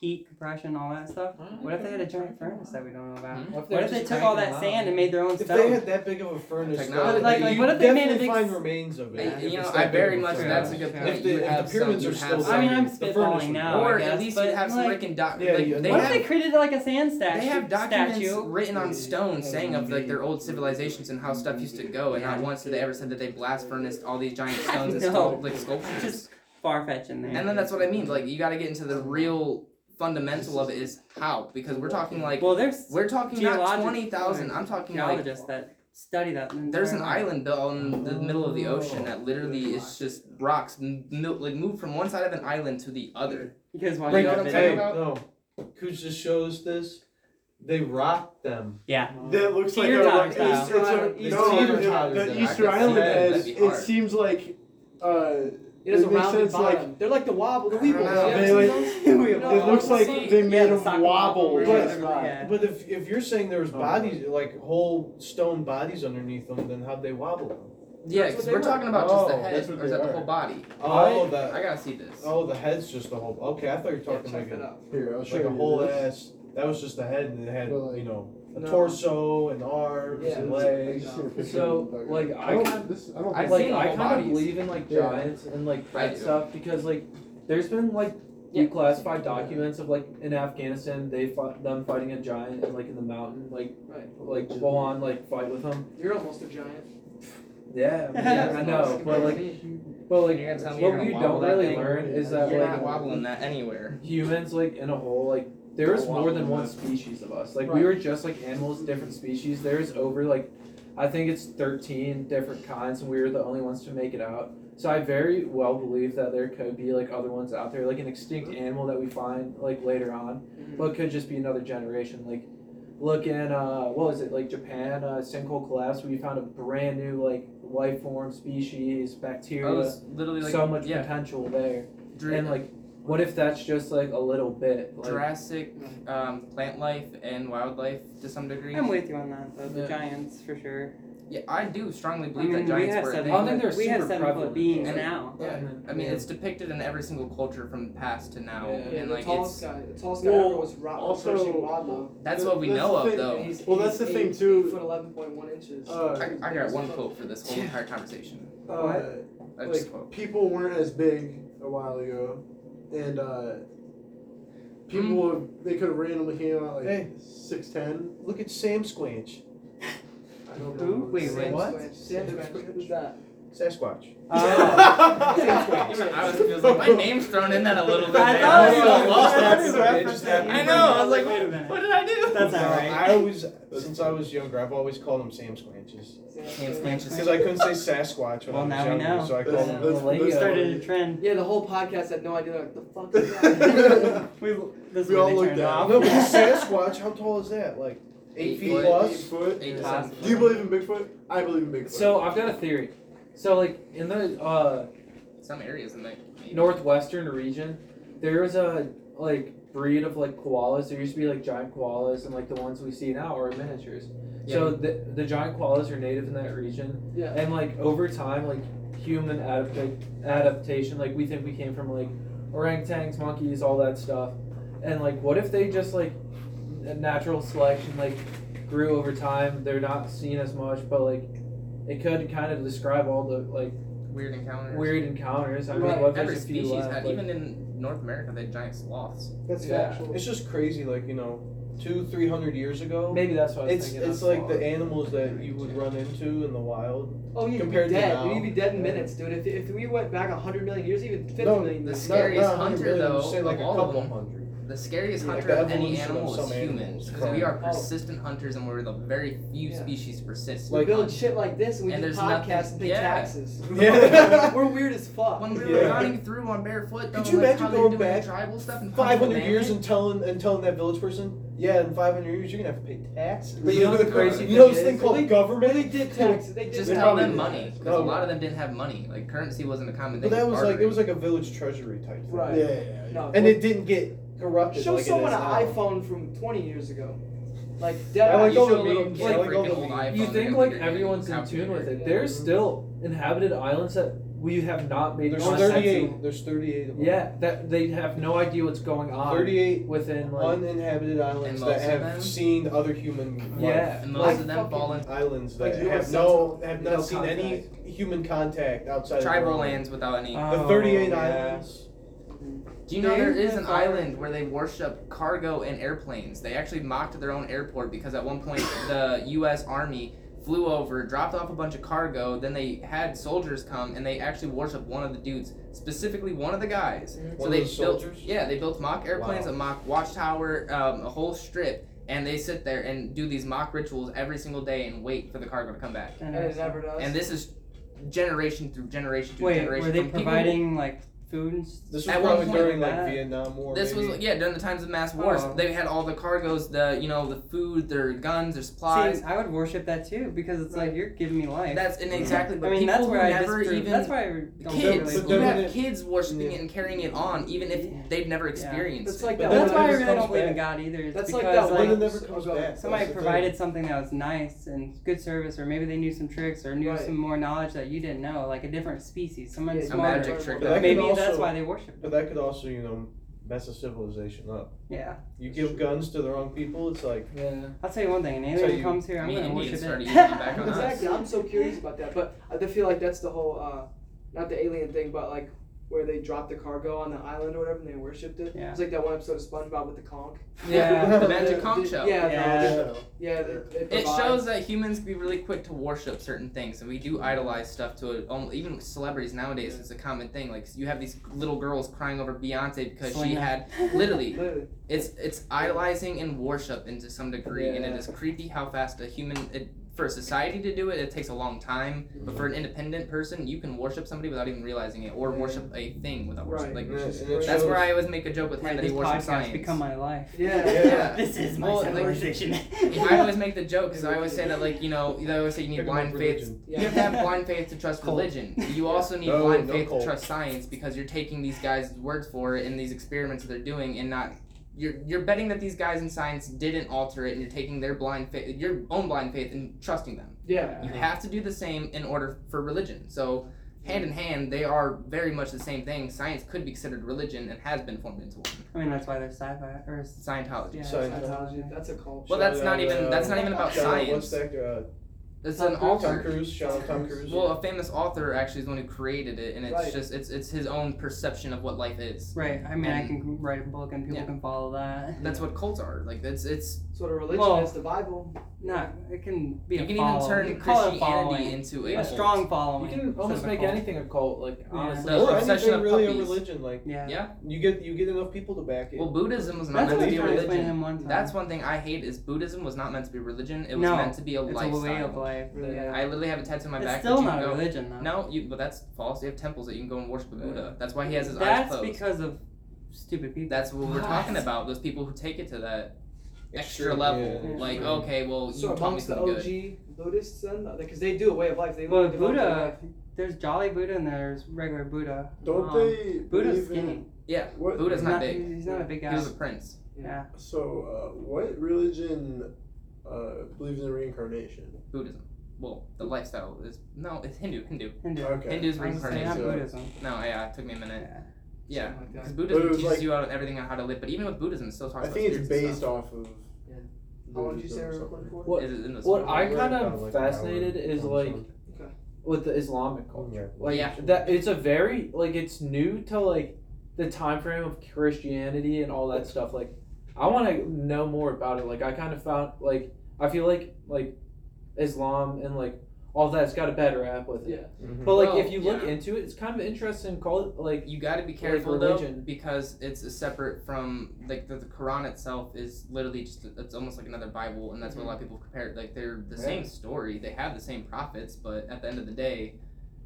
Heat, compression, all that stuff.
Mm.
What if they had a giant furnace that we don't know about?
Hmm?
What if they took all that sand and made their own
If
stone?
they had that big of a furnace,
Technology.
though,
Like- like,
you
what if they made a
definitely
big
find
s-
remains of it?
Yeah.
if
you
it's
know,
that
I
big
very
of a
much
Yeah.
furnace.
that's a good point.
Yeah.
If the,
you would have
if the pyramids
some,
are
you'd have
still,
some.
I mean, I'm
the furnace
spitballing
would-
now.
or
I
at
guess,
least you
but,
have some
like-
freaking doc.
Yeah,
like,
you-
they
what
have,
if they created like a sand statue?
they have documents
statue?
written on stone saying of like their old civilizations and how stuff used to go, and not once did they ever said that they blast furnace all these giant stones and
No.
sculpt, like sculptures.
Just far fetched in there.
and then that's what I mean. Like you got to get into the real fundamental of it is how, because we're talking like
well, there's
we're talking not
geologic-
twenty thousand. I'm talking like
geologists that study that. and
there's an
they're like-
island built in the middle of the ocean that literally is just rocks, m- mil- like moved from one side of an island to the other.
You guys watch
Bring
that
up-
video?
Hey,
talking about?
no, Cooch just shows this. They rocked them.
Yeah.
That looks like
Teeter
a,
totter
like
style.
Easter, it's a,
Teeter
no,
totter.
it-
Teeter totter.
the Easter
I could see
Island
that.
is,
That'd be
it
hard.
seems like, uh,
It has
It
a
makes
rounded
sense,
bottom.
like-
They're like the wobble, the
I don't
weebles.
know.
yeah,
They,
see
like-
those?
it looks like
Yeah,
they made
the
them
soccer
wobble.
ball.
But-
Yeah.
But if if you're saying there was bodies, like whole stone bodies underneath them, then how'd they wobble them?
Yeah,
That's what
because
they
we're
were.
talking about just the
Oh, that's
head,
what
or is
they
that the
are.
whole body? I
Oh, the
gotta see this.
oh the head's just the whole. Okay, I thought you were
Yeah,
talking
check
like
that
a
out.
Here, I'll show
like a
you
whole
this.
ass. That was just the head, and it had
But, like,
you know a
no.
torso and arms
Yeah.
and
I
legs.
just seen a picture
So,
of it.
like, I
don't-
kind-
this- I don't
I've
think-
like
seen
I
all
kind
bodies.
of believe in like
Yeah.
giants and like
I
that
do.
stuff because like there's been like
Yeah.
declassified documents of like in Afghanistan they fought them fighting a giant and like in the mountain like
Right.
like full on like fight with them.
You're almost a giant.
Yeah, yeah, I know. But like, but like,
You're gonna tell me you're
what
gonna
we
wobble
don't
that
really
thing?
learn is
you're
that
not
like
wobbling that anywhere.
humans, like in a whole, like there is more than one species of us. Like we
Right.
were just like animals, different species. There is over like, I think it's thirteen different kinds, and we were the only ones to make it out. So I very well believe that there could be like other ones out there, like an extinct animal that we find like later on.
Mm-hmm.
but could just be another generation. Like, look in uh, what was it like Japan uh, sinkhole collapse? We found a brand new like life form, species,
I
bacteria,
was literally Oh, like
uh, so much
yeah,
potential there.
dra-
And like, what if that's just like a little bit? Like,
Jurassic um, plant life and wildlife to some degree.
I'm with you on that
Uh,
though. The
Yeah.
giants for sure.
Yeah, I do strongly
I
believe
mean,
that giants
we have
were a
seven.
thing.
I don't think they're
we have
super
seven foot
prevalent.
beings
And-
now.
yeah, and then-
I mean,
yeah.
it's depicted in every single culture from past to now,
Yeah.
Yeah,
and
the
like
tallest
it's
guy, the tallest guy
Well,
ever was Rob
also-
Percy Wadlow.
that's what we
That's
know
the
of
thing.
though.
And he's,
Well,
he's
that's the
eight-
thing, too.
Eight foot eleven point one inches.
Uh,
I, I got one quote for this whole entire conversation.
uh,
I
Like-
just quote.
people weren't as big a while ago, and uh, people have- they could have randomly came out like
Hey.
six ten.
Look at Sam Squanch.
I don't
Who?
know.
Wait, wait.
What?
Sam Squanch. Who's that?
Sasquatch. Oh.
Oh.
Uh,
I was, it was like, my name's thrown in that a little bit.
I
there.
thought
I'm
it
so
was-
lost.
that's-
I know. I was like, what did I do?
That's
Uh,
all right.
I always, since I was younger, I've always called him Sam Squanches.
James Blanche is-
Because I couldn't say Sasquatch when
Well,
I was
now we
younger,
know.
so I
That's-
called him.
Yeah.
that's-
Well,
we
that's-
started a trend.
Yeah, the whole podcast had no idea. Like, the fuck is that?
We this
We
really
all looked
turned
at it.
off.
No, but the Sasquatch, how tall is that? Like
Eight
eight, feet
foot.
Eight
plus?
foot.
Eight
Yeah.
times.
Do you believe in Bigfoot? I believe in Bigfoot.
So I've got a theory. So like in the uh,
some areas in the
northwestern region, there is a like breed of like koalas. There used to be like giant koalas, and like the ones we see now are miniatures. So the, the giant koalas are native in that region,
yeah.
and like over time, like human adapt- like, adaptation, like we think we came from like orangutans, monkeys, all that stuff, and like what if they just like n- natural selection like grew over time? They're not seen as much, but like it could kind of describe all the like
weird encounters.
weird encounters. I mean,
Right,
what if
Every
there's a few
species,
uh,
left,
had,
like-
even in North America, they had giant sloths.
that's
Yeah.
factual.
It's just crazy, like, you know, two, three hundred years ago.
Maybe that's what I was
It's
thinking.
it's
of.
like the animals that you would run into in the wild.
Oh, you'd be
compared to
dead.
now.
You'd be dead in minutes, dude. If, if we went back hundred million years, even fifty
No,
million
The
years.
Not-
scariest
not a hundred
hunter,
million,
though,
Say like
of
a
all of
couple
them.
hundred.
The scariest
Like
hunter
the
of any
evolution of
animal is
some
humans
animals.
because we are
Oh.
persistent hunters and we're the very few
Yeah.
species persist.
We
Like-
build shit like this and we
And
do
there's
podcasts
nothing-
and pay
yeah.
taxes.
Yeah.
We're weird as fuck.
when we were
Yeah.
running through on barefoot, though,
Could you
like
imagine
how they
going
doing
back
tribal stuff and
Five hundred years and telling and telling that village person, yeah, in five hundred years you're gonna have to pay taxes.
But you know the crazy
You know
thing
this thing
is-
called government.
They did taxes. They did
just
They
tell
probably
them
did.
money because a
Probably.
lot of them didn't have money. Like currency wasn't a common
But
thing.
that was like it
bartering.
was like a village treasury type thing.
Right.
Yeah, yeah, yeah.
No,
And it didn't get corrupted.
show
like it is
someone an
now.
iPhone from 20 years ago. Like,
I
dead
like
you
all
show
the
a little
memes,
kid
I like
freaking
all the
old
memes.
iPhone,
You
they're
think
gonna
like
they're gonna
everyone's in
copy
tune with
it.
it. There's still inhabited islands that we have not made
There's
contact
thirty-eight.
with.
There's thirty-eight. Of them.
Yeah, that they have no idea what's going on
Thirty-eight
within like
uninhabited islands
most
that
of them?
have seen other human life.
yeah.
And
like,
most of them fall in
Islands
Like,
that
you
have
have
no have
no
not seen any human contact outside of their
tribal
own.
lands without any.
Uh,
The
Oh,
thirty-eight
yeah.
islands.
Do you know there is an
They are-
island where they worship cargo and airplanes? They actually mocked their own airport because at one point the U.S. Army flew over, dropped off a bunch of cargo, then they had soldiers come and they actually worship one of the dudes, specifically one of the guys.
One
so
of
they
the
built,
soldiers?
yeah, they built mock airplanes,
Wow.
a mock watchtower, um, a whole strip, and they sit there and do these mock rituals every single day and wait for the cargo to come back.
And it never does.
And this is generation through generation through
Wait,
generation.
were they
from people-
providing like food and stuff?
This was
At one
probably
point-
during like
That-
Vietnam War.
This was
maybe.
yeah during the times of mass wars.
Oh.
They had all the cargos, the you know the food, their guns, their supplies.
See, I would worship that too because it's like you're giving me life.
that's and exactly.
I
But
mean,
people
that's where
who
I
never
disprove.
even
that's why I don't
kids,
really.
But
you
then-
believe-
have kids worshiping
Yeah.
it and carrying it on, even if
Yeah.
they've never
Yeah.
experienced.
It's like
But
that.
then
That's
one
why I
never
really
comes
don't believe in
back.
God either. It's
That's like
because
that
But it
like,
one-
never
Oh,
comes
God.
back.
somebody
that's the thing.
provided something that was nice and good service, or maybe they knew some tricks or knew
Right.
some more knowledge that you didn't know, like a different species, someone
Yeah,
a
smarter.
magic trick.
But that
Maybe
can
that's
also-
why they worship.
But that could also, you know, mess a civilization up.
Yeah,
You give guns to the wrong people, it's like
Yeah.
I'll tell you one thing: an
So
alien
you-
comes here, I'm
me
gonna
and
worship
Ian started
it.
using it back on us.
Exactly. I'm so curious about that, but I do feel like that's the whole, uh, not the uh, alien thing, but like where they dropped the cargo on the island or whatever and they worshipped it.
Yeah.
It's like that one episode of SpongeBob with the conch.
Yeah.
The Magic Conch
Yeah,
Show.
Yeah,
Yeah.
yeah. yeah it, it,
It
provides-
shows that humans can be really quick to worship certain things, and we do idolize stuff to it. Almo- Even with celebrities nowadays, it's a common thing. Like you have these little girls crying over Beyonce because she
Selena.
had literally.
Literally.
It's it's idolizing and worship into some degree, and it
Yeah.
is creepy how fast a human. It, for a society to do it, it takes a long time. But for an independent person, you can worship somebody without even realizing it, or
Yeah.
worship a thing without worship.
Right.
Like
And it- and it
That's
that's
shows-
where I always make a joke with him
Right,
that he
this
worships
podcast
science.
has become my life.
Yeah.
Yeah.
This is my
Well, like-
civilization.
I always make the joke because I always say that, like, you know, they always say you need
Pick 'em up
blind faith.
religion.
You have to have blind faith to trust
Cult.
religion. You also need
No,
blind
no
faith to
cult.
trust science because you're taking these guys' words for it and these experiments that they're doing and not. You're, you're betting that these guys in science didn't alter it and you're taking their blind faith, your own blind faith, and trusting them.
Yeah.
You have to do the same in order for religion. So, hand in hand, they are very much the same thing. Science could be considered religion and has been formed into one.
I mean, that's why there's sci-fi or s-
Scientology.
yeah,
Science.
Scientology, that's a cult.
Well, that's not even that's not even about
uh, Shout out, What's
science.
that? Uh,
It's
Tom
an
Cruise?
alter.
Tom Cruise. Shout out Tom Cruise.
Well, a famous author actually is the one who created it, and it's
Right.
just it's it's his own perception of what life is.
Right. I mean, I
And-
can write a book and people
Yeah.
can follow that.
That's what cults are. Like it's it's
That's what a religion
Well-
is, the Bible.
Not. It can be
you
a
can even
follow-
turn
you can call it a
Christianity
following.
into a,
a
cult.
strong
You
following.
can almost
Says a
make
cult.
anything a cult, like
Yeah.
honestly.
The
or
obsession
anything
of
really a
puppies.
religion. Like
Yeah.
Yeah.
you get you get enough people to back it.
Well, Buddhism was not
That's what I
meant
was
to be
trying to explain to
religion.
him one time.
That's one thing I hate is Buddhism was not meant to be religion. It was
No,
meant to be a
it's
lifestyle.
a way of life.
Really.
Yeah.
I literally have a tattoo on my
it's
back. that
still
you
not
can
a
go,
religion though.
No, you but that's false. They have temples that you can go and worship a Buddha. That's why he has his eyes
That's
closed.
because of stupid people.
that's what we're
What?
talking about. Those people who take it to that extra
Extreme,
level.
yeah.
Like,
Extreme.
okay, well, you
So
taught me
amongst the
something good.
OG Buddhists, then, because they do a way of life. They
Well,
literally developed a way
Buddha, there's Jolly Buddha and there's regular Buddha.
Don't
Um,
they
Buddha's
believe in-
skinny.
Yeah,
What-
Buddha's
He's
not,
not,
big.
He's not a big
He
guy.
was a prince.
Yeah.
So, uh, what religion uh, believes in reincarnation?
Buddhism. Well, the lifestyle is no, it's Hindu. Hindu.
Hindu.
Okay.
Hindu's
I'm just saying,
reincarnation.
not
Reincarnation.
Buddhism.
No, yeah, it took me a minute. Yeah,
Something like
because
that.
But it
Buddhism
was
teaches
like-
you out everything on how to live. But even with Buddhism, it still talks
I
about
think it's
spirits and
based
stuff.
off of.
Yeah. How long did you say
Buddhism or
we're
something.
recording for?
What-
It is in the
what
Bible.
I
We're
kind
about,
of
like, an hour
fascinated is
on
like
something.
with the Islamic
Yeah.
culture. Like
Yeah.
that it's a very like it's new to like the time frame of Christianity and all that stuff. Like I want to know more about it. Like I kind of found like I feel like like Islam and like all that's got a bad rap with it.
Yeah.
Mhm.
But like
Well,
if you look
yeah.
into it, it's kind of interesting. Call it like
You got to be careful though,
religion.
because it's a separate from like the, the Quran itself is literally just it's almost like another Bible, and that's what a lot of people compare. it. Like they're the
Right.
same story, they have the same prophets, but at the end of the day,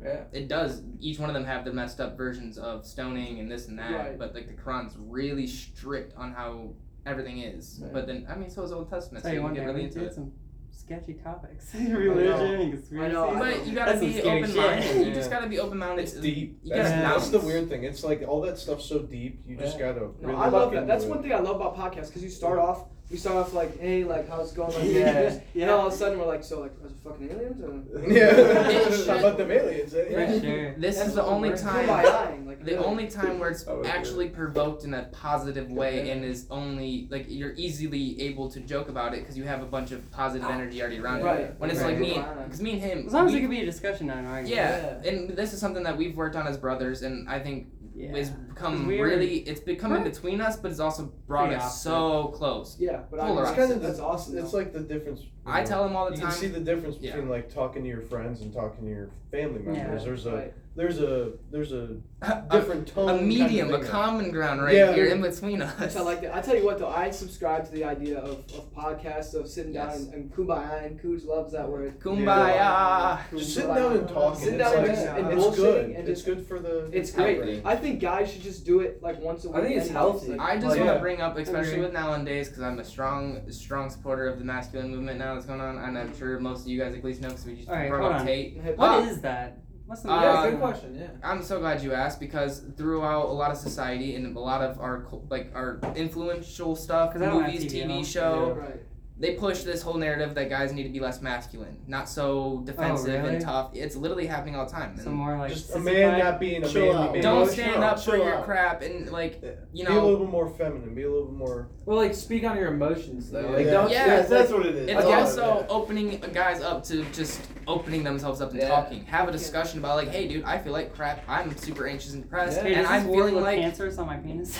yeah.
it does. Each one of them have their messed up versions of stoning and this and that.
Right.
But like the Quran's really strict on how everything is.
Right.
But then I mean, so is Old Testament.
So
so you
you
can
want
get
to
really
get
into it.
some sketchy topics, religion, and conspiracy.
I know.
But you gotta
That's some
be
scary
open
shit.
minded. You just
Yeah.
gotta be open minded.
It's deep.
You
That's,
gotta
Yeah.
that's the
balance.
weird thing. It's like all that stuff's so deep. You just gotta.
No,
really
I love
look
that.
into
That's
it.
one thing I love about podcasts because you start off, we start off like, hey, like how's it going, like
Yeah.
this, and
Yeah.
all of a sudden we're like, so like, are there fucking aliens? Or?
Yeah.
It should-
About the aliens. eh?
For sure.
This
That's
is the
what
only
we're-
time.
Who am I lying? Like,
The
really.
only time where it's
That was
actually provoked in a positive way and is only like you're easily able to joke about it because you have a bunch of positive energy already around you.
Right.
When it's
Right.
like me, because me and him,
As long as
we-
it can be a discussion, not an argument.
yeah, and this is something that we've worked on as brothers, and I think
Yeah.
it's become
'Cause we are-
really it's become in
Right.
between us, but it's also brought
Pretty
us so close.
Yeah, but I
Polar
mean,
It's
Right.
kind of
that's awesome. though.
It's like the difference. you
I
know,
tell him all the
You
time.
can see the difference
Yeah.
between like talking to your friends and talking to your family members.
Yeah.
There's a
Right.
there's a there's a
a,
different tone.
a
kind of
medium, a
thing.
common ground right
Yeah.
here in between us.
I like that. I tell you what though, I subscribe to the idea of, of podcasts of sitting
Yes.
down and, and kumbaya and Cooge loves that word.
Kumbaya.
Just sitting down and talking.
Sitting
it's
down
like,
and, just- and
it's
bullshitting
good.
and
it's
just
good for the.
it's
great.
great. I think guys should just do it like once a week.
I think it's
anyways,
healthy.
like-
I just
Like,
want to
yeah.
bring up, especially
Agree.
with nowadays, because I'm a strong, strong supporter of the masculine movement now that's going on, and I'm sure most of you guys at least know because we just
All right,
brought
hold
up
on.
Tate.
What
Uh,
is that? What's the
uh,
yeah, good question. Yeah.
I'm so glad you asked because throughout a lot of society and a lot of our cul- like our influential stuff,
'Cause I don't have
movies,
TV, I
TV,
don't-
show,
Right.
they push this whole narrative that guys need to be less masculine, not so defensive
Oh, really?
and tough. It's literally happening all the time. And
Some more like
Just a
sissified-
man not being a
Chill
man.
out.
being
don't
emotional.
stand up for
chill
your
out.
crap and like
Yeah.
you
Be a
know
little bit more feminine. Be a little bit more.
Well, like speak on your emotions though. Like
Yeah.
don't.
Yeah,
that's,
that's, like,
that's what it is.
it's
Okay.
also opening guys up to just opening themselves up and
Yeah.
talking. Have a discussion about like, hey dude, I feel like crap. I'm super anxious and depressed,
Yeah.
Hey,
and
does this
I'm
wart
feeling
look
like
cancerous on my penis.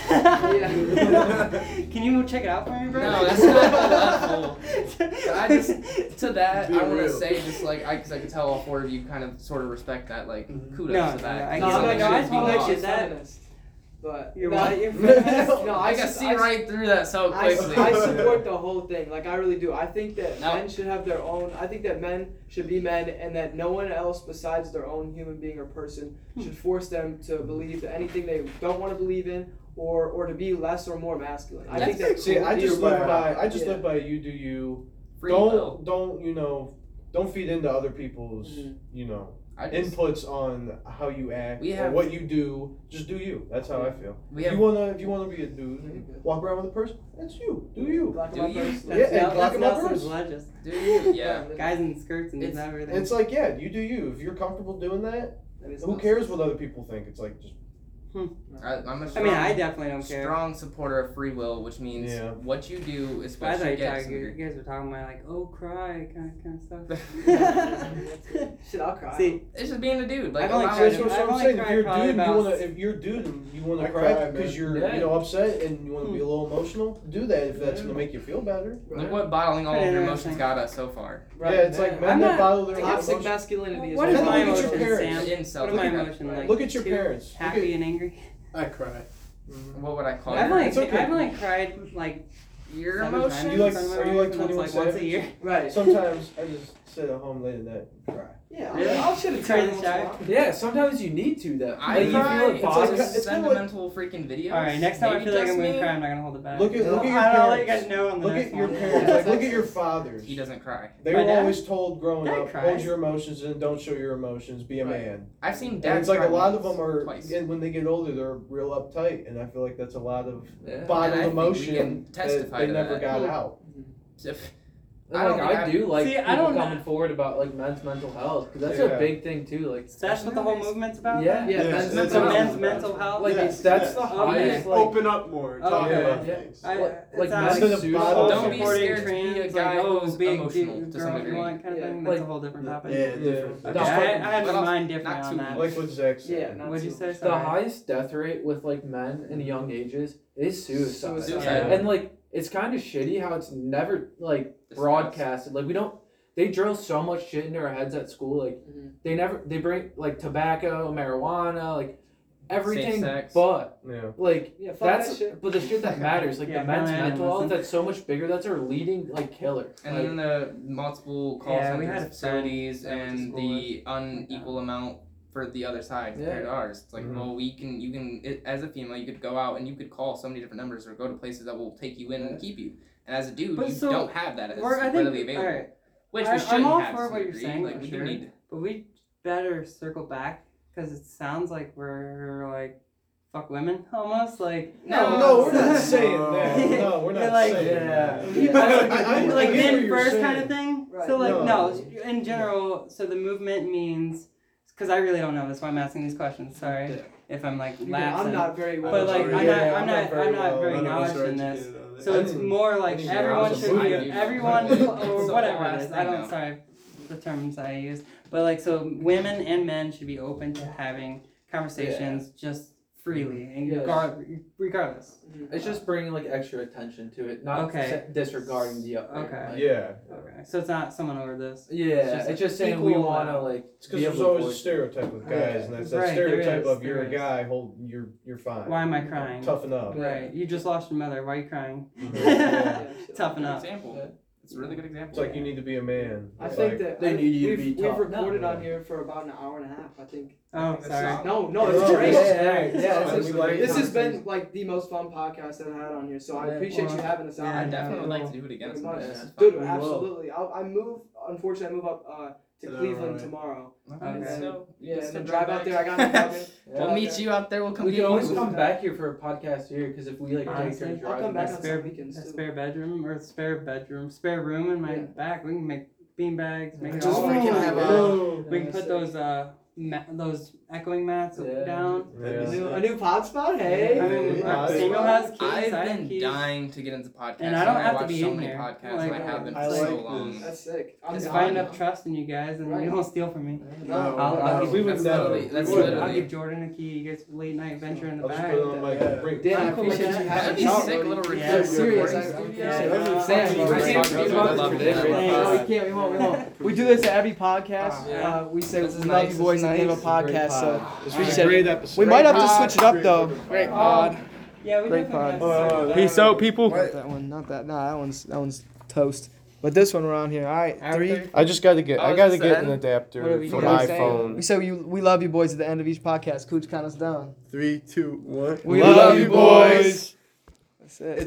Yeah.
Can you check it out for me, bro?
No, that's not I just- to that,
Be
I want to
real.
say just like I, cause I can tell all four of you kind of sort of respect that. Like kudos
No,
to that.
no, I
It's
No,
get
I'm
it.
like,
not
should
No, I
be
totally
lost.
get that.
feminist, but
You're
no,
what? You're
no,
feminist?
I,
I can
su-
see
I su-
right through that so
I,
quickly.
I support the whole thing. Like I really do. I think that
No.
men should have their own. I think that men should be men, and that no one else besides their own human being or person should force them to believe that anything they don't want to believe in, or or to be less or more masculine. I think that.
See, I just
either way-
live by. I just
Yeah.
live by. You do you.
Free
don't
will.
don't you know? Don't feed into other people's
Mhm.
you know
I just,
inputs on how you act
We
or
have-
what you do. Just do you. That's how I feel.
we
if
have
you wanna if you wanna be a dude, and walk around with a person. That's you. Do you?
Black
Do
about
you?
first.
Yeah,
That's,
and
Nel-
black
that's
and white
Nelson's
verse.
legend.
do you? Yeah.
Guys in skirts and
It's-
everything.
It's like yeah, you do you. If you're comfortable doing that,
That is
who
awesome.
cares what other people think? It's like just
I, I'm a
I
strong,
mean, I definitely don't care.
strong supporter of free will, which means
Yeah.
what you do is
I
what
thought
you
you,
get.
talking, you guys were talking about like, oh, cry, kind of, kind of
Yeah.
stuff.
Shit, I'll cry.
See,
It's just being a dude. Like
I've only
allow
tried
That's
to-
it.
what
I've
I'm
only
saying. If
cried
you're a
probably
dude, and you
about-
wanna if you're a dude and you wanna
I
cry
cried, man.
because you're
Yeah.
you know upset and you wanna be a little emotional, do that if that's
Yeah.
gonna make you feel better.
Look what bottling all of
Pretty
your
interesting.
emotions got us so far.
Right,
yeah, it's
man.
like men
I'm
that
not-
bottle their
Toxic
emotions.
masculinity is
what
is
is
all
Look
my
at your
emotion,
parents.
Sam?
Incel.
What am I
Look at-
emotion like?
Look at your
two,
parents. Look
Happy and angry.
I cry.
Mhm.
What would I call
I've
it?
only,
It's okay.
I've only cried like
Your
seven
emotions.
times
You like-
in my
are you
life,
like
and that's,
21
like once a year?
Right.
Sometimes I just sit at home late at night and cry.
yeah.
Really?
I'll shit and
Cry
cry
in the
once in a
shower?
while.
yeah. Sometimes you need to though.
I
like,
cry.
You feel it
it's
bothers-
like a
it's kinda like-
sentimental freaking video.
All right, next time I
Maybe
feel like I'm
just
gonna
me.
cry, I'm not gonna hold it back.
Look at look at your
I'll let you guys
parents.
Uh, know on the
Look
next
at your
one.
parents. Like look at your fathers.
He doesn't cry.
They
My
were
dad-
always told growing
Dad
up, hold
cries.
your emotions in, don't show your emotions, be a
Right.
man.
I've seen
And
dads.
it's like
cry
a lot of
once,
them are,
twice.
and when they get older, they're real uptight, and I feel like that's a lot of
Yeah.
And I
bottled
think we can
emotion that
testify
they
to
never
that.
got out.
I
Like,
don't think
I,
I've-
do like
See, I
people
don't know-
coming forward about like men's mental health because that's
Yeah.
a big thing too. Like
That's what the whole movement's about.
Yeah.
Yeah,
Yes,
men's
it's
It's
mental
a
about-
health.
men's mental health.
like
Yes,
that's
yes.
the
Okay.
highest. Like,
Open up more. Talk
Okay.
about
Yeah.
things.
I,
Like-
it's
like
not
men's
like
Instead of
super
bottle-
Don't be
supporting
scared to be a
trans,
guy
like, oh,
who's
be a dude,
emotional to
girl
some
if you
degree.
want, kind of
Yeah.
thing. That's a
Like-
whole different topic.
Yeah, different.
Okay,
No,
I, I had
but
my
I'll-
mind different
not
on
too
that.
Like what Zach said.
Yeah, not
What'd you
too-
say?
The
Sorry.
highest death rate with like men in young ages is suicide.
Suicide.
Yeah.
And like it's kind of shitty how it's never like broadcasted. Like we don't they drill so much shit into our heads at school. Like
Mhm.
they never they bring like tobacco, marijuana, like everything
sex.
but
Yeah.
like
Yeah, fuck
that's
that shit.
but the shit that matters, like
Yeah,
the men's
no, I don't
mental health,
listen.
that's so much bigger. That's our leading like killer.
And
Like,
then the multiple call
Yeah, we
centers,
had a
facilities,
friend that went to
and
school
the unequal amount for the other side compared to ours. It's like,
Mhm.
well, we can, you can, it, as a female, you could go out and you could call so many different numbers or go to places that will take you in and keep you. And as a dude,
But
you
so,
don't have that as
We're, I think,
readily available,
all right,
which
I-
we
I'm
shouldn't
all
have. to
for
some
what you're
degree.
saying,
like
for
we
sure.
do need.
but we better circle back because it sounds like we're like fuck women almost. Like
No,
No, we're not
saying-
saying that. No,
Oh.
we're
You're
not
like,
saying
yeah.
that.
Yeah,
I- I-
like
I get what
men
you're
first
saying.
kind of thing.
Right.
So like no.
No.
in general, so the movement means because I really don't know. That's why I'm asking these questions. Sorry
Yeah.
if I'm like
You can-
lapsing.
I'm not very well.
but like I'm not,
Yeah,
I'm not,
very
I'm not
well-
very
None of us are
knowledgeable in this.
educated on it.
So
I
it's
didn't-
more like
didn't-
everyone
I was
should be
a-
everyone
It's
or
a
whatever it
wise
is. I
thing
don't
now.
sorry for the terms I use. But like so women and men should be open to having conversations just freely and
Yes.
gar- regardless.
it's just bringing like extra attention to it, not
Okay.
se- disregarding the other.
Okay.
like-
Yeah.
Okay. So it's not someone over this.
Yeah,
It's just
it's just saying we
equal,
want
uh,
to like.
It's
be
because there's
able to
always a
voice-
stereotype with
Yeah.
guys, and that's that
Right, there
stereotype
is,
of you're
there
a
is.
guy, hold, you're you're fine.
Why am I crying?
Toughen up.
Right. You just lost your mother. Why are you crying?
Yeah.
Mm-hmm.
Toughen
Good
up.
Yeah.
example. It's a really good example.
It's like you need to be a man.
I
It's
think
like,
that
They
I-
need you to
we've,
be
we've
tough.
recorded
No.
on here for about an hour and a half, I think.
Oh,
That's
sorry.
not-
No, no, it's
Oh,
great.
yeah,
yeah, yeah,
it's
This
just like-
this has been like the most fun podcast I've had on here, so I
Yeah.
appreciate you
Well,
having us
yeah,
I
out.
no,
definitely would
no.
like to do it again.
Pretty
someday.
much.
This is
Dude,
fun.
absolutely. I'll, I move. Unfortunately, I move up uh, to
Hello,
Cleveland
Roy.
tomorrow.
Okay.
And then-
So,
yeah,
just
and then
to
drive
drive
out there. I
back.
got my fucking.
Yeah.
We'll meet you out there. We'll come
We
get
can always
you.
come back here for a podcast here because if we like take
Honestly,
our
I'll
drive,
come back
next-
on
spare-
some weekends
A
too.
spare bedroom or a spare bedroom, spare room in my
Yeah.
back. We can make beanbags, make it
Oh,
Just
all
we can
really
have
good.
a-
We can put those uh ma- those echoing mats
Yeah.
down.
A
Yeah.
new, a new pod spot, hey.
I mean,
Yeah.
uh, single has keys.
I've
I have
been
keys.
dying to get into podcasts.
And I don't have to
watch
be
so
in
many
here.
podcasts,
Like,
and I haven't
I
for so
like
long.
this.
That's sick. I'm
Just
down.
find enough trust in you guys, and
Right.
you don't steal from me.
No,
I'll, I'll
no,
give
we
you
would
that's
never.
literally- that's
We would.
I'll
literally-
give Jordan a key. You guys late night venture in the
I'll just
back.
put it on my
Yeah.
ring.
Damn, I
I'm cool with
appreciate
that.
you
That'd be
having me.
sick little
Yeah,
recording
serious. I-
studio.
I appreciate
Yeah.
it.
That'd be
Sam,
fucking
you
great.
can't be loved it.
No, we can't. We won't. We won't.
We do this at every podcast.
Yeah.
Uh, we say
This is
we
nice,
love you
this
boys
is
and we have
nice.
a
This is a great
podcast. So
This
We
was a
should-
great episode.
we might have to
pod,
switch it up
great
Oh,
though.
fucking
Great
pod.
pod.
Yeah, we
Great
definitely
pod.
have
Uh,
to-
Peace out, people.
Not that one. Not that. Nah, that one's that one's toast. But this one we're on here. All right,
Hour
three.
30.
I just got to get.
I
I
was
got to
just
get
saying,
an
what are
adapter
we
for
doing?
my
Saying.
phone.
We say you, we love you boys at the end of each podcast. Cooch count us down.
Three, two, one.
We love you, boys. That's it.